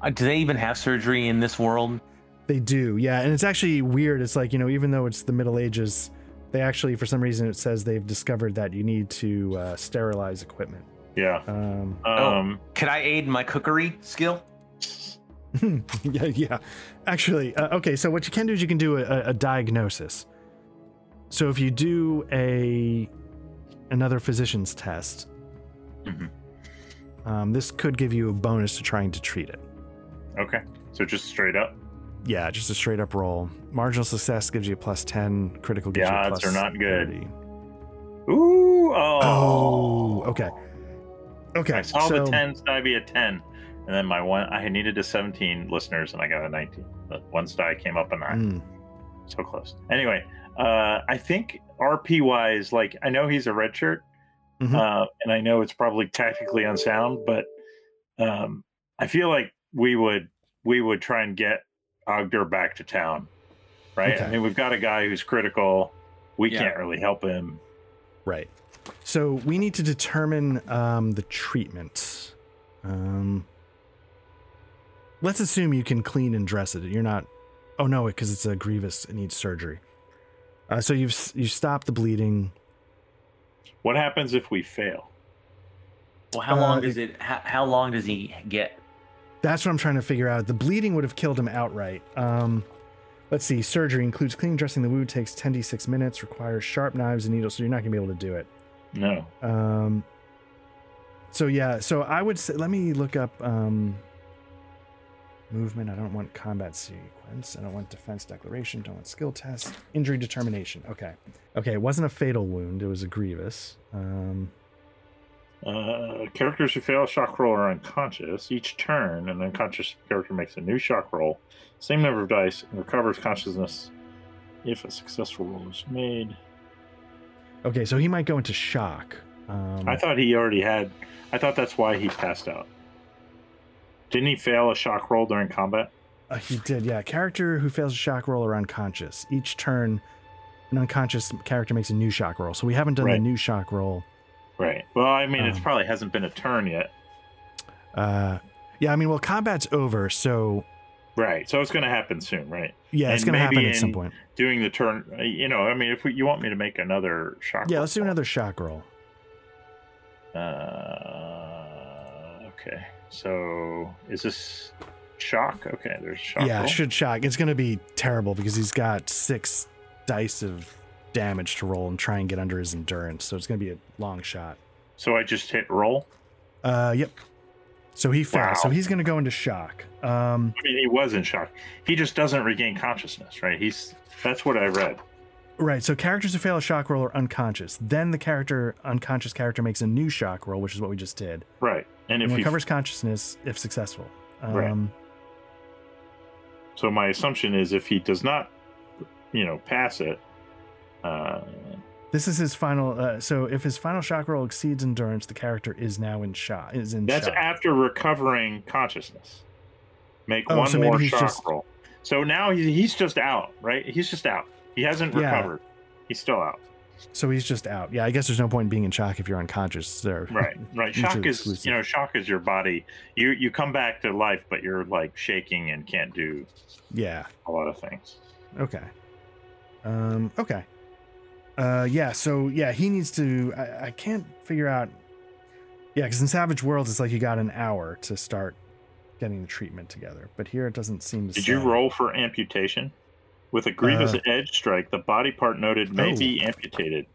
Speaker 4: Uh, do they even have surgery in this world?
Speaker 2: They do, yeah. And it's actually weird. It's like, you know, even though it's the Middle Ages, they actually, for some reason, it says they've discovered that you need to uh, sterilize equipment.
Speaker 1: Yeah.
Speaker 2: Um,
Speaker 1: Um,
Speaker 4: Can I aid my cookery skill?
Speaker 2: yeah, yeah. Actually, uh, okay, so what you can do is you can do a, a diagnosis. So if you do a another physician's test,
Speaker 1: Mhm.
Speaker 2: um, this could give you a bonus to trying to treat it.
Speaker 1: Okay. So just straight up.
Speaker 2: Yeah, just a straight up roll. Marginal success gives you a plus 10, critical gives
Speaker 1: The
Speaker 2: you a
Speaker 1: odds
Speaker 2: plus
Speaker 1: are not good.
Speaker 2: 30.
Speaker 1: Ooh. Oh.
Speaker 2: Oh, okay. Okay.
Speaker 1: I saw
Speaker 2: so,
Speaker 1: the 10, so I be a 10. And then my one, I needed a 17 listeners and I got a 19. But once die came up a 9.
Speaker 2: Mm,
Speaker 1: So close. Anyway, uh, I think RP wise, like, I know he's a red shirt,
Speaker 2: Mhm.
Speaker 1: uh, and I know it's probably tactically unsound, but um, I feel like we would we would try and get Ogder back to town, right?
Speaker 2: Okay.
Speaker 1: I mean, we've got a guy who's critical. We
Speaker 4: Yeah.
Speaker 1: can't really help him.
Speaker 2: right. So we need to determine um, the treatment. Um, let's assume you can clean and dress it. You're not. Oh no, because it's a grievous. It needs surgery. Uh, so you've s- you stopped the bleeding.
Speaker 1: What happens if we fail?
Speaker 4: Well, how
Speaker 2: Uh,
Speaker 4: long does it? How, how long does he get?
Speaker 2: That's what I'm trying to figure out. The bleeding would have killed him outright. Um, let's see. Surgery includes cleaning, dressing the wound. Takes 10 d6 minutes. Requires sharp knives and needles. So you're not gonna be able to do it.
Speaker 1: No.
Speaker 2: Um, so yeah, so I would say let me look up um, movement. I don't want combat sequence. I don't want defense declaration. Don't want skill test. Injury determination. Okay, okay. It wasn't a fatal wound. It was a grievous. Um,
Speaker 1: Uh, characters who fail a shock roll are unconscious. Each turn, an unconscious character makes a new shock roll, same number of dice, and recovers consciousness if a successful roll is made.
Speaker 2: okay, so he might go into shock. Um,
Speaker 1: I thought he already had. I thought that's why he passed out. Didn't he fail a shock roll during combat?
Speaker 2: uh, he did. Yeah, character who fails a shock roll are unconscious. Each turn, an unconscious character makes a new shock roll. So we haven't done the
Speaker 1: Right.
Speaker 2: new shock roll.
Speaker 1: Right. Well, I mean, it's
Speaker 2: Um.
Speaker 1: probably hasn't been a turn yet.
Speaker 2: Uh, yeah, I mean, well, combat's over, so
Speaker 1: Right. So it's going to happen soon, right?
Speaker 2: Yeah, it's
Speaker 1: And
Speaker 2: going to happen
Speaker 1: maybe
Speaker 2: at some
Speaker 1: in-
Speaker 2: point.
Speaker 1: Doing the turn, you know. I mean, if we, you want me to make another shock,
Speaker 2: Yeah, let's do
Speaker 1: roll.
Speaker 2: another shock roll.
Speaker 1: Uh, okay. So is this shock? Okay, there's shock.
Speaker 2: yeah,
Speaker 1: roll.
Speaker 2: it should shock. It's going to be terrible because he's got six dice of damage to roll and try and get under his endurance. So it's going to be a long shot.
Speaker 1: So I just hit roll.
Speaker 2: Uh, yep. So he fails. So
Speaker 1: Wow.
Speaker 2: he's going to go into shock. Um,
Speaker 1: I mean, he was in shock. He just doesn't regain consciousness, right? He's that's what I read.
Speaker 2: right. So characters who fail a shock roll are unconscious. Then the character, unconscious character, makes a new shock roll, which is what we just did,
Speaker 1: Right. And if
Speaker 2: and
Speaker 1: he
Speaker 2: recovers consciousness if successful. Um,
Speaker 1: Right. so, my assumption is if he does not, you know, pass it, uh,
Speaker 2: This is his final. Uh, so if his final shock roll exceeds endurance, the character is now in shock. Is in
Speaker 1: that's
Speaker 2: shock.
Speaker 1: after recovering consciousness. Make
Speaker 2: Oh,
Speaker 1: one
Speaker 2: so maybe
Speaker 1: more
Speaker 2: he's
Speaker 1: shock
Speaker 2: just-
Speaker 1: roll. So now he, he's just out, right? He's just out. He hasn't
Speaker 2: Yeah.
Speaker 1: recovered. He's still out.
Speaker 2: so he's just out. Yeah, I guess there's no point in being in shock if you're unconscious. There.
Speaker 1: Right. Right.
Speaker 2: Mutually
Speaker 1: Shock is
Speaker 2: exclusive.
Speaker 1: you know shock is your body. You you come back to life, but you're like shaking and can't do
Speaker 2: yeah.
Speaker 1: a lot of things.
Speaker 2: Okay. Um. Okay. Uh. Yeah. So yeah, he needs to. I, I can't figure out. Yeah, because in Savage Worlds, it's like you got an hour to start getting the treatment together, but here it doesn't seem to.
Speaker 1: Did you
Speaker 2: say.
Speaker 1: roll for amputation? With a grievous
Speaker 2: Uh.
Speaker 1: edge strike, the body part noted may
Speaker 2: Oh.
Speaker 1: be amputated.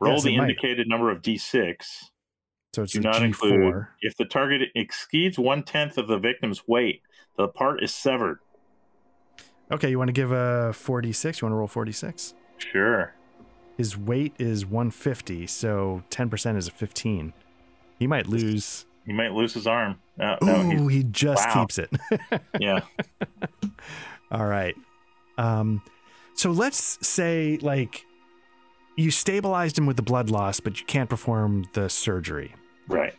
Speaker 1: Roll
Speaker 2: Yes,
Speaker 1: the
Speaker 2: it might.
Speaker 1: indicated number of d6.
Speaker 2: So it's
Speaker 1: Do
Speaker 2: a
Speaker 1: not
Speaker 2: G4.
Speaker 1: include. If the target exceeds one tenth of the victim's weight, the part is severed.
Speaker 2: Okay, you want to give a 46? You want to roll 46?
Speaker 1: Sure.
Speaker 2: His weight is 150, so 10% is a 15. He might lose.
Speaker 1: He might lose his arm. No, no, he's-
Speaker 2: Ooh, he just
Speaker 1: Wow.
Speaker 2: keeps it.
Speaker 1: yeah.
Speaker 2: All right. Um, so let's say like you stabilized him with the blood loss, but you can't perform the surgery.
Speaker 1: Right.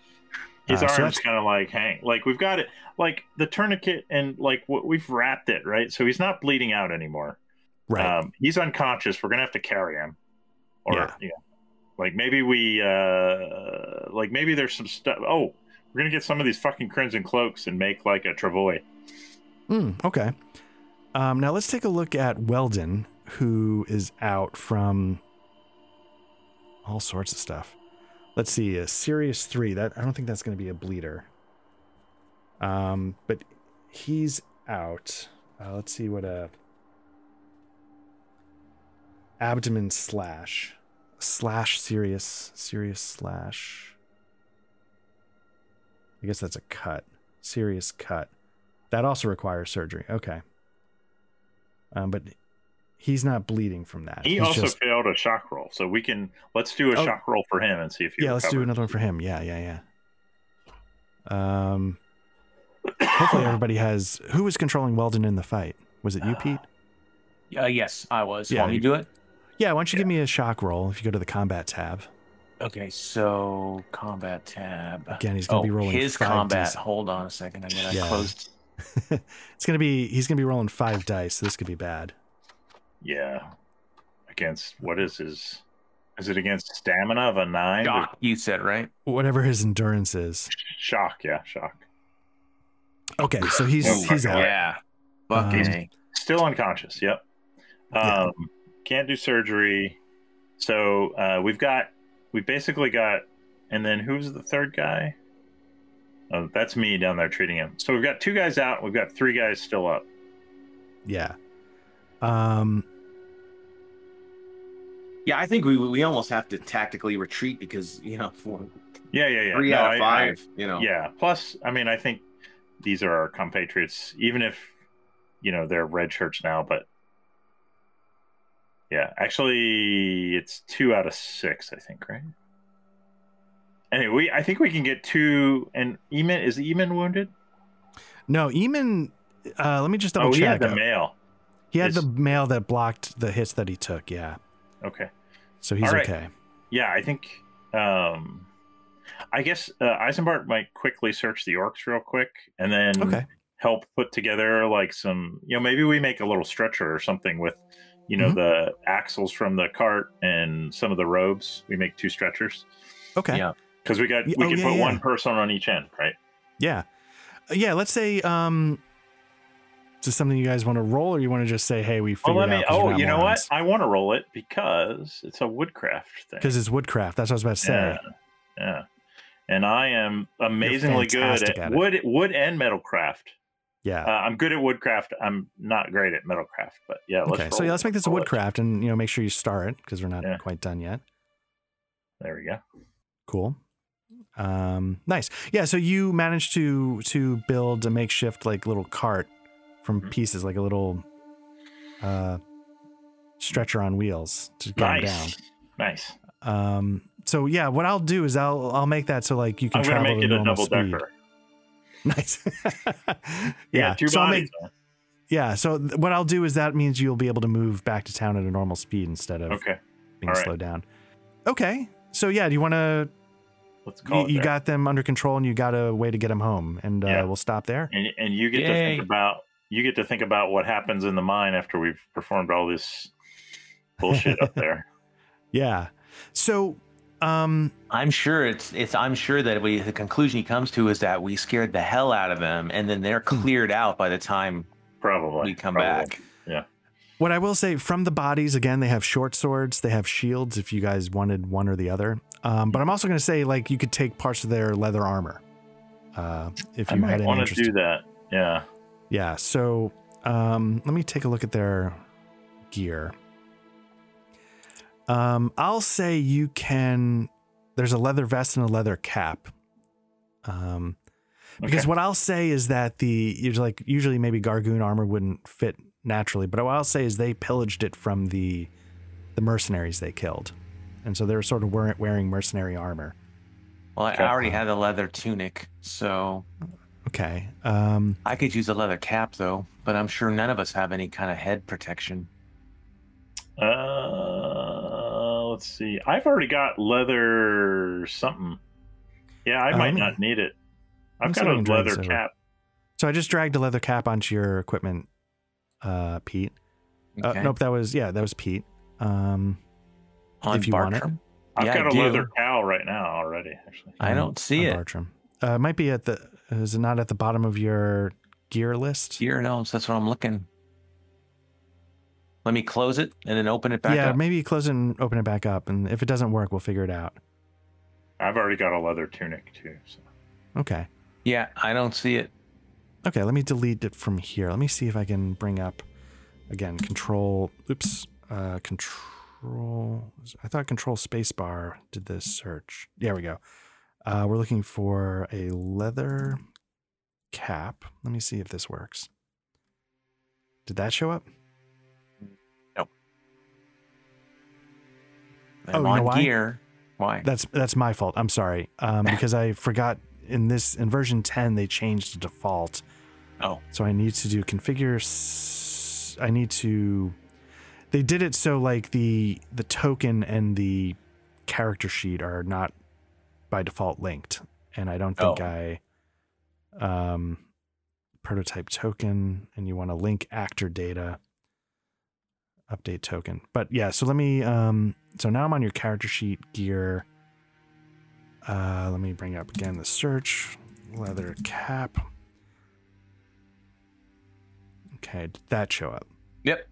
Speaker 1: His
Speaker 2: Uh, so
Speaker 1: arm's
Speaker 2: that's-
Speaker 1: kind of like hang. Like we've got it. Like the tourniquet and like what we've wrapped it right, so he's not bleeding out anymore.
Speaker 2: Right.
Speaker 1: Um, he's unconscious. We're gonna have to carry him. Or
Speaker 2: Yeah.
Speaker 1: yeah. Like maybe we uh like maybe there's some stuff oh, we're gonna get some of these fucking crimson cloaks and make like a travoy.
Speaker 2: Mm, okay. Um, now let's take a look at Weldon, who is out from all sorts of stuff. Let's see, a serious three. That I don't think that's going to be a bleeder. Um, but he's out. Uh, let's see what a abdomen slash slash serious serious slash. I guess that's a cut. Serious cut. That also requires surgery. Okay. Um, but he's not bleeding from that.
Speaker 1: He
Speaker 2: He's
Speaker 1: also
Speaker 2: just-
Speaker 1: failed a shock roll, so we can let's do a
Speaker 2: Oh.
Speaker 1: shock roll for him and see if he
Speaker 2: yeah, let's do
Speaker 1: recovers.
Speaker 2: another one for him. Yeah, yeah, yeah. Um, hopefully everybody has. Who was controlling Weldon in the fight? Was it you, Pete?
Speaker 4: Uh, yes, I was.
Speaker 2: Yeah,
Speaker 4: Want me
Speaker 2: you-
Speaker 4: to do it?
Speaker 2: Yeah. Why don't you give me a shock roll if you go to the combat tab?
Speaker 4: Okay, so combat tab.
Speaker 2: Again, he's gonna
Speaker 4: oh,
Speaker 2: be rolling
Speaker 4: his
Speaker 2: five
Speaker 4: combat.
Speaker 2: dice.
Speaker 4: Hold on a second. I gotta
Speaker 2: Yeah.
Speaker 4: close.
Speaker 2: it's gonna be. He's gonna be rolling five dice. So this could be bad.
Speaker 1: Yeah. Against what is his is it against stamina of a nine? Or-
Speaker 3: Doc, you said right.
Speaker 2: Whatever his endurance is.
Speaker 1: Shock, yeah, shock.
Speaker 2: Okay, so he's
Speaker 1: Oh my
Speaker 2: he's
Speaker 1: God.
Speaker 2: out.
Speaker 4: Yeah. Fuck
Speaker 2: Um,
Speaker 4: A.
Speaker 1: Still unconscious. Yep. Um,
Speaker 2: Yeah.
Speaker 1: Can't do surgery. So uh, we've got, we basically got, and then who's the third guy? Oh, that's me down there treating him. So we've got two guys out. We've got three guys still up.
Speaker 2: Yeah. Um.
Speaker 6: Yeah, I think we we almost have to tactically retreat because you know for
Speaker 1: Yeah, yeah, yeah.
Speaker 6: three
Speaker 1: No,
Speaker 6: out
Speaker 1: I-
Speaker 6: of
Speaker 1: I-
Speaker 6: five, you know.
Speaker 1: yeah. Plus, I mean, I think these are our compatriots, even if you know they're red shirts now. But yeah, actually, it's two out of six, I think, right? Anyway, we I think we can get two. And Eamon is Eamon wounded?
Speaker 2: No, Eamon. Uh, let me just double
Speaker 1: oh,
Speaker 2: check.
Speaker 1: he had the
Speaker 2: Uh,
Speaker 1: mail.
Speaker 2: He had
Speaker 1: It's-
Speaker 2: the mail that blocked the hits that he took. Yeah,
Speaker 1: Okay.
Speaker 2: so he's
Speaker 1: All right.
Speaker 2: okay.
Speaker 1: Yeah, I think. um I guess uh, Eisenbart might quickly search the orcs real quick, and then
Speaker 2: Okay.
Speaker 1: help put together like some you know maybe we make a little stretcher or something with you know
Speaker 2: Mhm.
Speaker 1: the axles from the cart and some of the robes we make two stretchers Oh.
Speaker 2: Okay.
Speaker 4: Yeah.
Speaker 1: because we got
Speaker 2: Y-
Speaker 1: we
Speaker 2: oh,
Speaker 1: can
Speaker 2: yeah,
Speaker 1: put
Speaker 2: yeah.
Speaker 1: one person on each end right
Speaker 2: Yeah. Uh, Yeah. Let's say, um, is this something you guys want to roll or you want to just say, hey, we
Speaker 1: well
Speaker 2: figured
Speaker 1: let me
Speaker 2: out.
Speaker 1: oh you know what i want to roll it because it's a woodcraft thing
Speaker 2: Because it's woodcraft. That's what I was about to say.
Speaker 1: yeah, yeah and i am amazingly good at,
Speaker 2: fantastic at it.
Speaker 1: wood wood and metalcraft
Speaker 2: Yeah.
Speaker 1: uh, i'm good at woodcraft i'm not great at metalcraft but yeah let's
Speaker 2: okay. so
Speaker 1: roll
Speaker 2: yeah,
Speaker 1: it.
Speaker 2: let's make this a
Speaker 1: Roll it.
Speaker 2: woodcraft and, you know, make sure you star it because we're not
Speaker 1: Yeah.
Speaker 2: quite done yet.
Speaker 1: there we go
Speaker 2: Cool. Um, nice. Yeah. So you managed to to build a makeshift like little cart from
Speaker 1: Mhm.
Speaker 2: pieces, like a little uh, stretcher on wheels to get 'em down.
Speaker 1: nice, nice.
Speaker 2: Um, so yeah, what I'll do is I'll I'll make that so like you can
Speaker 1: I'm gonna
Speaker 2: travel
Speaker 1: make
Speaker 2: at
Speaker 1: it a
Speaker 2: normal
Speaker 1: double
Speaker 2: speed.
Speaker 1: decker.
Speaker 2: Nice. yeah.
Speaker 1: Yeah, two
Speaker 2: so I'll make-
Speaker 1: bodies. on it.
Speaker 2: yeah. So th- what I'll do is that means you'll be able to move back to town at a normal speed instead of
Speaker 1: Okay,
Speaker 2: being
Speaker 1: all right.
Speaker 2: slowed down. Okay. So yeah, do you want to?
Speaker 1: let's call
Speaker 2: You,
Speaker 1: it.
Speaker 2: you
Speaker 1: there.
Speaker 2: got them under control, and you got a way to get them home, and uh,
Speaker 1: Yeah.
Speaker 2: we'll stop there.
Speaker 1: and, and you get to
Speaker 3: Yay.
Speaker 1: think about you get to think about what happens in the mine after we've performed all this bullshit up there.
Speaker 2: Yeah. So, um,
Speaker 4: I'm sure it's it's I'm sure that we the conclusion he comes to is that we scared the hell out of them and then they're
Speaker 2: Hmm.
Speaker 4: cleared out by the time
Speaker 1: Probably
Speaker 4: we come
Speaker 1: probably.
Speaker 4: back.
Speaker 2: what I will say from the bodies again, they have short swords, they have shields. If you guys wanted one or the other, um, but I'm also going to say like you could take parts of their leather armor. Uh, if
Speaker 1: I
Speaker 2: you had
Speaker 1: might
Speaker 2: any
Speaker 1: want
Speaker 2: interest
Speaker 1: to do that. Yeah.
Speaker 2: Yeah, so um, let me take a look at their gear. Um, I'll say you can. There's a leather vest and a leather cap. Um, because
Speaker 1: Okay.
Speaker 2: what I'll say is that the usually like usually maybe gargoon armor wouldn't fit naturally, but what I'll say is they pillaged it from the the mercenaries they killed, and so they were sort of weren't wearing mercenary armor.
Speaker 4: Well, I
Speaker 1: Okay.
Speaker 4: already had the leather tunic, so
Speaker 2: Okay. Um,
Speaker 4: I could use a leather cap though, but I'm sure none of us have any kind of head protection.
Speaker 1: Uh, let's see. I've already got leather something. Yeah, I might
Speaker 2: Um,
Speaker 1: not need it.
Speaker 2: I'm
Speaker 1: I've got
Speaker 2: sorry,
Speaker 1: a
Speaker 2: I'm driving
Speaker 1: leather
Speaker 2: sober.
Speaker 1: cap.
Speaker 2: so I just dragged a leather cap onto your equipment, uh, Pete.
Speaker 4: Okay.
Speaker 2: Uh, nope, that was yeah, that was Pete. Um,
Speaker 4: On
Speaker 2: if you want it.
Speaker 4: Bartram?
Speaker 1: I've
Speaker 4: Yeah, I
Speaker 1: got a
Speaker 4: do.
Speaker 1: leather cow right now already. Actually,
Speaker 4: I
Speaker 2: on-
Speaker 4: don't see
Speaker 2: on
Speaker 4: it.
Speaker 2: Bartram. Uh, it might be at the. Is it not at the bottom of your gear list?
Speaker 4: Here, no, that's what I'm looking. Let me close it and then open it back
Speaker 2: yeah,
Speaker 4: up.
Speaker 2: maybe close it and open it back up, and if it doesn't work, we'll figure it out.
Speaker 1: I've already got a leather tunic too. So.
Speaker 2: Okay.
Speaker 4: Yeah, I don't see it.
Speaker 2: Okay, let me delete it from here. Let me see if I can bring up again control oops. Uh control I thought control spacebar did this search. There we go. Uh we're looking for a leather cap. Let me see if this works. Did that show up?
Speaker 4: I'm
Speaker 2: Oh, you know
Speaker 4: on
Speaker 2: why?
Speaker 4: gear. Why?
Speaker 2: That's that's my fault. I'm sorry. Um because I forgot in this in version 10 they changed the default.
Speaker 4: Oh.
Speaker 2: So I need to do configure s- I need to they did it so like the the token and the character sheet are not by default linked and I don't think
Speaker 4: Oh.
Speaker 2: I um prototype token and you want to link actor data update token. But yeah, so let me um so now I'm on your character sheet gear. Uh let me bring up again the search leather cap. Okay, did that show up?
Speaker 4: Yep.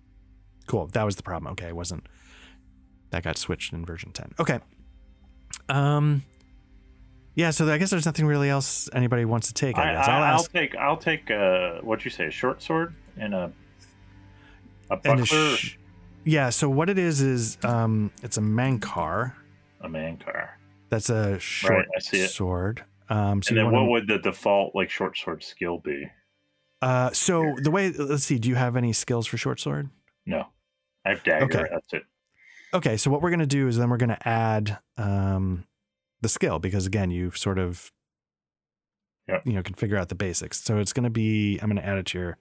Speaker 2: Cool. That was the problem. Okay, it wasn't that got switched in version 10. Okay. Um yeah, so I guess there's nothing really else anybody wants to take. I,
Speaker 1: I,
Speaker 2: guess I'll
Speaker 1: I, I'll
Speaker 2: ask.
Speaker 1: take. I'll take. Uh, what you say? A short sword and a a
Speaker 2: and
Speaker 1: buckler,
Speaker 2: a
Speaker 1: a,
Speaker 2: sh- yeah, so what it is is um, it's a mankar.
Speaker 1: man car.
Speaker 2: That's a short
Speaker 1: I see it.
Speaker 2: sword. Um,
Speaker 1: and
Speaker 2: so you
Speaker 1: then
Speaker 2: want
Speaker 1: what would the default like short sword skill be?
Speaker 2: uh, so the way let's see, do you have any skills for short sword?
Speaker 1: No, I have dagger.
Speaker 2: Okay.
Speaker 1: That's it.
Speaker 2: Okay, so what we're gonna do is then we're gonna add um, the skill because again, you've sort of
Speaker 1: Yep.
Speaker 2: you know can figure out the basics. So it's gonna be I'm gonna add it to your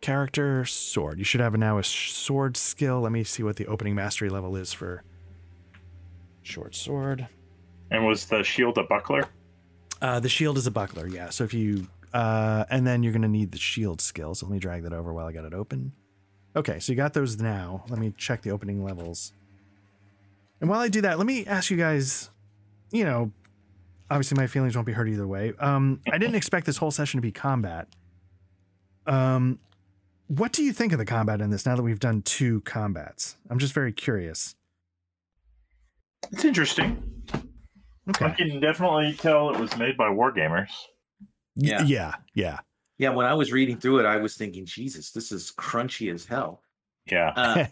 Speaker 2: character sword. You should have now a sh- sword skill. Let me see what the opening mastery level is for short sword.
Speaker 1: And was the shield a buckler?
Speaker 2: Uh, the shield is a buckler, yeah. So if you uh, and then you're gonna need the shield skill. So let me drag that over while I got it open. Okay, so you got those now. Let me check the opening levels. And while I do that, let me ask you guys. You know, obviously my feelings won't be hurt either way. Um, I didn't expect this whole session to be combat. Um, what do you think of the combat in this? Now that we've done two combats, I'm just very curious.
Speaker 1: It's interesting. I
Speaker 2: Okay.
Speaker 1: can definitely tell it was made by wargamers.
Speaker 6: Yeah.
Speaker 2: Yeah. Yeah.
Speaker 6: Yeah, when I was reading through it, I was thinking, Jesus, this is crunchy as hell.
Speaker 1: Yeah.
Speaker 6: Uh,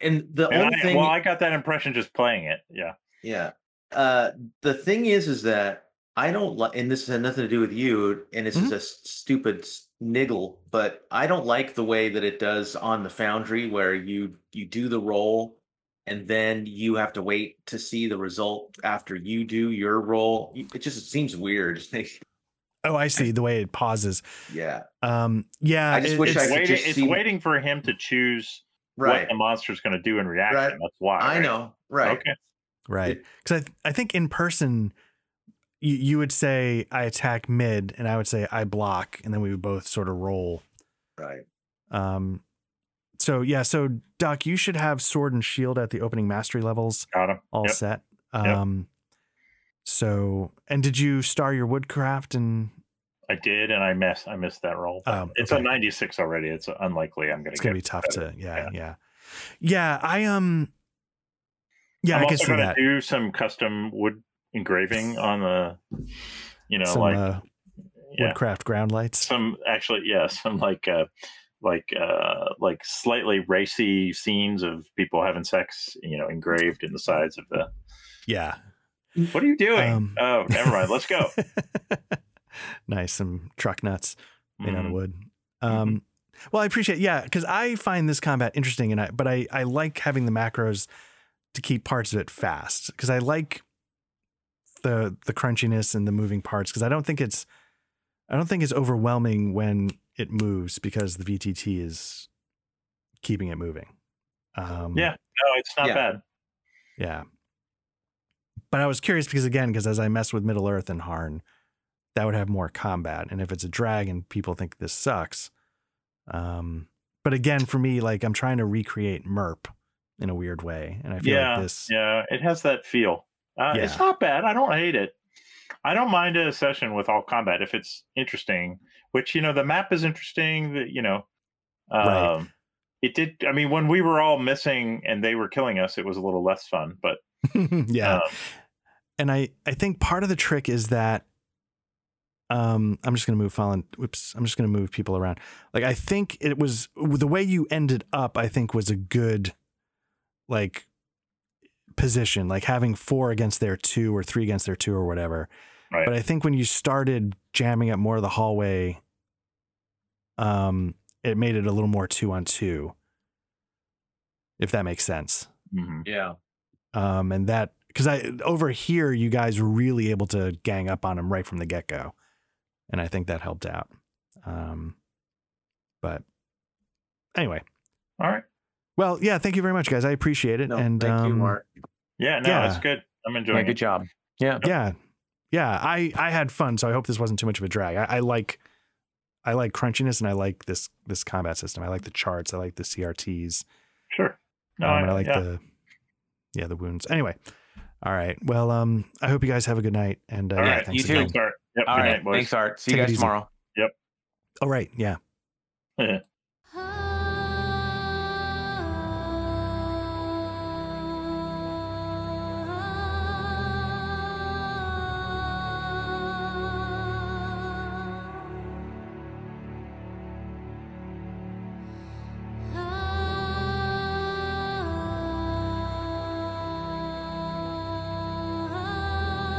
Speaker 6: and the
Speaker 1: And
Speaker 6: Uh, only
Speaker 1: I,
Speaker 6: thing,
Speaker 1: Well, I got that impression just playing it. Yeah.
Speaker 6: yeah, uh, the thing is, is that I don't like, and this has nothing to do with you, and this is
Speaker 1: Mm-hmm.
Speaker 2: Mhm.
Speaker 6: a s- stupid s- niggle, but I don't like the way that it does on the Foundry, where you you do the roll, and then you have to wait to see the result after you do your roll. Y- It just seems weird.
Speaker 2: Oh, I see the way it pauses.
Speaker 6: yeah,
Speaker 2: Um, yeah,
Speaker 6: I just
Speaker 2: it-
Speaker 6: wish
Speaker 1: It's,
Speaker 6: I
Speaker 2: it's-
Speaker 6: could
Speaker 1: waiting,
Speaker 6: just
Speaker 1: it's
Speaker 6: see-
Speaker 1: waiting for him to choose
Speaker 6: right.
Speaker 1: what the monster's going to do in reaction.
Speaker 6: Right.
Speaker 1: That's why.
Speaker 6: I
Speaker 1: right?
Speaker 6: know. Right.
Speaker 1: Okay.
Speaker 2: right because I, th- I think in person you, you would say i attack mid and i would say i block and then we would both sort of roll
Speaker 6: Right.
Speaker 2: um so yeah so doc you should have sword and shield at the opening mastery levels
Speaker 1: Got him.
Speaker 2: all
Speaker 1: Yep.
Speaker 2: set
Speaker 1: Yep.
Speaker 2: um so and did you star your woodcraft and
Speaker 1: I did, and I missed. I missed that roll.
Speaker 2: um
Speaker 1: Uh, It's
Speaker 2: okay.
Speaker 1: a 96 already. It's unlikely I'm going
Speaker 2: it's
Speaker 1: to
Speaker 2: gonna
Speaker 1: get.
Speaker 2: be tough to yeah
Speaker 1: Yeah.
Speaker 2: yeah yeah i um yeah i
Speaker 1: I'm
Speaker 2: can
Speaker 1: also
Speaker 2: see
Speaker 1: going to
Speaker 2: that
Speaker 1: do some custom wood engraving on the, you know,
Speaker 2: some
Speaker 1: like
Speaker 2: uh,
Speaker 1: yeah,
Speaker 2: woodcraft ground lights
Speaker 1: some actually, yeah, some like uh, like uh, like slightly racy scenes of people having sex, you know, engraved in the sides of the.
Speaker 2: yeah
Speaker 1: What are you doing?
Speaker 2: Um,
Speaker 1: oh, never mind. Let's go.
Speaker 2: nice, some truck nuts made out of
Speaker 1: Mhm.
Speaker 2: wood. Um, Well, I appreciate, yeah, because I find this combat interesting, and I but I I like having the macros to keep parts of it fast because I like the the crunchiness and the moving parts because I don't think it's I don't think it's overwhelming when it moves because the VTT is keeping it moving. Um,
Speaker 1: Yeah. No, it's not
Speaker 6: Yeah.
Speaker 1: bad.
Speaker 2: yeah. But I was curious because again, because as I mess with Middle Earth and Harn, that would have more combat. And if it's a drag and people think this sucks, um, but again, for me, like I'm trying to recreate Merp in a weird way, and I feel
Speaker 1: Yeah,
Speaker 2: like this.
Speaker 1: Yeah, it has that feel. Uh,
Speaker 2: Yeah.
Speaker 1: It's not bad. I don't hate it. I don't mind a session with all combat if it's interesting. Which you know, the map is interesting. That you know, um,
Speaker 2: Right.
Speaker 1: it did. I mean, when we were all missing and they were killing us, it was a little less fun. But
Speaker 2: yeah.
Speaker 1: um,
Speaker 2: and I I think part of the trick is that um I'm just going to move fallen whoops I'm just going to move people around. Like I think it was the way you ended up I think was a good like position like having 4 against their 2 or 3 against their 2 or whatever.
Speaker 1: Right.
Speaker 2: But I think when you started jamming up more of the hallway um it made it a little more 2 on 2 if that makes sense
Speaker 1: mhm.
Speaker 4: Yeah.
Speaker 2: um, and that because I over here you guys were really able to gang up on him right from the get go, and I think that helped out. Um, but anyway,
Speaker 1: all right.
Speaker 2: well, yeah, thank you very much, guys. I appreciate it.
Speaker 6: No,
Speaker 2: and
Speaker 6: thank you,
Speaker 2: um,
Speaker 6: Mark.
Speaker 1: Yeah, no,
Speaker 2: Yeah.
Speaker 1: it's good. I'm
Speaker 4: Yeah.
Speaker 1: enjoying
Speaker 4: Good
Speaker 1: it.
Speaker 4: job. Yeah.
Speaker 2: yeah, yeah, I I had fun, so I hope this wasn't too much of a drag. I, I like. I like crunchiness and I like this this combat system. I like the charts. I like the CRTs.
Speaker 1: Sure. No,
Speaker 2: um,
Speaker 1: I,
Speaker 2: and I like
Speaker 1: yeah.
Speaker 2: the yeah the wounds. Anyway, all right. Well, um, I hope you guys have a good night. And uh,
Speaker 1: All
Speaker 2: yeah,
Speaker 1: right,
Speaker 2: thanks
Speaker 4: you too.
Speaker 2: again.
Speaker 1: Thanks, Art. Yep,
Speaker 4: All
Speaker 1: good
Speaker 4: right.
Speaker 1: night, boys.
Speaker 4: Thanks, Art. See you
Speaker 2: Take it
Speaker 4: guys
Speaker 2: easy.
Speaker 4: tomorrow.
Speaker 2: Oh right, yeah.
Speaker 7: Ah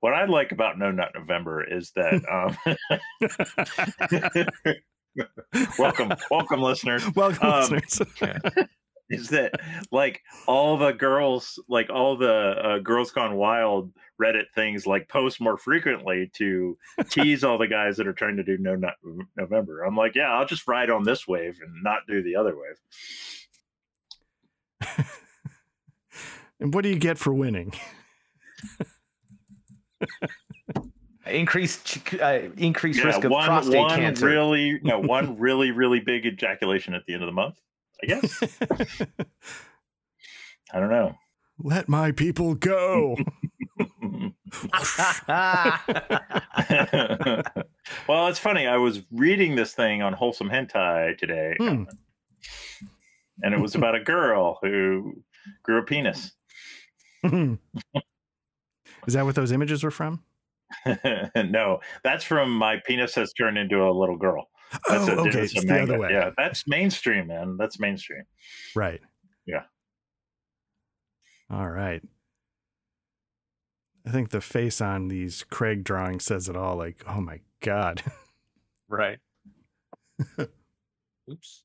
Speaker 1: What I like about No Nut November is that um, welcome, welcome, listeners.
Speaker 2: Welcome,
Speaker 1: Um,
Speaker 2: listeners.
Speaker 1: Is that like all the girls, like all the uh, Girls Gone Wild Reddit things, like post more frequently to tease all the guys that are trying to do No Nut November. I'm like, yeah, I'll just ride on this wave and not do the other wave.
Speaker 2: And what do you get for winning?
Speaker 4: Increased ch- uh, increased
Speaker 1: Yeah,
Speaker 4: risk of
Speaker 1: one,
Speaker 4: prostate
Speaker 1: one
Speaker 4: cancer.
Speaker 1: really, no, one really, really big ejaculation at the end of the month. I guess I don't know.
Speaker 2: Let my people go.
Speaker 1: well, it's funny. I was reading this thing on Wholesome Hentai today,
Speaker 2: Hmm.
Speaker 1: and it was about a girl who grew a penis.
Speaker 2: Is Hmm. that what those images were from?
Speaker 1: no, that's from my penis has turned into a little girl. That's
Speaker 2: oh,
Speaker 1: a-
Speaker 2: okay.
Speaker 1: that's a
Speaker 2: It's the other
Speaker 1: manga.
Speaker 2: way.
Speaker 1: Yeah, that's mainstream, man. That's mainstream.
Speaker 2: Right.
Speaker 1: Yeah.
Speaker 2: All right. I think the face on these Craig drawings says it all. Like, oh my god.
Speaker 3: Right.
Speaker 4: Oops.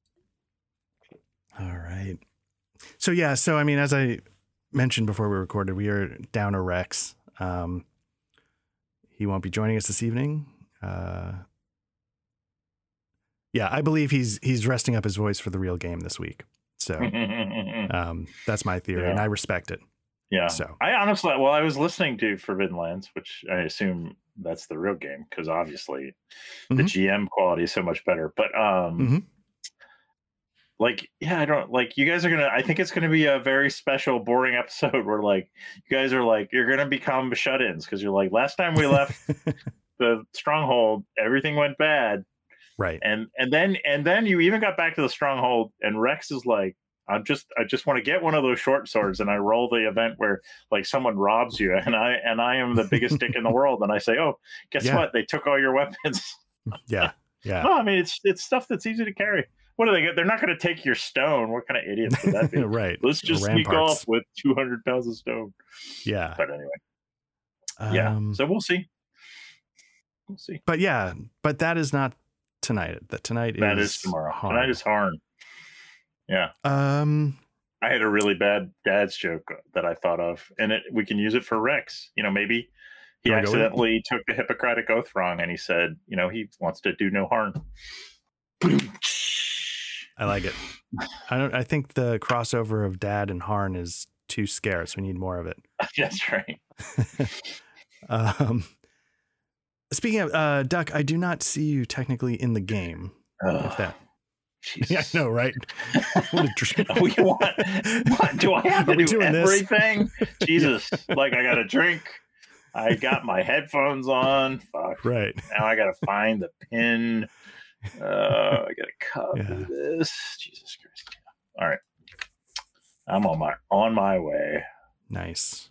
Speaker 2: All right. So yeah, so I mean, as I mentioned before we recorded, we are down a Rex. Um, he won't be joining us this evening. Uh, yeah, I believe he's he's resting up his voice for the real game this week. So um, that's my theory, and
Speaker 1: Yeah.
Speaker 2: I respect it.
Speaker 1: yeah.
Speaker 2: So
Speaker 1: I honestly, well, I was listening to Forbidden Lands, which I assume that's the real game because obviously the
Speaker 2: Mhm.
Speaker 1: GM quality is so much better. But um,
Speaker 2: Mhm.
Speaker 1: like, yeah, I don't like you guys are gonna. I think it's gonna be a very special, boring episode where like you guys are like you're gonna become shut-ins because you're like last time we left the stronghold, everything went bad,
Speaker 2: right,
Speaker 1: and and then and then you even got back to the stronghold and rex is like i'm just i just want to get one of those short swords and i roll the event where like someone robs you and i and i am the biggest dick in the world and i say oh guess
Speaker 2: Yeah.
Speaker 1: what they took all your weapons
Speaker 2: yeah, yeah,
Speaker 1: no i mean it's it's stuff that's easy to carry what do they get they're not going to take your stone what kind of idiots would that be
Speaker 2: right.
Speaker 1: let's just sneak
Speaker 2: Ramparts.
Speaker 1: off with 200 pounds of stone
Speaker 2: Yeah,
Speaker 1: but anyway yeah
Speaker 2: Um,
Speaker 1: so we'll see we'll see
Speaker 2: but yeah, but that is not tonight. That tonight
Speaker 1: that
Speaker 2: is
Speaker 1: is tomorrow
Speaker 2: Harm.
Speaker 1: and i just harm yeah
Speaker 2: um
Speaker 1: I had a really bad dad's joke that I thought of, and it, we can use it for Rex. You know, maybe he
Speaker 2: You wanna go with it?
Speaker 1: accidentally took the Hippocratic oath wrong, and he said, you know, he wants to do no harm.
Speaker 2: I like it. I don't. I think the crossover of Dad and Harn is too scarce. We need more of it.
Speaker 1: That's right.
Speaker 2: Um, speaking of uh, Duck, I do not see you technically in the game. If
Speaker 1: Ugh,
Speaker 2: that,
Speaker 1: Oh,
Speaker 2: yeah, I
Speaker 1: Jesus.
Speaker 2: know, right? What a dr-
Speaker 1: We want- What, do I have to
Speaker 2: Are we
Speaker 1: do
Speaker 2: doing this?
Speaker 1: everything? Jesus, like I got a drink. I got my headphones on. Fuck.
Speaker 2: Right.
Speaker 1: Now I got to find the pin. Uh, I got to copy
Speaker 2: Yeah.
Speaker 1: this. Jesus Christ. All right. I'm on my on my way.
Speaker 2: Nice.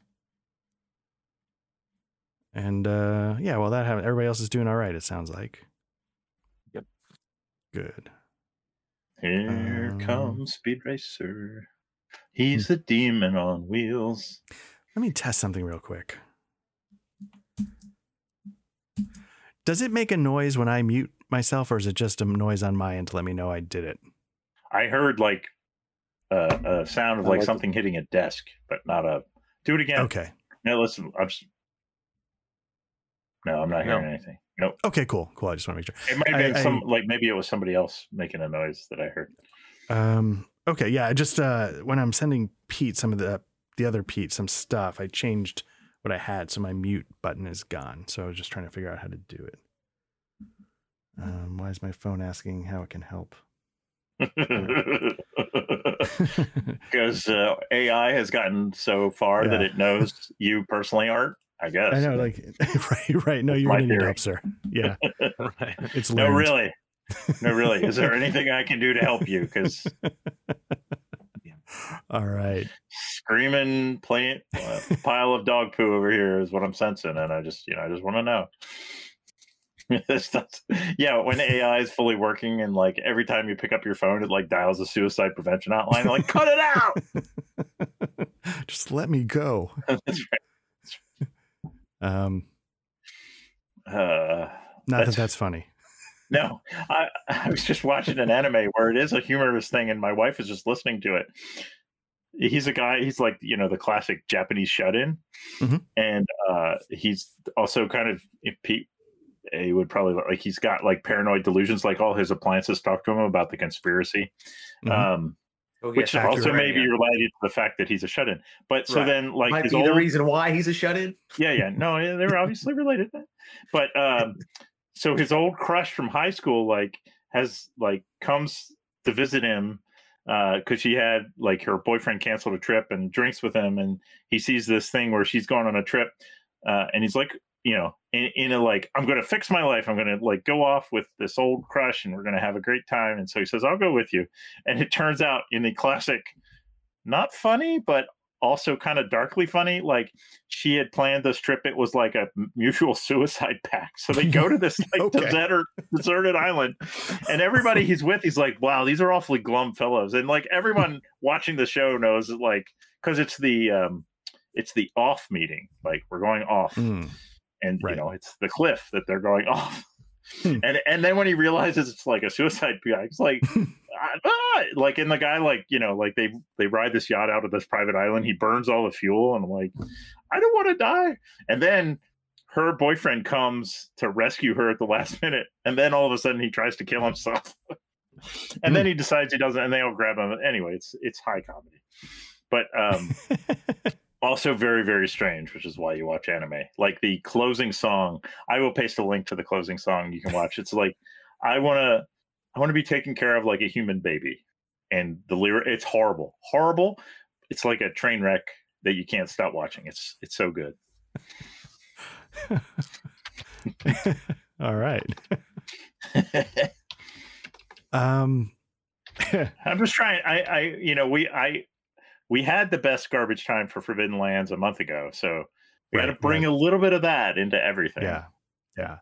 Speaker 2: And uh, yeah, well, that happened. Everybody else is doing all right. It sounds like.
Speaker 4: Yep.
Speaker 2: Good.
Speaker 1: Here
Speaker 2: Um, hmm.
Speaker 1: comes Speed Racer. He's a demon on wheels.
Speaker 2: Let me test something real quick. Does it make a noise when I mute myself, or is it just a noise on my end to let me know I did it?
Speaker 1: I heard like uh, a sound of
Speaker 5: I
Speaker 1: like,
Speaker 5: like it.
Speaker 1: something hitting a desk, but not a. Do it again.
Speaker 2: Okay.
Speaker 1: No, listen. I'm. s- No, I'm not hearing
Speaker 3: No.
Speaker 1: anything. Nope.
Speaker 2: Okay, cool. Cool. I just want to make
Speaker 1: It might have
Speaker 2: I-
Speaker 1: been some
Speaker 2: I-
Speaker 1: like maybe it was somebody else making a noise that I heard.
Speaker 2: sure. Um, okay. Yeah. I just, uh, when I'm sending Pete some of the, the other Pete some stuff, I changed what I had. So my mute button is gone. So I was just trying to figure out how to do it. Um, why is my phone asking how it can help?
Speaker 1: because uh, AI has gotten so far that
Speaker 2: Yeah.
Speaker 1: it knows you personally aren't. I guess.
Speaker 2: I know, like, right, right. No,
Speaker 1: That's
Speaker 2: you're
Speaker 1: my
Speaker 2: going to need
Speaker 1: theory.
Speaker 2: help, sir. Yeah.
Speaker 3: Right.
Speaker 2: It's
Speaker 1: no,
Speaker 2: learned.
Speaker 1: really, no, really. Is there anything I can do to help you? Because
Speaker 2: All right.
Speaker 1: screaming plant uh, pile of dog poo over here is what I'm sensing, and I just, you know, I just want to know. This stuff- yeah, when AI is fully working, and like every time you pick up your phone, it like dials a suicide prevention hotline. Like, cut it out.
Speaker 2: Just let me go.
Speaker 1: That's
Speaker 2: Um,
Speaker 1: Uh,
Speaker 2: Not
Speaker 1: That's-
Speaker 2: that that's funny.
Speaker 1: no, I, I was just watching an anime where it is a humorous thing, and my wife is just listening to it. He's a guy. He's like you know the classic Japanese shut-in,
Speaker 2: Mhm.
Speaker 1: and uh, he's also kind of if pe- he would probably like he's got like paranoid delusions. Like all his appliances talk to him about the conspiracy.
Speaker 2: Mhm.
Speaker 1: Um,
Speaker 6: Oh,
Speaker 1: which
Speaker 6: yes,
Speaker 1: is also
Speaker 6: right,
Speaker 1: maybe
Speaker 6: yeah.
Speaker 1: related to the fact that he's a shut-in. But so
Speaker 6: Right.
Speaker 1: then, like
Speaker 6: might
Speaker 1: his
Speaker 6: be
Speaker 1: old,
Speaker 6: the reason why he's a shut-in.
Speaker 1: yeah, yeah, no, yeah, they were obviously related. But um, so his old crush from high school, like, has like comes to visit him because she had like her boyfriend canceled a trip and drinks with him, and he sees this thing where she's going on a trip, uh, and he's like, you know, in, in a like, I'm going to fix my life. I'm going to like go off with this old crush, and we're going to have a great time. And so he says, I'll go with you. And it turns out in the classic, not funny, but also kind of darkly funny, like she had planned this trip. It was like a mutual suicide pact. So they go to this like
Speaker 2: Okay.
Speaker 1: deserted, deserted island, and everybody he's with, he's like, "Wow, these are awfully glum fellows." And like everyone watching the show knows, that, like, because it's the um, it's the off meeting. Like we're going off,
Speaker 2: Mm.
Speaker 1: and
Speaker 2: right.
Speaker 1: you know it's the cliff that they're going off.
Speaker 2: Hmm.
Speaker 1: And and then when he realizes it's like a suicide pact, it's like ah, ah, like in the guy like you know like they they ride this yacht out of this private island he burns all the fuel and I'm like i don't want to die and then her boyfriend comes to rescue her at the last minute and then all of a sudden he tries to kill himself and
Speaker 2: Hmm.
Speaker 1: then he decides he doesn't and they all grab him anyway it's it's high comedy but um also very very strange which is why you watch anime like the closing song i will paste a link to the closing song you can watch it's like i want to I want to be taken care of like a human baby. And the lyric, it's horrible, horrible. It's like a train wreck that you can't stop watching. It's it's so good.
Speaker 2: All right. Um,
Speaker 1: I'm just trying. I I you know we I we had the best garbage time for Forbidden Lands a month ago, so we got to
Speaker 2: Right,
Speaker 1: bring a little bit of that into everything.
Speaker 2: yeah. Yeah.